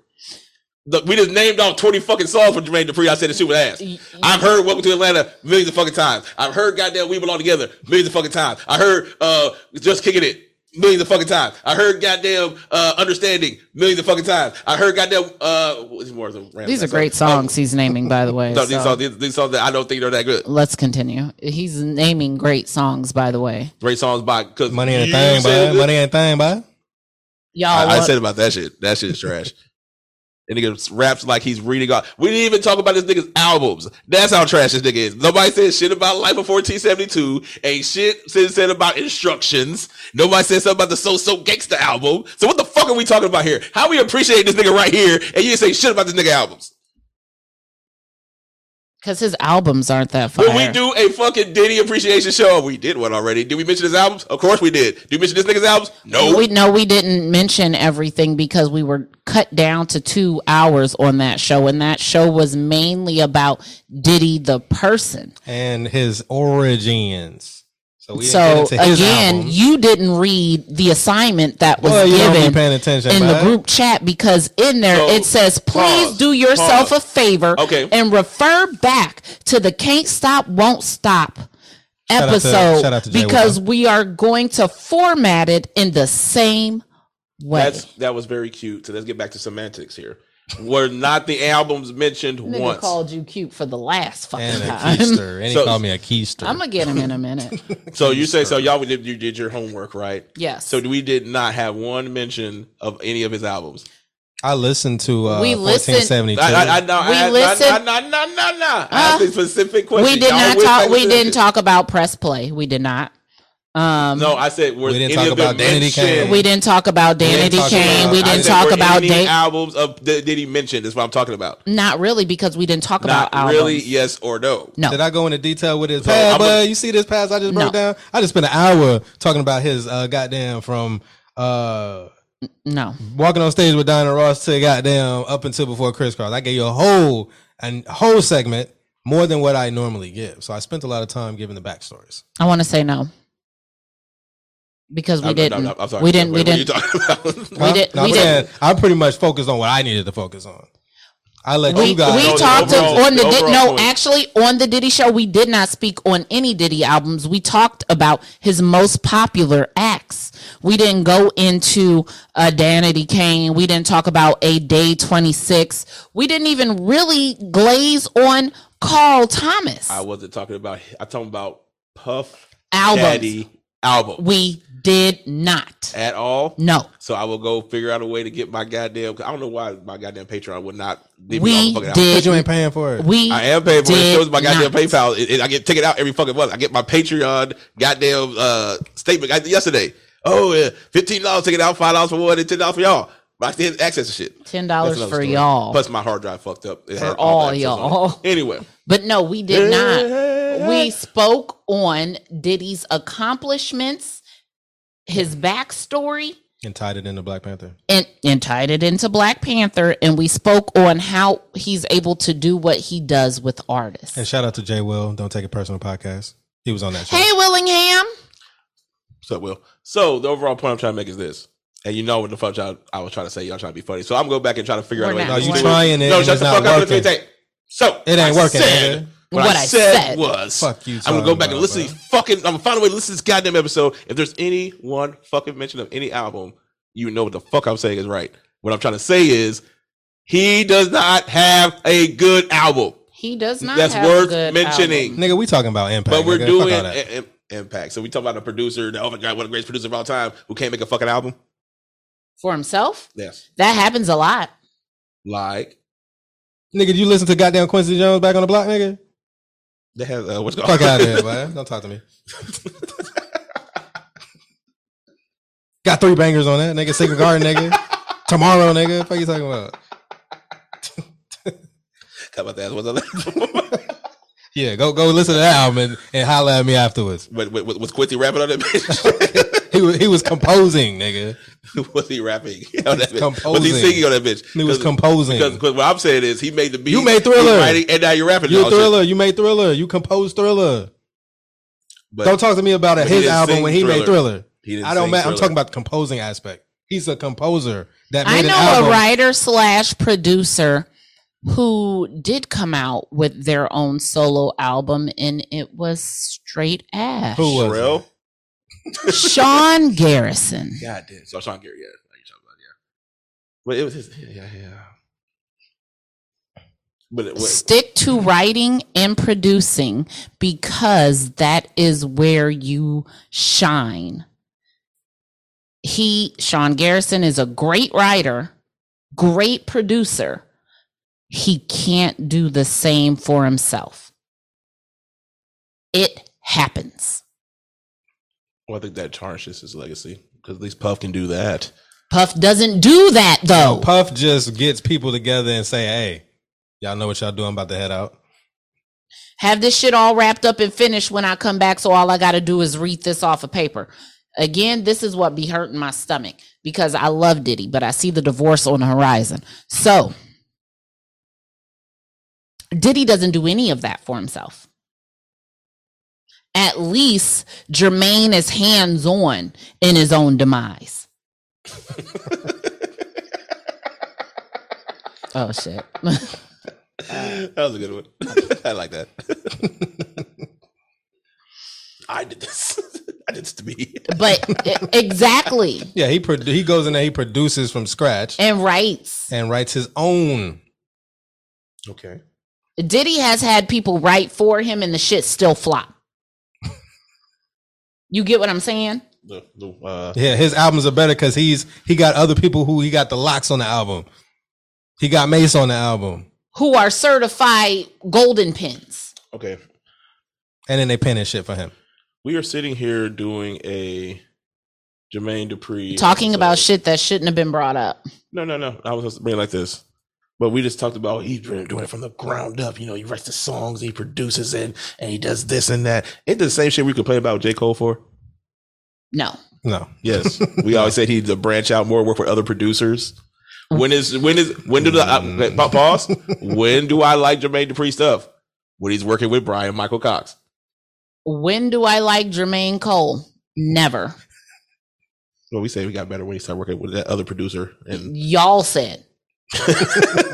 Look, we just named off 20 fucking songs from Jermaine Dupri. I said the shit was ass. I've heard Welcome to Atlanta millions of fucking times. I've heard Goddamn We Belong Together millions of fucking times. I heard uh Just Kicking It millions of fucking times. I heard Goddamn uh Understanding millions of fucking times. I heard Goddamn uh what's more than random These are songs. great songs he's naming, by the way. No, these, so songs, these, these songs that I don't think they're that good. Let's continue. He's naming great songs, by the way. Great songs by because money ain't a thing, boy. Money ain't a thing, boy. Y'all, I, I want- said about that shit. That shit is trash. and nigga raps like he's reading off. We didn't even talk about this nigga's albums. That's how trash this nigga is. Nobody said shit about Life of 1472. Ain't shit said, said about instructions. Nobody said something about the So So Gangsta album. So what the fuck are we talking about here? How we appreciate this nigga right here and you didn't say shit about this nigga albums? Because his albums aren't that fire. When we do a fucking Diddy appreciation show, we did one already. Did we mention his albums? Of course we did. Did we mention this nigga's albums? Oh. No. We no, we didn't mention everything because we were cut down to two hours on that show, and that show was mainly about Diddy the person. And his origins. So we so didn't get into his again, album. you didn't read the assignment that was Boy, you don't be given paying attention, in the bud. group chat because in there So, it says, "Please pause, do yourself pause. a favor Okay. and refer back to the Can't Stop Won't Stop." out to- Episode shout out to Jay because Wheeler. we are going to format it in the same way. That's that was very cute. So let's get back to semantics here. Were not the albums mentioned Nigga once. called you cute for the last fucking and a time. keister. And he So- called me a keister. I'm gonna get him in a minute. So you say so y'all did you did your homework right? Yes. So we did not have one mention of any of his albums. I listened to uh, We listened- 1472. I, I, I, no, I, We I, listened- No, no, no, no, no. I asked a specific question. we did Y'all not went talk. back We to- didn't talk about press play. We did not. Um, No, I said were We didn't any talk of them about Danity Kane. mentioned- we didn't talk about didn't Danity talk Kane. about- We I didn't said, talk were about any date. albums of that did he mention? That's what I'm talking about. Not really, because we didn't talk Not about albums. really. Yes or no. No. Did I go into detail with his So, past? I'm a- But you see this past I just broke No. down? I just spent an hour talking about his uh, goddamn from uh, no. walking on stage with Diana Ross to goddamn up until before crisscross. I gave you a whole and whole segment more than what I normally give. So I spent a lot of time giving the backstories. I want to say no. Because we I'm- didn't. I'm- I'm sorry. we didn't. Wait, We what are you didn't. talking about? We did- No, we I'm did- saying I pretty much focused on what I needed to focus on. I let We, you guys. we No, the talked of- overall- on the, the Did- overall no point. actually on the Diddy show we did not speak on any Diddy albums we talked about his most popular acts we didn't go into uh, Danity Kane we didn't talk about a day 26 we didn't even really glaze on Carl Thomas I wasn't talking about. I'm talking about Puff Albums. Daddy album we did not at all. no So I will go figure out a way to get my goddamn. I don't know why my goddamn Patreon would not. leave me we off the fucking album. but did you ain't paying for it. we I am paying for it. did So is my goddamn not. PayPal. It- it- I get taken out every fucking month. I get my Patreon goddamn uh, statement I- yesterday. Oh yeah, fifteen dollars taken out, five dollars for one, and ten dollars for y'all. But I still have access to shit. $10 That's another for story. y'all. Plus my hard drive fucked up. It For had all the access on it. y'all. Anyway, But no, we did not. We spoke on Diddy's accomplishments, his backstory, And tied it into Black Panther. and, and tied it into Black Panther. And we spoke on how he's able to do what he does with artists. And shout out to Jay Will. Don't take it personal podcast. He was on that show. Hey, Willingham. so well. So the overall point I'm trying to make is this. And you know what the fuck y'all, I was trying to say. Y'all trying to be funny. So I'm going to go back and try to figure out We're a way. not to no, you do it. trying it. No, and shut it's the not fuck up. Let me working. take. So It ain't I working, Said, nigga. what, I, said, was Fuck you, I'm gonna go Tom, back and listen to bro. these fucking. I'm gonna find a way to listen to this goddamn episode. If there's any one fucking mention of any album, you know what the fuck I'm saying is right. What I'm trying to say is he does not have a good album. He does not. That's have worth good mentioning. album. Nigga, we talking about impact. But nigga. we're Fuck doing all that. i- im- impact. So we talk about a producer. that, Oh my god, what a great producer of all time who can't make a fucking album. for himself. Yes, That happens a lot. like Nigga, you listen to goddamn Quincy Jones back on the block, nigga? They have uh, what's going Fuck out of here, man. Don't talk to me. Got three bangers on that, nigga. Secret Garden, nigga. Tomorrow, nigga. What are you talking about? How about that? What's that? Yeah, go go listen to that album and, and holler at me afterwards. Wait, wait, was Quincy rapping on that bitch? He was he was composing, nigga. was he rapping on that bitch? Was he Composing. singing on that bitch? He was Because- composing. Because, because what I'm saying is, he made the beat. You made he Thriller. writing, and now you're rapping. You and a all shit. thriller. You made thriller. You composed thriller. But Don't talk to me about but he his didn't album sing when he made Thriller. thriller. He didn't I don't. sing Ma- I'm Thriller. talking about the composing aspect. He's a composer that made I an album. know a writer slash producer who did come out with their own solo album, and it was straight ass. Who was it? Pharrell. Sean Garrison. God damn. So Sean Gary, yeah, I know you're talking about, yeah. But it was his, yeah, yeah. But it was Stick to writing and producing because that is where you shine. He, Sean Garrison, is a great writer, great producer. He can't do the same for himself. It happens. well, I think that tarnishes his legacy because at least Puff can do that. Puff doesn't do that though. Puff just gets people together and say, "Hey, y'all know what y'all do. I'm about to head out." Have this shit all wrapped up and finished when I come back. So all I got to do is read this off of paper. Again, this is what be hurting my stomach because I love Diddy, but I see the divorce on the horizon. So Diddy doesn't do any of that for himself. At least Jermaine is hands on in his own demise. oh, shit. that was a good one. I like that. I did this. I did this to me. but e- exactly. Yeah, he pro- he goes in there. He produces from scratch And writes. and writes his own. Okay. Diddy has had people write for him and the shit still flop. you get what I'm saying? The, the, uh, Yeah, his albums are better because he's he got other people who he got the locks on the album. He got Mace on the album, Who are certified golden pins. okay. and then they pen and shit for him. We are sitting here doing a Jermaine Dupree Talking about episode. shit that shouldn't have been brought up. No, no, no. I was supposed to bring it like this. But we just talked about oh, he's really doing it from the ground up. You know, he writes the songs, he produces it, and he does this and that. Ain't the same shit we complain about J. Cole for? No. No, Yes. we always said he'd to branch out more, work with other producers. When is when is when do the I, pa- pause? when do I like Jermaine Dupri stuff? When he's working with Brian Michael Cox. When do I like Jermaine Cole? Never. Well, we say we got better when he started working with that other producer and Y'all said. bad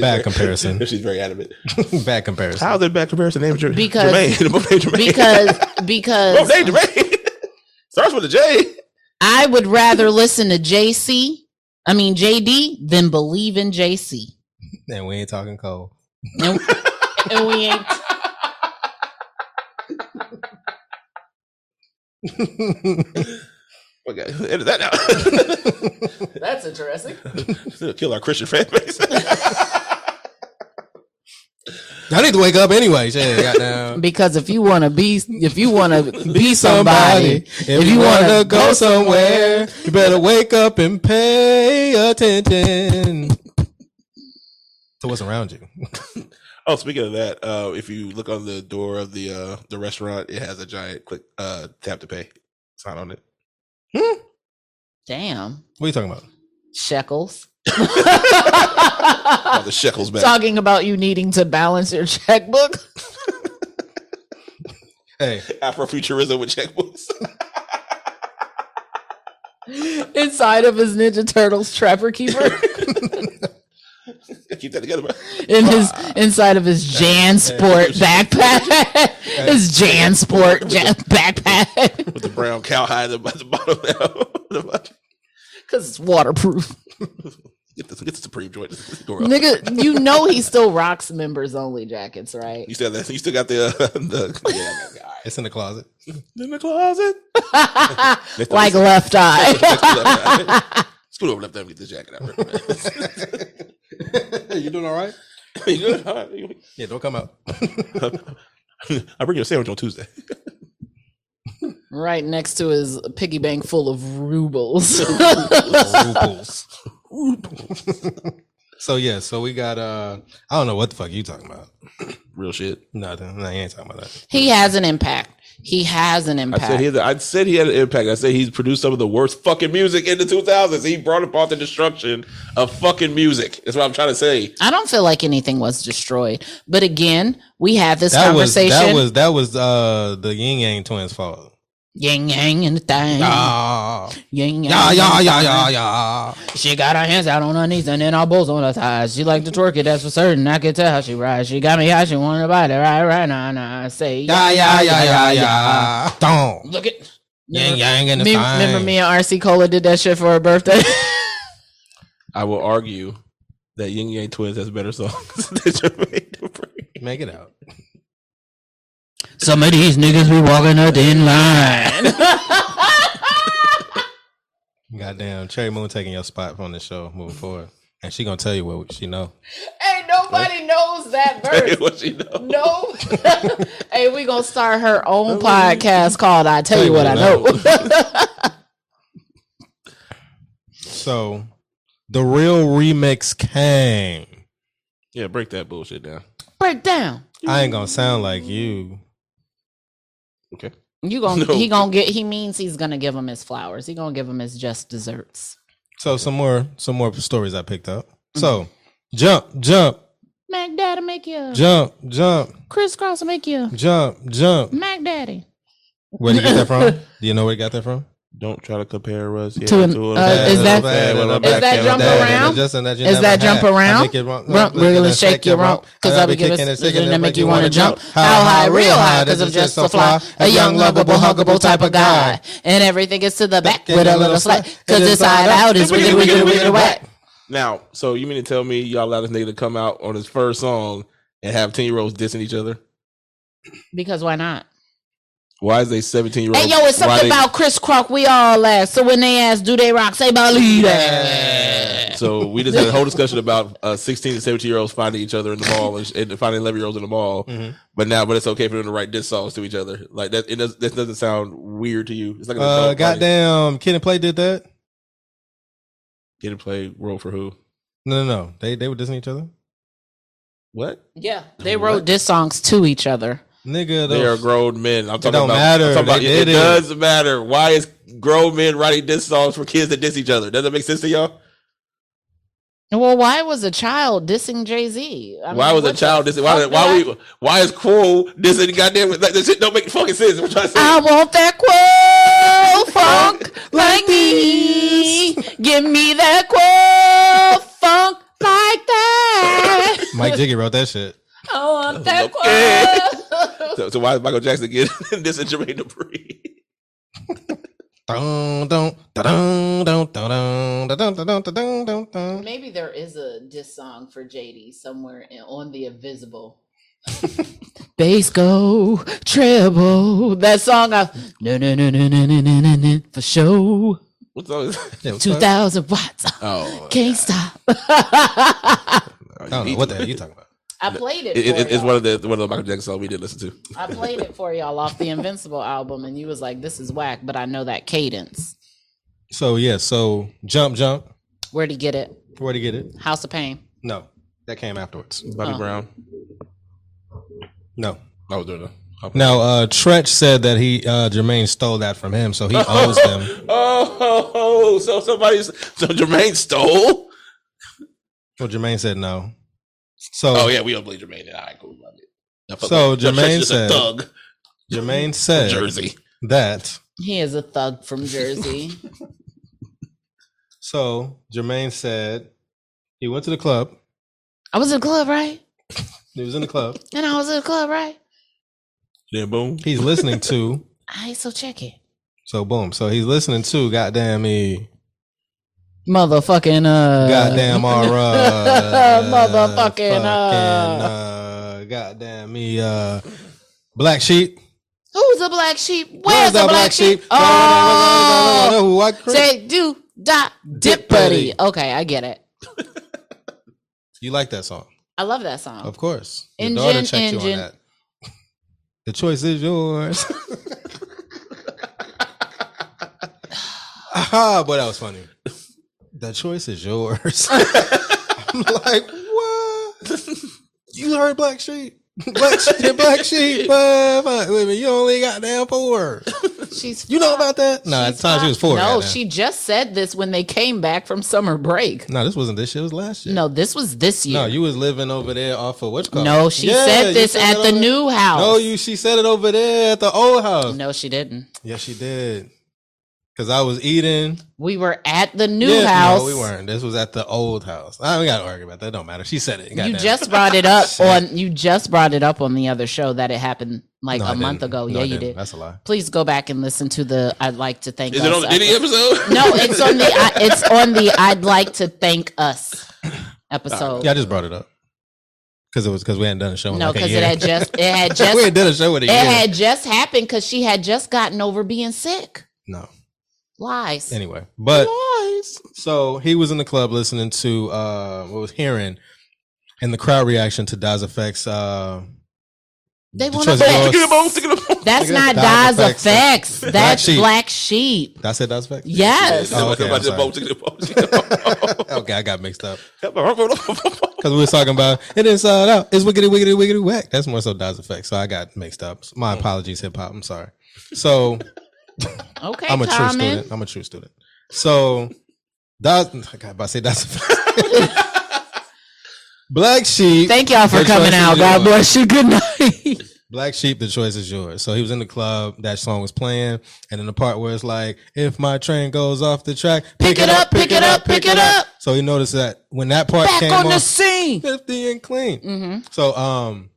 Bad comparison. She's very adamant. bad comparison. How's that bad comparison? Name Jer- Because- Jermaine. The both named Because Jermaine. both because named Jermaine starts with a J. I would rather listen to JC, I mean JD, than believe in JC. And we ain't talking cold. And, and we ain't Okay, edit that out. That's interesting. It'll kill our Christian fan base. I need to wake up anyway. Shit, goddamn. Because if you want to be, if you want to be somebody, If you want to go somewhere, you better wake up and pay attention to what's around you. oh, speaking of that, uh, if you look on the door of the uh, the restaurant, it has a giant click uh, tap to pay sign on it. damn What are you talking about? shekels. Ah, Oh, the shekels back. Talking about you needing to balance your checkbook. Hey, Afrofuturism with checkbooks. Inside of his Ninja Turtles Trapper Keeper, Keep that together. bro. in his inside of his JanSport backpack, his JanSport ja- backpack, With the brown cowhide at the bottom now. because it's waterproof. Get This it's a Supreme joint. This is going on. Nigga, you know he still rocks members only jackets, right? You still that? You still got the uh, the yeah, all right. It's in the closet. in the closet. Ah, like left eye. Scoot over, left there, and get this jacket out. you doing all right? you good? All right. Yeah, don't come out. I bring you a sandwich on Tuesday. right next to his piggy bank full of rubles. Rubles. so yeah, so we got uh I don't know what the fuck you talking about. Real shit. Nothing. No, you ain't talking about that. he has an impact. He has an I impact. said he. Had, I said he had an impact. I said he's produced some of the worst fucking music in the 2000s. He brought about the destruction of fucking music. That's what I'm trying to say. I don't feel like anything was destroyed. But again, we had this That was conversation. that was that was uh the Yin Yang twins' fault. Yang yang and the thing. Ah, Yang yang. yeah, and yeah, the yeah, thang. yeah, yeah. She got her hands out on her knees and then her balls on her thighs. She liked to twerk it, that's for certain. I could tell how she rides. She got me high, she wanted to bite it. Right, right, nah, nah. I say, Yeah, yeah, yeah, yeah, yeah. Don't. Look at. Yang Yang and the Me- thang. remember me and RC Cola did that shit for her birthday? I will argue that Ying Yang Twins has better songs than Jermaine Dupri. Make it out. Some of these niggas be walking up in line. Goddamn, Cherry Moon taking your spot on the show moving forward, and she gonna tell you what she know. Ain't nobody knows that verse. what she know? No. hey, we gonna start her own podcast called "I Tell You What I Know." So, the real remix came. Yeah, break that bullshit down. Break down. I ain't gonna sound like you. Okay. You gonna No. he gonna get? He means he's gonna give him his flowers. He gonna give him his just desserts. So some more, some more stories I picked up. So, jump, jump, Mac Daddy make you. jump, jump, Crisscross make you. jump, jump. Mac Daddy. Where did you get that from? Do you know where you got that from? Don't try to compare us yeah, To an- a uh, bad is little that- bad little is back that end jump of that. around? Is that jump around? Rump, really shake your rump, 'cause I be giving a stick and it make you wanna jump. How high, real high, 'cause I'm just so fly. A young, lovable, huggable type of guy. And everything gets to the back with a little slight, 'cause it's side out is wiggly, wiggly, wiggly, whack. Now, so you mean to tell me y'all allowed this nigga to come out on his first song and have 10 year olds dissing each other? Because why not? Why is they 17 year olds? Hey, yo, it's something about Chris Crock. We all ass. So when they ask, do they rock? Say, believe that. So we just had a whole discussion about uh, 16 and 17 year olds finding each other in the mall and, and finding 11 year olds in the mall. Mhm. But now, but it's okay for them to write diss songs to each other. Like that, it does, that doesn't sound weird to you. It's like an Uh, adult party. goddamn, Kid and Play did that. Get to play role for who? No, no, no. They they were dissing each other. What? Yeah, they wrote diss songs to each other. Nigga, They are those, grown men. I'm talking don't about. matter. I'm talking about- They it, did it it. does matter. Why is grown men writing diss songs for kids that diss each other? Does that make sense to y'all? Well, why was a child dissing Jay Z? why was a child dissing? Why? fuck Why did we? Why is Quo dissing? Goddamn! Like this shit don't make fucking sense. I'm trying to say. I want that quail funk like me. Give me that quail funk like that. Mike Jiggy wrote that shit. I want that quail. so, so why is Michael Jackson getting dissing Jermaine Dupri? Dun, dun, dun, dun, dun, dun, dun, dun, dun, dun, dun, dun. Maybe there is a diss song for JD somewhere in, on the Invisible. Bass go treble. That song, I no no no no no no no no no for show. What's all this? Yeah, what's Two up? thousand watts. Oh, Can't stop. I don't know what the hell you talking about. I played it. It, for it, it's y'all. one of the one of the Michael Jackson songs we did listen to. I played it for y'all off the Invincible album, and you was like, "This is whack," but I know that cadence. So yeah, so jump, jump. Where'd he get it? Where'd he get it? House of Pain. No, that came afterwards. Bobby Oh. Brown. No. I was doing that. Now, uh, Tretch said that he uh, Jermaine stole that from him, so he owes them. Oh, oh, oh, so somebody's so Jermaine Oh. stole. Well, Jermaine said no. So Oh yeah, we don't believe Jermaine. All right, cool. Love it. I fuck So with- Chuck Jermaine Schuster's said- a thug Jermaine from said Jersey. that. He is a thug from Jersey. So Jermaine said he went to the club. I was in the club, right? He was in the club. And I was in the club, right? Then boom. He's listening to. I so check it. So boom. So he's listening to. Goddamn me. motherfucking uh E. Goddamn, all right. Motherfucking, Fucking, uh. uh, goddamn me, uh, black sheep. Who's the black sheep? Where's the black, sheep? Oh, White Christ- say do da dippity. Okay, I get it. you like that song, I love that song. of course. Your Engine, daughter checked you engine. on that. The choice is yours. ah, but that was funny. The choice is yours. I'm like, what? You heard Black Sheep? Black Sheep, Black Sheep. Five, five. Wait a minute, you only got down four. She's You know about that? No, at the time she was four. No, goddamn. she just said this when they came back from summer break. No, this wasn't this shit. It was last year. No, this was this year. No, you was living over there off of what's called. No, she said this at the new house. No, you. She said it over there at the old house. No, she didn't. Yes, she did. Cause I was eating. We were at the new Yeah, house. No, we weren't. This was at the old house. I we gotta argue about that. Don't matter. She said it. You Goddamn. just brought it up on you just brought it up on the other show that it happened like No, a I month didn't. ago. No, yeah, I you didn't. did. That's a lie. Please go back and listen to the I'd like to thank Is us it on the Diddy episode. episode? No, it's on the I, it's on the I'd like to thank us episode. Yeah, I just brought it up. Cause it was because we hadn't done a show. In no, like a because year. it had just it had we just hadn't done a show in a it year. had just happened because she had just gotten over being sick. no. Lies. Anyway, but so he was in the club listening to uh what was hearing, and the crowd reaction to Daz Effects. Uh, they The want to choice of bet. Stick it up on, stick it up on. That's Look not at Daz Daz Effects. effects. Black That's Sheep. black sheep. did I say Daz Effects? Yes. Oh, okay, Somebody I'm said, sorry. "Boom, stick it up on, stick it up okay, I got mixed up on." because we was talking about it inside out. It's wiggity wiggity wiggity whack. That's more so Daz Effects. So I got mixed up. My apologies, hip hop. I'm sorry. So Okay, I'm a true Common. student. I'm a true student. So Daz, I got about to say Daz Effects. Black sheep. Thank y'all for Good coming choice, out. good God choice. bless you. Good night. Black Sheep, the choice is yours. So he was in the club, that song was playing, and in the part where it's like, if my train goes off the track, Pick it up, pick it up, pick it up. So he noticed that when that part Back came on the on, scene. 50 and clean. Mm-hmm. So um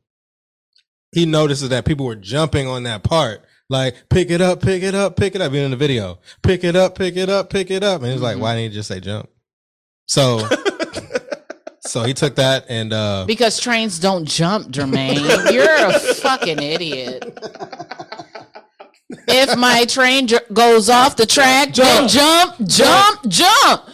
he notices that people were jumping on that part. Like, pick it up, pick it up, pick it up. Even in the video. Pick it up, pick it up, pick it up. And he's like, why didn't you just say jump? So So he took that and uh Because trains don't jump, Jermaine. You're a fucking idiot. If my train dr- goes off the track, jump, jump, jump, jump.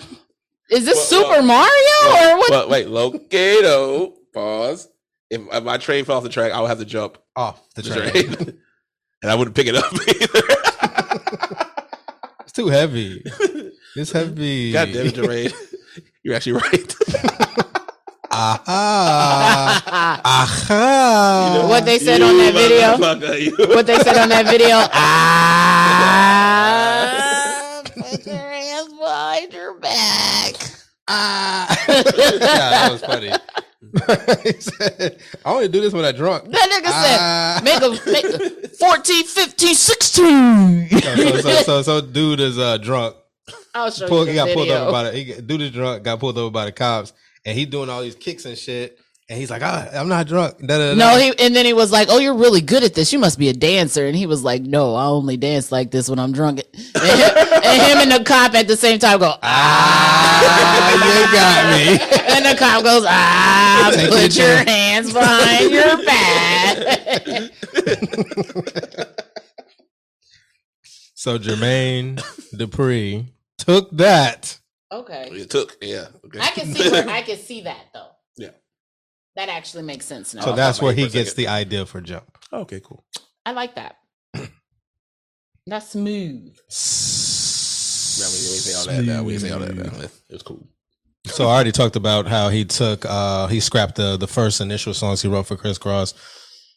Is this Well, Super well, Mario or what? But wait, Locato. Pause. If, if my train fell off the track, I would have to jump off the the train. train, and I wouldn't pick it up either. It's too heavy. It's heavy. God damn it, Jermaine. You're actually right. Aha. Aha. Ah, what they said on that video? video. What they said on that video? Ah, Ah. put your hands behind your back. yeah, that was funny. he said, I only do this when I drunk. That nigga Ah. said, make a, make a 14, 15, 16. So, so, so, so, so dude is uh, drunk. I'll show Pulled, you he the got pulled video. over by the he, got- dude is drunk. Got pulled over by the cops, and he doing all these kicks and shit. And he's like, ah, I'm not drunk. Da, da, da, no, da. he and then he was like, "Oh, you're really good at this. You must be a dancer." And he was like, "No, I only dance like this when I'm drunk." And him and, him and the cop at the same time go, Ah, you got me. and the cop goes, "Ah, Take your put your time." hands behind your back." So Jermaine Dupree took that. okay, It took, yeah. Okay. I can see where, I can see that though. Yeah. that actually makes sense now. So Oh, I that's thought where about he you for a gets the idea for jump. okay, cool. I like that. That's smooth. Now we, we say all that. Now we say all that. Now. It was cool. So I already talked about how he took uh he scrapped the the first initial songs he wrote for Chris Cross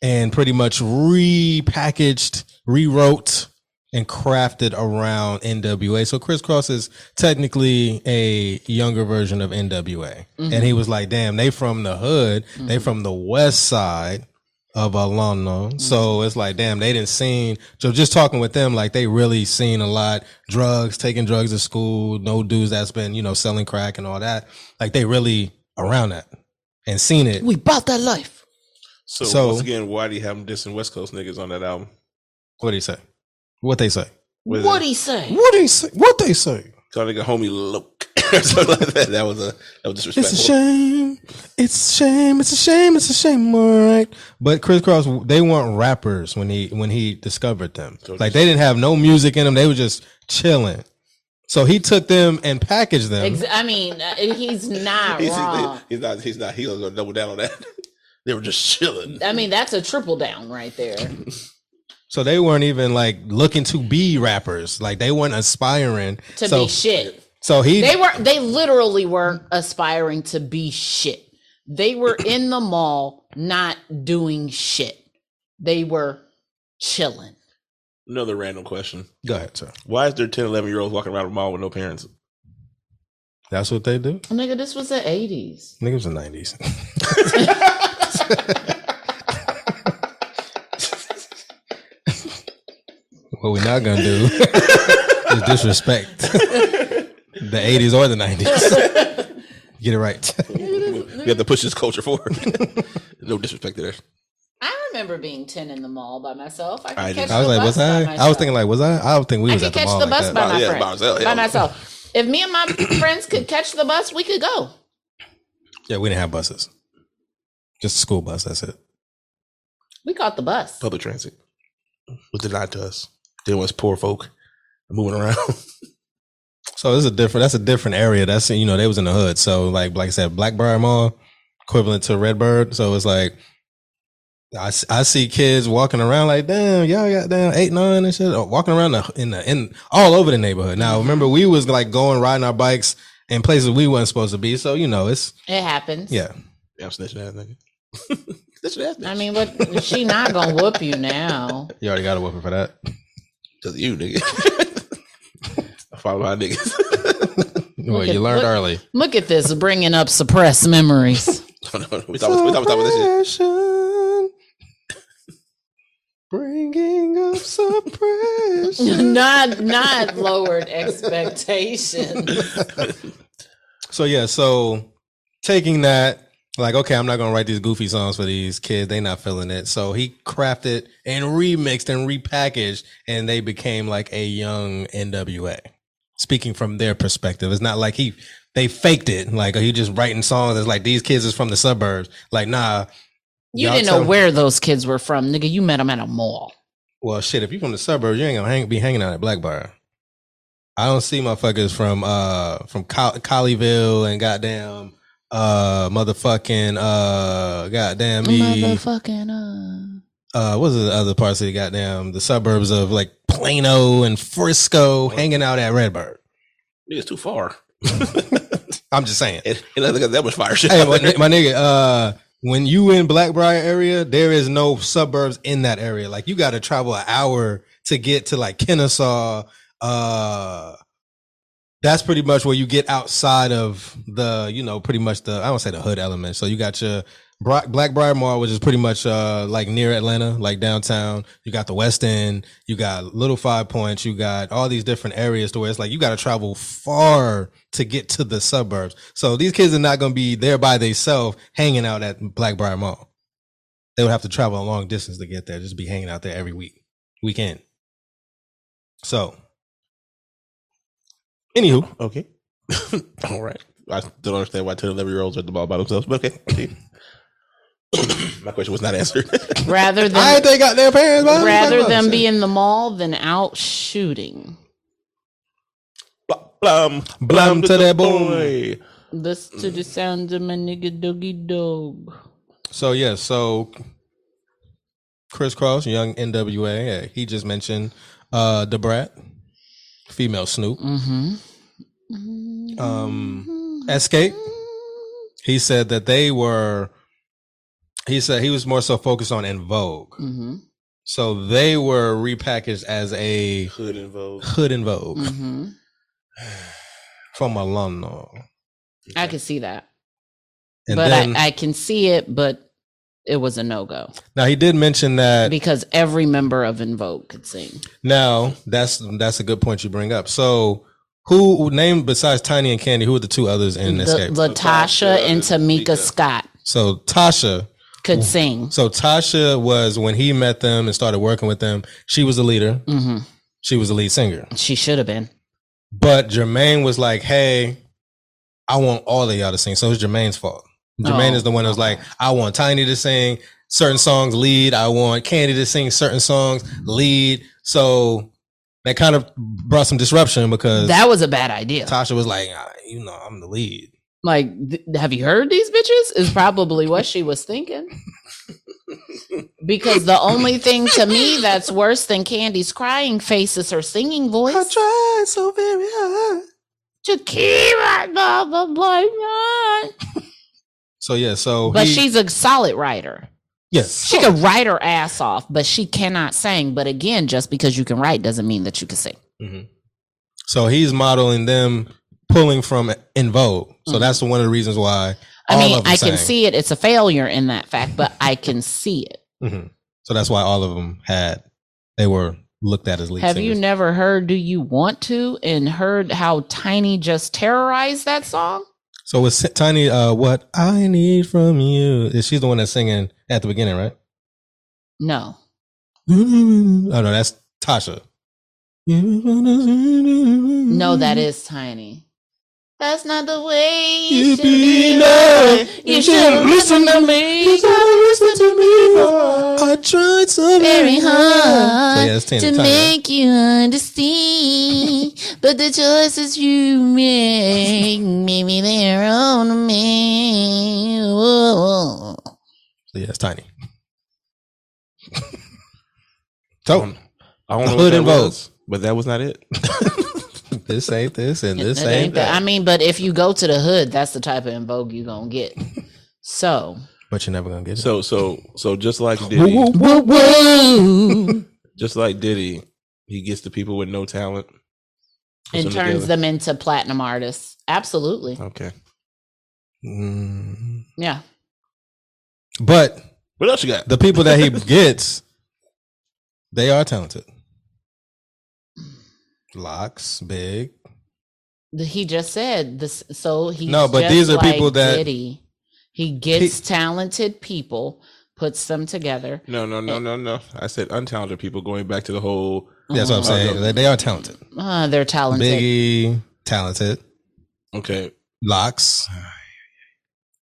and pretty much repackaged, rewrote, and crafted around NWA. So Chris Cross is technically a younger version of NWA. And he was like, damn, they from the hood, they from the west side of Alano. So it's like, damn, they didn't seen. So just talking with them, like they really seen a lot drugs, taking drugs at school, no dudes that's been, you know, selling crack and all that. Like they really around that and seen it. We bought that life. So, So- once again, why do you have them dissing West Coast niggas on that album? What do you say? What they say? What is What it? he say? What they say? What they say? Call nigga homie Loke. so like that, that was a that was It's disrespectful. a shame. It's a shame. It's a shame. It's a shame. All right. But crisscross, they weren't rappers when he when he discovered them. Like they didn't have no music in them. They were just chilling. So he took them and packaged them. Ex- I mean, uh, he's not He's, wrong. he's not. He's not. He's gonna double down on that. they were just chilling. I mean, that's a triple down right there. So they weren't even like looking to be rappers. Like they weren't aspiring To so, be shit. So he They were they literally weren't aspiring to be shit. They were in the mall not doing shit. They were chilling. Another random question. go ahead, sir. Why is there 10, 11 year olds walking around the mall with no parents? That's what they do. Oh, Nigga, this was the 80s. Niggas in the nineties. what we're not gonna do is disrespect the eighties or the nineties. Get it right. We have to push this culture forward. no disrespect to there. I remember being 10 in the mall by myself. I could I catch didn't- the I was like, bus was by I? I was myself. thinking like, was I? I don't think we I was could at the catch mall the like bus that. by my Yeah, friend, by myself, by yeah. myself. If me and my friends could catch the bus, we could go. Yeah, we didn't have buses. Just a school bus. That's it. We caught the bus. Public transit was denied to us. They was poor folk moving around. So it's a different. That's a different area. That's you know they was in the hood. So like like I said, Blackbird Mall equivalent to Redbird. So it's like I, s- I see kids walking around like damn y'all got down eight nine and shit or walking around the, in the in all over the neighborhood. Now remember we was like going riding our bikes in places we wasn't supposed to be. So you know it's It happens. yeah. Yeah, I'm snitching ass nigga. snitching ass nigga. I mean, what? She not gonna whoop you now. You already got a whooping for that. Cause of you nigga. I follow my niggas. Well, Okay, you learned what- early. Look at this, bringing up suppressed memories. no, no, no. We thought we thought we thought about this shit. Suppression. Bringing up suppression. not not lowered expectations. So yeah, so taking that, like, okay, I'm not gonna write these goofy songs for these kids. They not feeling it. So he crafted and remixed and repackaged, and they became like a young NWA. Speaking from their perspective, it's not like he they faked it. Like he just writing songs that's like these kids is from the suburbs. Like nah, You Y'all didn't tell know me- where those kids were from, nigga. You met them at a mall. Well, shit, if you from the suburbs, you ain't gonna hang, be hanging out at Blackbird. I don't see motherfuckers from uh from Col- Colleyville and goddamn uh motherfucking uh goddamn me Motherfucking uh, uh what's the other parts of the goddamn the suburbs of like Plano and Frisco hanging out at Redbird. Niggas too far. I'm just saying. And, and look at that much fire shit. Hey, my, my nigga, uh when you in Blackbriar area, there is no suburbs in that area. Like you got to travel an hour to get to like Kennesaw, uh that's pretty much where you get outside of the, you know, pretty much the I don't say the hood element. So you got your Bra- Blackbriar Mall, which is pretty much uh like near Atlanta, like downtown. You got the West End, you got Little Five Points, you got all these different areas to where it's like you got to travel far to get to the suburbs. So these kids are not going to be there by themselves hanging out at Blackbriar Mall. They would have to travel a long distance to get there. Just be hanging out there every week, weekend. So, anywho, Okay. All right. I still don't understand why 10, 11 year olds are at the ball by themselves, but okay. My question was not answered. uh, rather than I ain't they got their parents. man. rather than Shit. be in the mall than out shooting. Blum, Blum to that boy. This to the sound of my nigga doggy dog. So yeah, so crisscross, young NWA. yeah, he just mentioned uh the brat, female Snoop. Mm-hmm. Um, escape. He said that they were. He said he was more so focused on in vogue. Mm-hmm. So they were repackaged as a Hood involved. hood in vogue Mm-hmm. from Milano. I can see that, And but then I, I can see it, but it was a no go now he did mention that because every member of Invoke could sing. Now that's that's a good point you bring up. So who name besides Tiny and Candy? Who are the two others in The, Escape? Latasha and Tamika Scott so Tasha. could sing. So Tasha was when he met them and started working with them. She was the leader. hmm She was the lead singer. She should have been. But Jermaine was like, "Hey, I want all of y'all to sing. So it's Jermaine's fault. Jermaine Oh. is the one that was like, I want Tiny to sing certain songs lead. I want Candy to sing certain songs lead. So that kind of brought some disruption because That was a bad idea. Tasha was like, "Ah, you know, I'm the lead. Like, th- have you heard these bitches? Is probably what she was thinking. Because the only thing to me that's worse than Candy's crying face is her singing voice. tried so very hard. To keep my mother blind. So yeah, so But he- she's a solid writer. yes, She could write her ass off, but she cannot sing. But again, just because you can write doesn't mean that you can sing. So he's modeling them pulling from In Vogue. So Mm-hmm. that's one of the reasons why. I all mean, of them I can sang. see it. It's a failure in that fact, but I can see it. Mhm. So that's why all of them had they were looked at as lead Have you singers. never heard Do You Want to and heard how Tiny just terrorized that song? so was Tiny uh what I need from you. is She's the one that's singing at the beginning, right? No. Oh no, that's Tasha. No, No, that is Tiny. That's not the way you, You should be be loved. loved. You should listen to me. I tried so Very So hard yeah, it's Tiny. to Tiny, right? make you understand, but the choices you make maybe they're on me. Whoa. So yeah, it's Tiny. so I don't know Hood what that and Vogue. was, but that was not it. this ain't this and this That ain't ain't the- that. I mean, but if you go to the hood, that's the type of in vogue you gonna get. So But you're never gonna get it. So so so just like Diddy, just like Diddy, he gets the people with no talent puts and them turns together. them into platinum artists. Absolutely. Uh. Okay. Mm. Yeah. But What else you got? the people that he gets, they are talented. Locks, big. The- He just said this so he No, but these are people that- Diddy. he gets talented people, puts them together. No, no, no, no, no. I said untalented people going back to the whole That's what I'm saying. They- They are talented. Uh, they're Uh-huh. talented. Biggie, talented. Okay. Locks,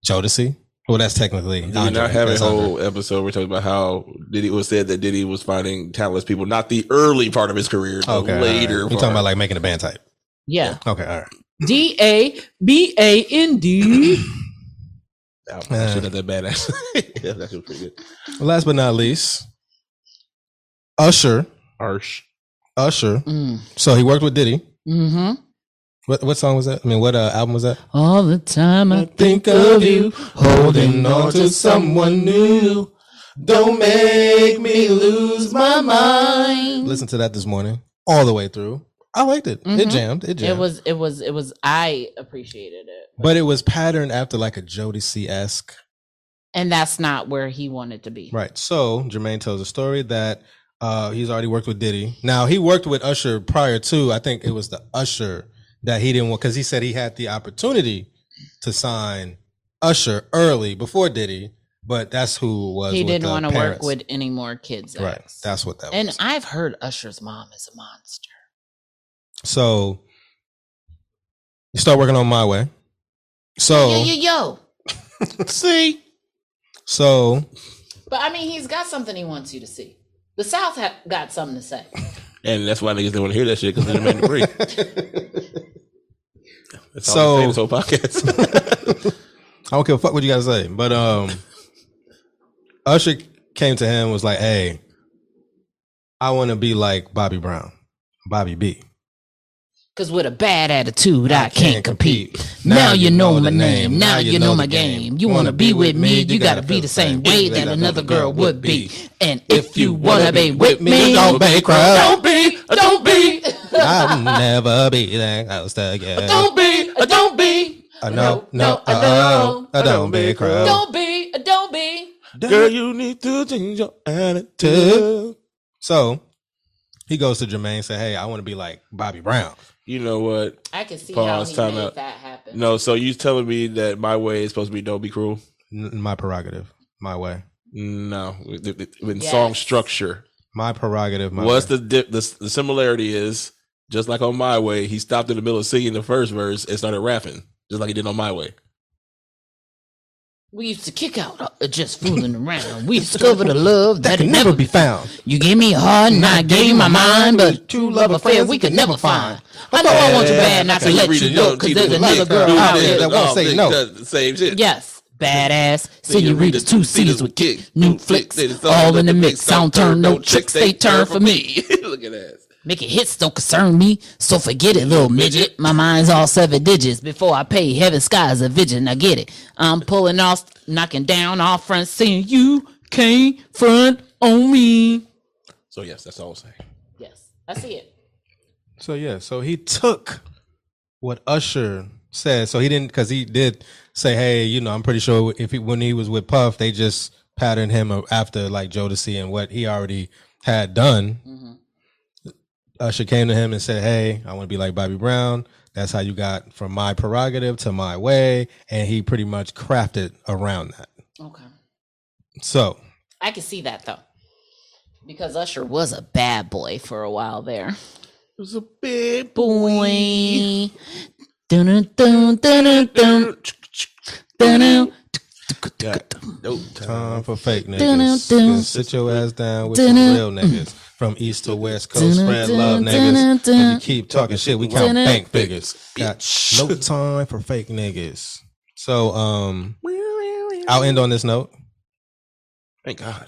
Jodeci. Well, that's technically. Do we Andre. not have a That's Andre. whole episode where we talk about how Diddy was said that Diddy was finding talentless people, not the early part of his career, the Okay, all right. later. We're part. talking about like making a band type. yeah. Okay, all right. D A B A N D. Oh, that shit not that badass. yeah, that shit was pretty good. Last but not least, Usher. Harsh. Usher. Mm. So he worked with Diddy. Mm-hmm. What what song was that? I mean, what uh, album was that? All the time I Think of you holding on to someone new. Don't make me lose my mind. Listen to that this morning, all the way through. I liked it. It Mhm. jammed. Mm-hmm. It jammed. It was it was it was I appreciated it. but it was patterned after like a Jodeci esque. And that's not where he wanted to be. Right. So Jermaine tells a story that uh, he's already worked with Diddy. Now he worked with Usher prior to. I think it was the Usher that he didn't want because he said he had the opportunity to sign Usher early before Diddy, but that's who was. He with didn't the want to work parents. with any more kids. Right. acts. That's what that and was. I've heard Usher's mom is a monster. So you start working on my way. Yo, So yo, yo. See? so But I mean he's got something he wants you to see. The South ha- got something to say. And that's why niggas didn't want to hear that shit because they made the break. That's So- all so, this whole podcast. I don't give a fuck what you guys say. But um Usher came to him and was like, Hey, I wanna be like Bobby Brown, Bobby B. Cause with a bad attitude, I, can't, compete. Now Now, you you know know my the name. name. Now, you know my game. You wanna be with me, you gotta be the same way that another girl would be. And if you wanna be with me, don't don't be crowd. be, don't be, I'll never be that close to you. don't be, don't be, I know, no, no, I know, I don't be crowd. don't be, don't be. Girl, you need to change your attitude. So he goes to Jermaine and say, Hey, I want to be like Bobby Brown. You know what? I can see Pause, how time he made out. that happen. No, so you telling me that my way is supposed to be don't be cruel? N- My prerogative, my way. No, with- with with Yes. song structure. My prerogative, my What's way. the, dip, the the similarity is just like on my way, he stopped in the middle of singing the first verse and started rapping. just like he did on My Way. We used to kick out uh, just fooling around. We discovered a love that could never be. found. You gave me a heart and I gave you my mind, but true love affair we could never find. I know Oh, I want you bad not to let you go, cause there's another girl out that there. won't say no. Same shit. Yes, badass. Senorita, Senoritas, two C's with kick, new flicks, all in the mix. I don't turn no tricks, they turn for me. Look at that. Making hits don't concern me, so forget it, little midget. My mind's all seven digits. Before I pay, heaven skies a vision. I get it. I'm pulling off, knocking down all fronts, saying you can't front on me. So yes, that's all I'm saying. Yes, I see it. So yeah, so he took what Usher said. So he didn't because he did say, "Hey, you know, I'm pretty sure if he, when he was with Puff, they just patterned him after like Jodeci and what he already had done." Usher came to him and said, "Hey, I want to be like Bobby Brown. That's how you got from my prerogative to my way," and he pretty much crafted around that. Okay. So I can see that though. Because Usher was a bad boy for a while there. It was a big Boy. Dun dun dun dun dun Nope. Time for fake Dun-dun, niggas. dun. Just Sit your ass down with some Dun-dun. real niggas from east to west coast. Dun-dun, Spread love, dun-dun, niggas. dun-dun. If you keep talking shit, we count Dun-dun. bank figures. Got no time for fake niggas. So, um, I'll end on this note. Thank God.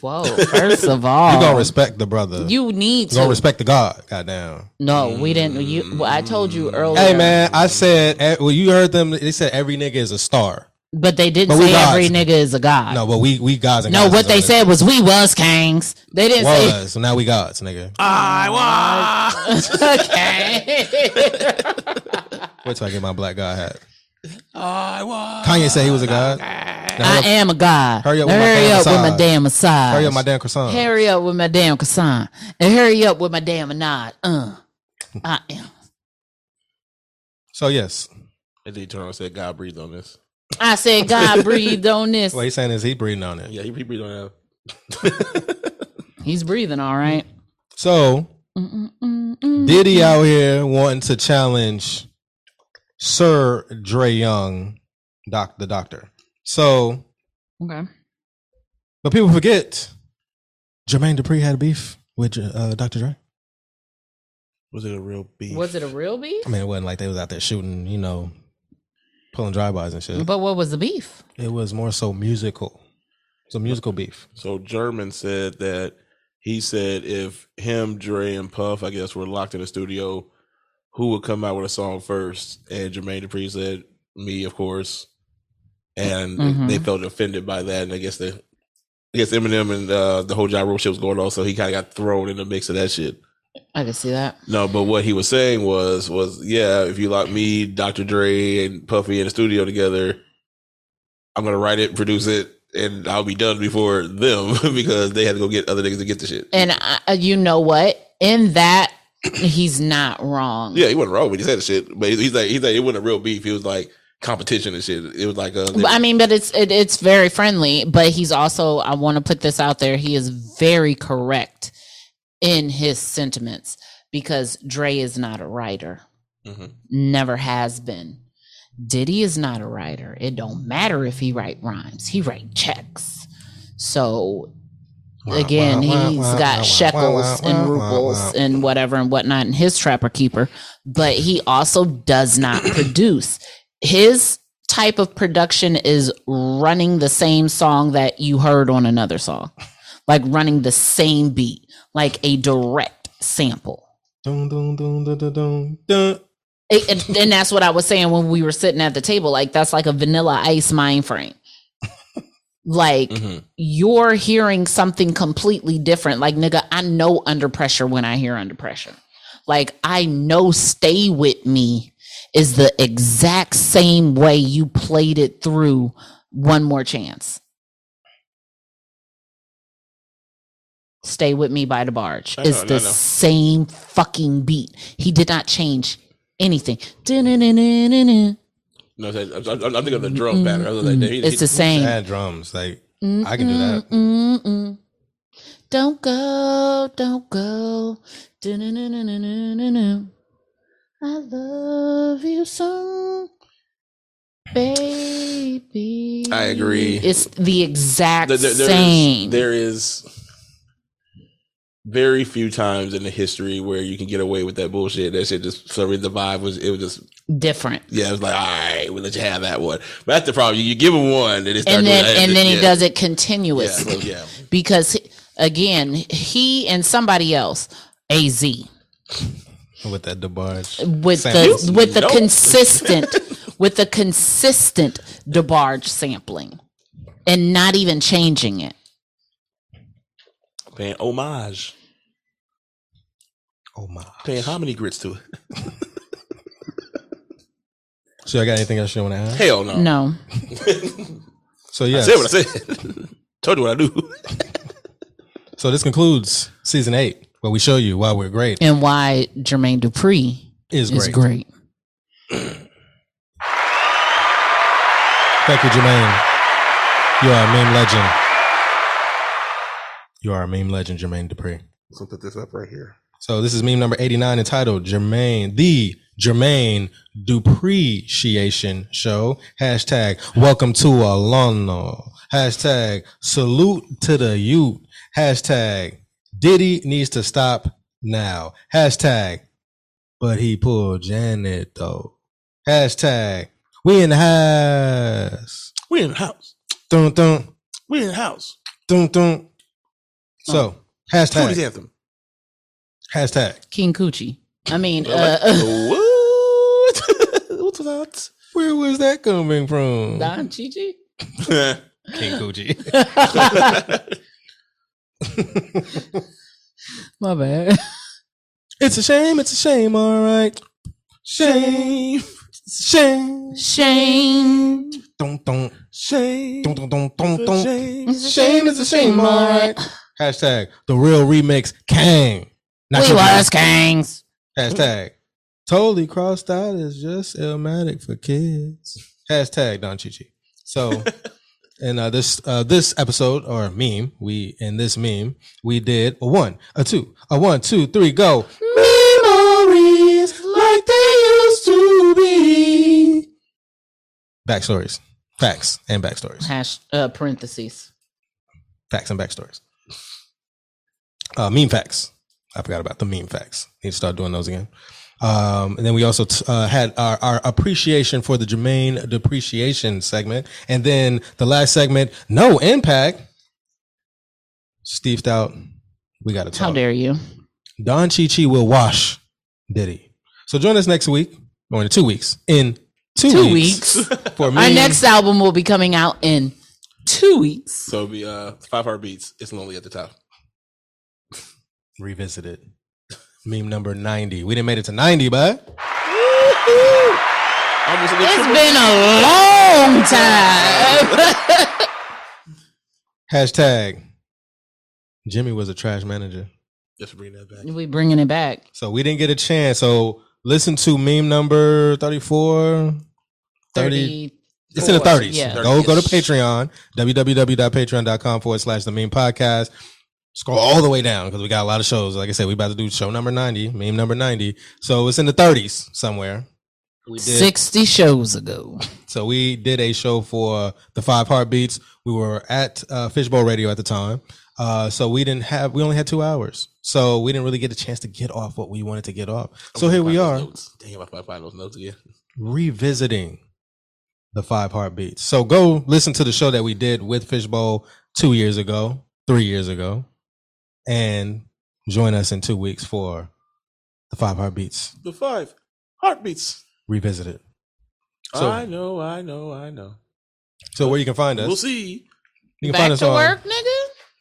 Whoa, first of You gonna all, respect the brother. You you need gonna to. respect the God. Goddamn. no, we didn't. You, well, I told you earlier. Hey man, I said. eh, Well, you heard them. They said every nigga is a star. But they didn't But we say gods. every nigga is a god. No, but we we gods and No, goddesses what they on said was we was kings. They this. didn't was. So now we gods, nigga. say okay. Wait till I get my black god hat. Kanye said he was a god. Now, I am a god. Hurry up with my hurry damn up with my massage. damn massage. Hurry up, my damn uh. croissant. Hurry up with my damn croissant. And hurry up with my damn anod. Uh, I am. So yes, And then Turner said, "God breathed on this." I said God breathed on this. what he's saying is he breathing on it. Yeah, he, he breathed on He's breathing all right. So Diddy out here wanting to challenge Sir Dre Young, doc the doctor. So, Okay. but people forget Jermaine Dupri had beef with uh, Dr. Dre. Was it a real beef? Was it a real beef? I mean, it wasn't like they was out there shooting, you know, pulling drive-bys and shit. But what was the beef? It was more so musical. It's a musical beef. So German said that he said if him, Dre, and Puff, I guess, were locked in the studio, who would come out with a song first? And Jermaine Dupri said, "Me, of course." And Mhm. they felt offended by that, and I guess they, I guess Eminem and uh, the whole Ja Rule shit was going on, so he kind of got thrown in the mix of that shit. I can see that. No, but what he was saying was, was yeah, if you lock me, Dr. Dre, and Puffy in the studio together, I'm gonna write it, produce it, and I'll be done before them because they had to go get other niggas to get the shit. And I, uh, you know what? In that, he's not wrong. yeah, he wasn't wrong when he said the shit, but he's like, he's like, it wasn't a real beef. It was like competition and shit. It was like, uh, But, I mean, but it's it, it's very friendly. But he's also I want to put this out there. He is very correct in his sentiments because Dre is not a writer, Mhm. never has been. Diddy is not a writer. It don't matter if he write rhymes. He write checks. So again, Wah, wah, he's wah, got wah, shekels wah, and wah, wah, rubles wah. and whatever and whatnot in his trapper keeper, but he also does not produce. His type of production is running the same song that you heard on another song, like running the same beat, like a direct sample. Dun, dun, dun, dun, dun, dun, dun. It- and, and that's what I was saying when we were sitting at the table. Like that's like a vanilla ice mind frame. Like mhm. you're hearing something completely different. Like, nigga, I know under pressure when I hear under pressure. Like, I know stay with me is the exact same way you played it through one more chance. Stay with me by the barge I is know, the I know. same fucking beat. He did not change anything. Dun-dun-dun-dun-dun. no, I'm, I'm, I'm thinking of the drum pattern. I was like, damn, he, Mm-hmm. It's the same. Bad drums, like I can do that. Mm-mm-mm. Don't go, don't go. Du-nu-nu-nu-nu-nu-nu. I love you so. baby. I agree. It's the exact There- there- there is- same. there is very few times in the history where you can get away with that bullshit. That shit just sorry the vibe was it was just Different. yeah, it was like, all right, we'll let you have that one. But that's the problem. You, you give him one, and it starts And then doing, and then he yeah, does it Yeah, continuously. well, yeah. because he- again, he and somebody else, AZ, with that debarge. with Samples. the with the Nope. consistent with the consistent debarge sampling and not even changing it. Paying homage, Oh my. paying how many grits to it? So I got anything else you want to add? Hell no. No. So yes. Said what I said. Told you what I do. So this concludes season eight, where we show you why we're great. And why Jermaine Dupree Is is great. great. Thank you, Jermaine. You are a meme legend. You are a meme legend, Jermaine Dupree. So put this up right here. So this is meme number 89 entitled Jermaine, the Jermaine Depreciation Show. Hashtag welcome to Alonno. Hashtag salute to the youth. Hashtag Diddy needs to stop now. Hashtag but he pulled Janet though. Hashtag we in the house. We in the house. Dun, dun, We in the house. dun, dun. So Tooties hashtag anthem. hashtag King Coochie. I mean, uh, What? What's that? where was that coming from? Don Gigi. King Gucci. My bad. It's a shame. It's a shame. All right. Shame. Shame. Shame. Don't don't Shame. don't don't don't don't don't. Shame. Shame is a shame. All right. Hashtag the real remix Kang. We Not your was kings. Hashtag totally crossed out is just ilmatic for kids. Hashtag Don Chichi. So in uh, this uh, this episode or meme, we in this meme we did a one, a two, a one, two, three, go. Memories like they used to be. Backstories, facts and backstories, Hash uh, parentheses. facts and backstories. Uh, meme facts. I forgot about the meme facts. Need to start doing those again. Um, and then we also t- uh, had our, our appreciation for the Jermaine depreciation segment. And then the last segment, no impact. Steve out. We got to How talk. dare you? Don Chi Chi will wash Diddy. So join us next week, or in two weeks, in two, Two weeks, weeks. for me. Our next album will be coming out in two weeks. So it'll be uh five heartbeats. It's lonely at the top. revisited meme number 90. We didn't make it to 90, but Almost a It's little been a long time. hashtag Jimmy was a trash manager. Just bring that back. we bringing it back. So we didn't get a chance. So listen to meme number 34. 30. 30. It's in the 30s. Yeah. Go go to 30s. Patreon, www.patreon.com forward slash the meme podcast. Scroll all the way down because we got a lot of shows. Like I said, we about to do show number 90, meme number 90. So it's in the 30s somewhere. We did 60 shows ago. So we did a show for the Five Heartbeats. We were at uh, Fishbowl Radio at the time, uh, so we didn't have we only had two hours, so we didn't really get a chance to get off what we wanted to get off. So here we are Damn, I find those notes again. revisiting the Five Heartbeats. So go listen to the show that we did with Fishbowl two years ago, three years ago, and join us in two weeks for the Five Heartbeats The five heartbeats. revisited. So- I know, I know, I know. So where you can find us? We'll see. You can Back find us to on work, nigga?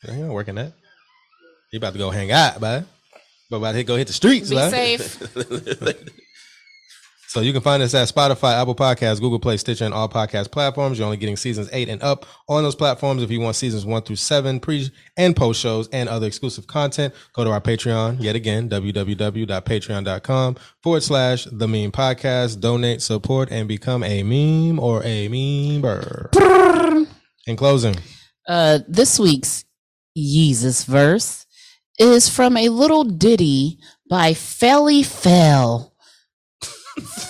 Yeah, He not working that. He about to go hang out, bud. But about to go hit the streets, Be bud. safe. So you can find us at Spotify, Apple Podcasts, Google Play, Stitcher, and all podcast platforms. You're only getting seasons eight and up on those platforms. If you want seasons one through seven, pre and post shows and other exclusive content, go to our Patreon yet again, www.patreon.com forward slash the meme podcast. Donate, support, and become a meme or a memer. In closing, Uh, this week's Yeezus verse is from a little ditty by Felly Fell.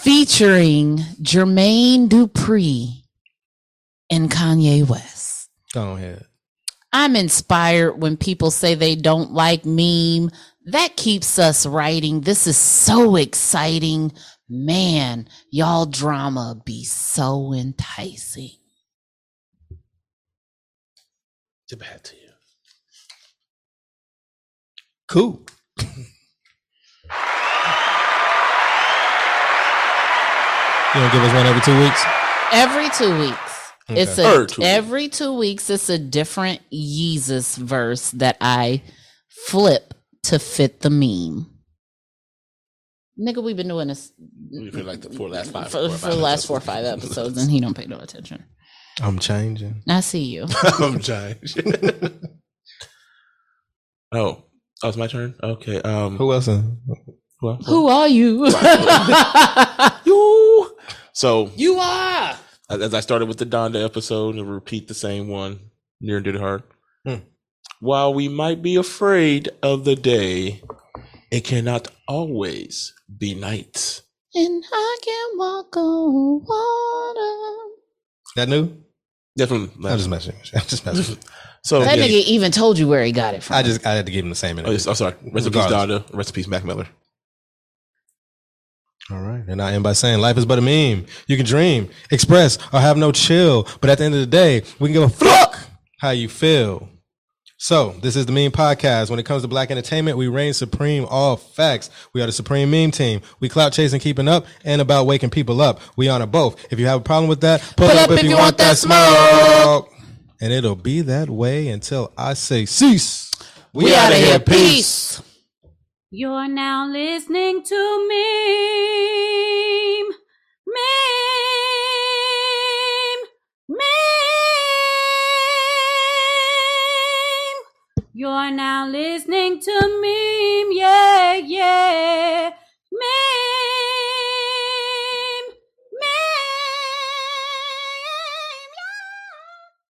featuring Jermaine Dupri and Kanye West. Go ahead. I'm inspired when people say they don't like meme. That keeps us writing. This is so exciting. Man, y'all drama be so enticing. Tip a hat to you. Cool. you don't give us one every two weeks. Every two weeks. Okay. It's a, Every two every two weeks. It's a different Yeezus verse that I flip to fit the meme. Nigga, we've been doing this We feel like the for the last for, for five four or the five last four or five episodes, and he don't pay no attention. I'm changing. I see you. I'm trying. oh, oh, it's my turn. Okay. Um. Who else? in- well, Who are you? you? So You are. as as I started with the Donda episode and repeat the same one near and dear to heart. Hmm. While we might be afraid of the day, it cannot always be night. and I can walk on water. That new? Definitely. I'm just messing. with you. I'm just messing. with you. so That yes. nigga even told you where he got it from. Oh, I just I had to give him the same Oh, energy. yes, I'm sorry. Rest in peace, Regardless. Donda. Rest in peace, Mac Miller. All right. And I end by saying life is but a meme. You can dream, express, or have no chill. But at the end of the day, we can give a fuck how you feel. So this is the meme podcast. When it comes to black entertainment, we reign supreme all facts. We are the supreme meme team. We clout chasing keeping up and about waking people up. We honor both. If you have a problem with that, pull, up, if, you, want, that smoke. And it'll be that way until I say cease. We, outta You're now listening to Meme. Meme. Meme. You're now listening to Meme. Yeah.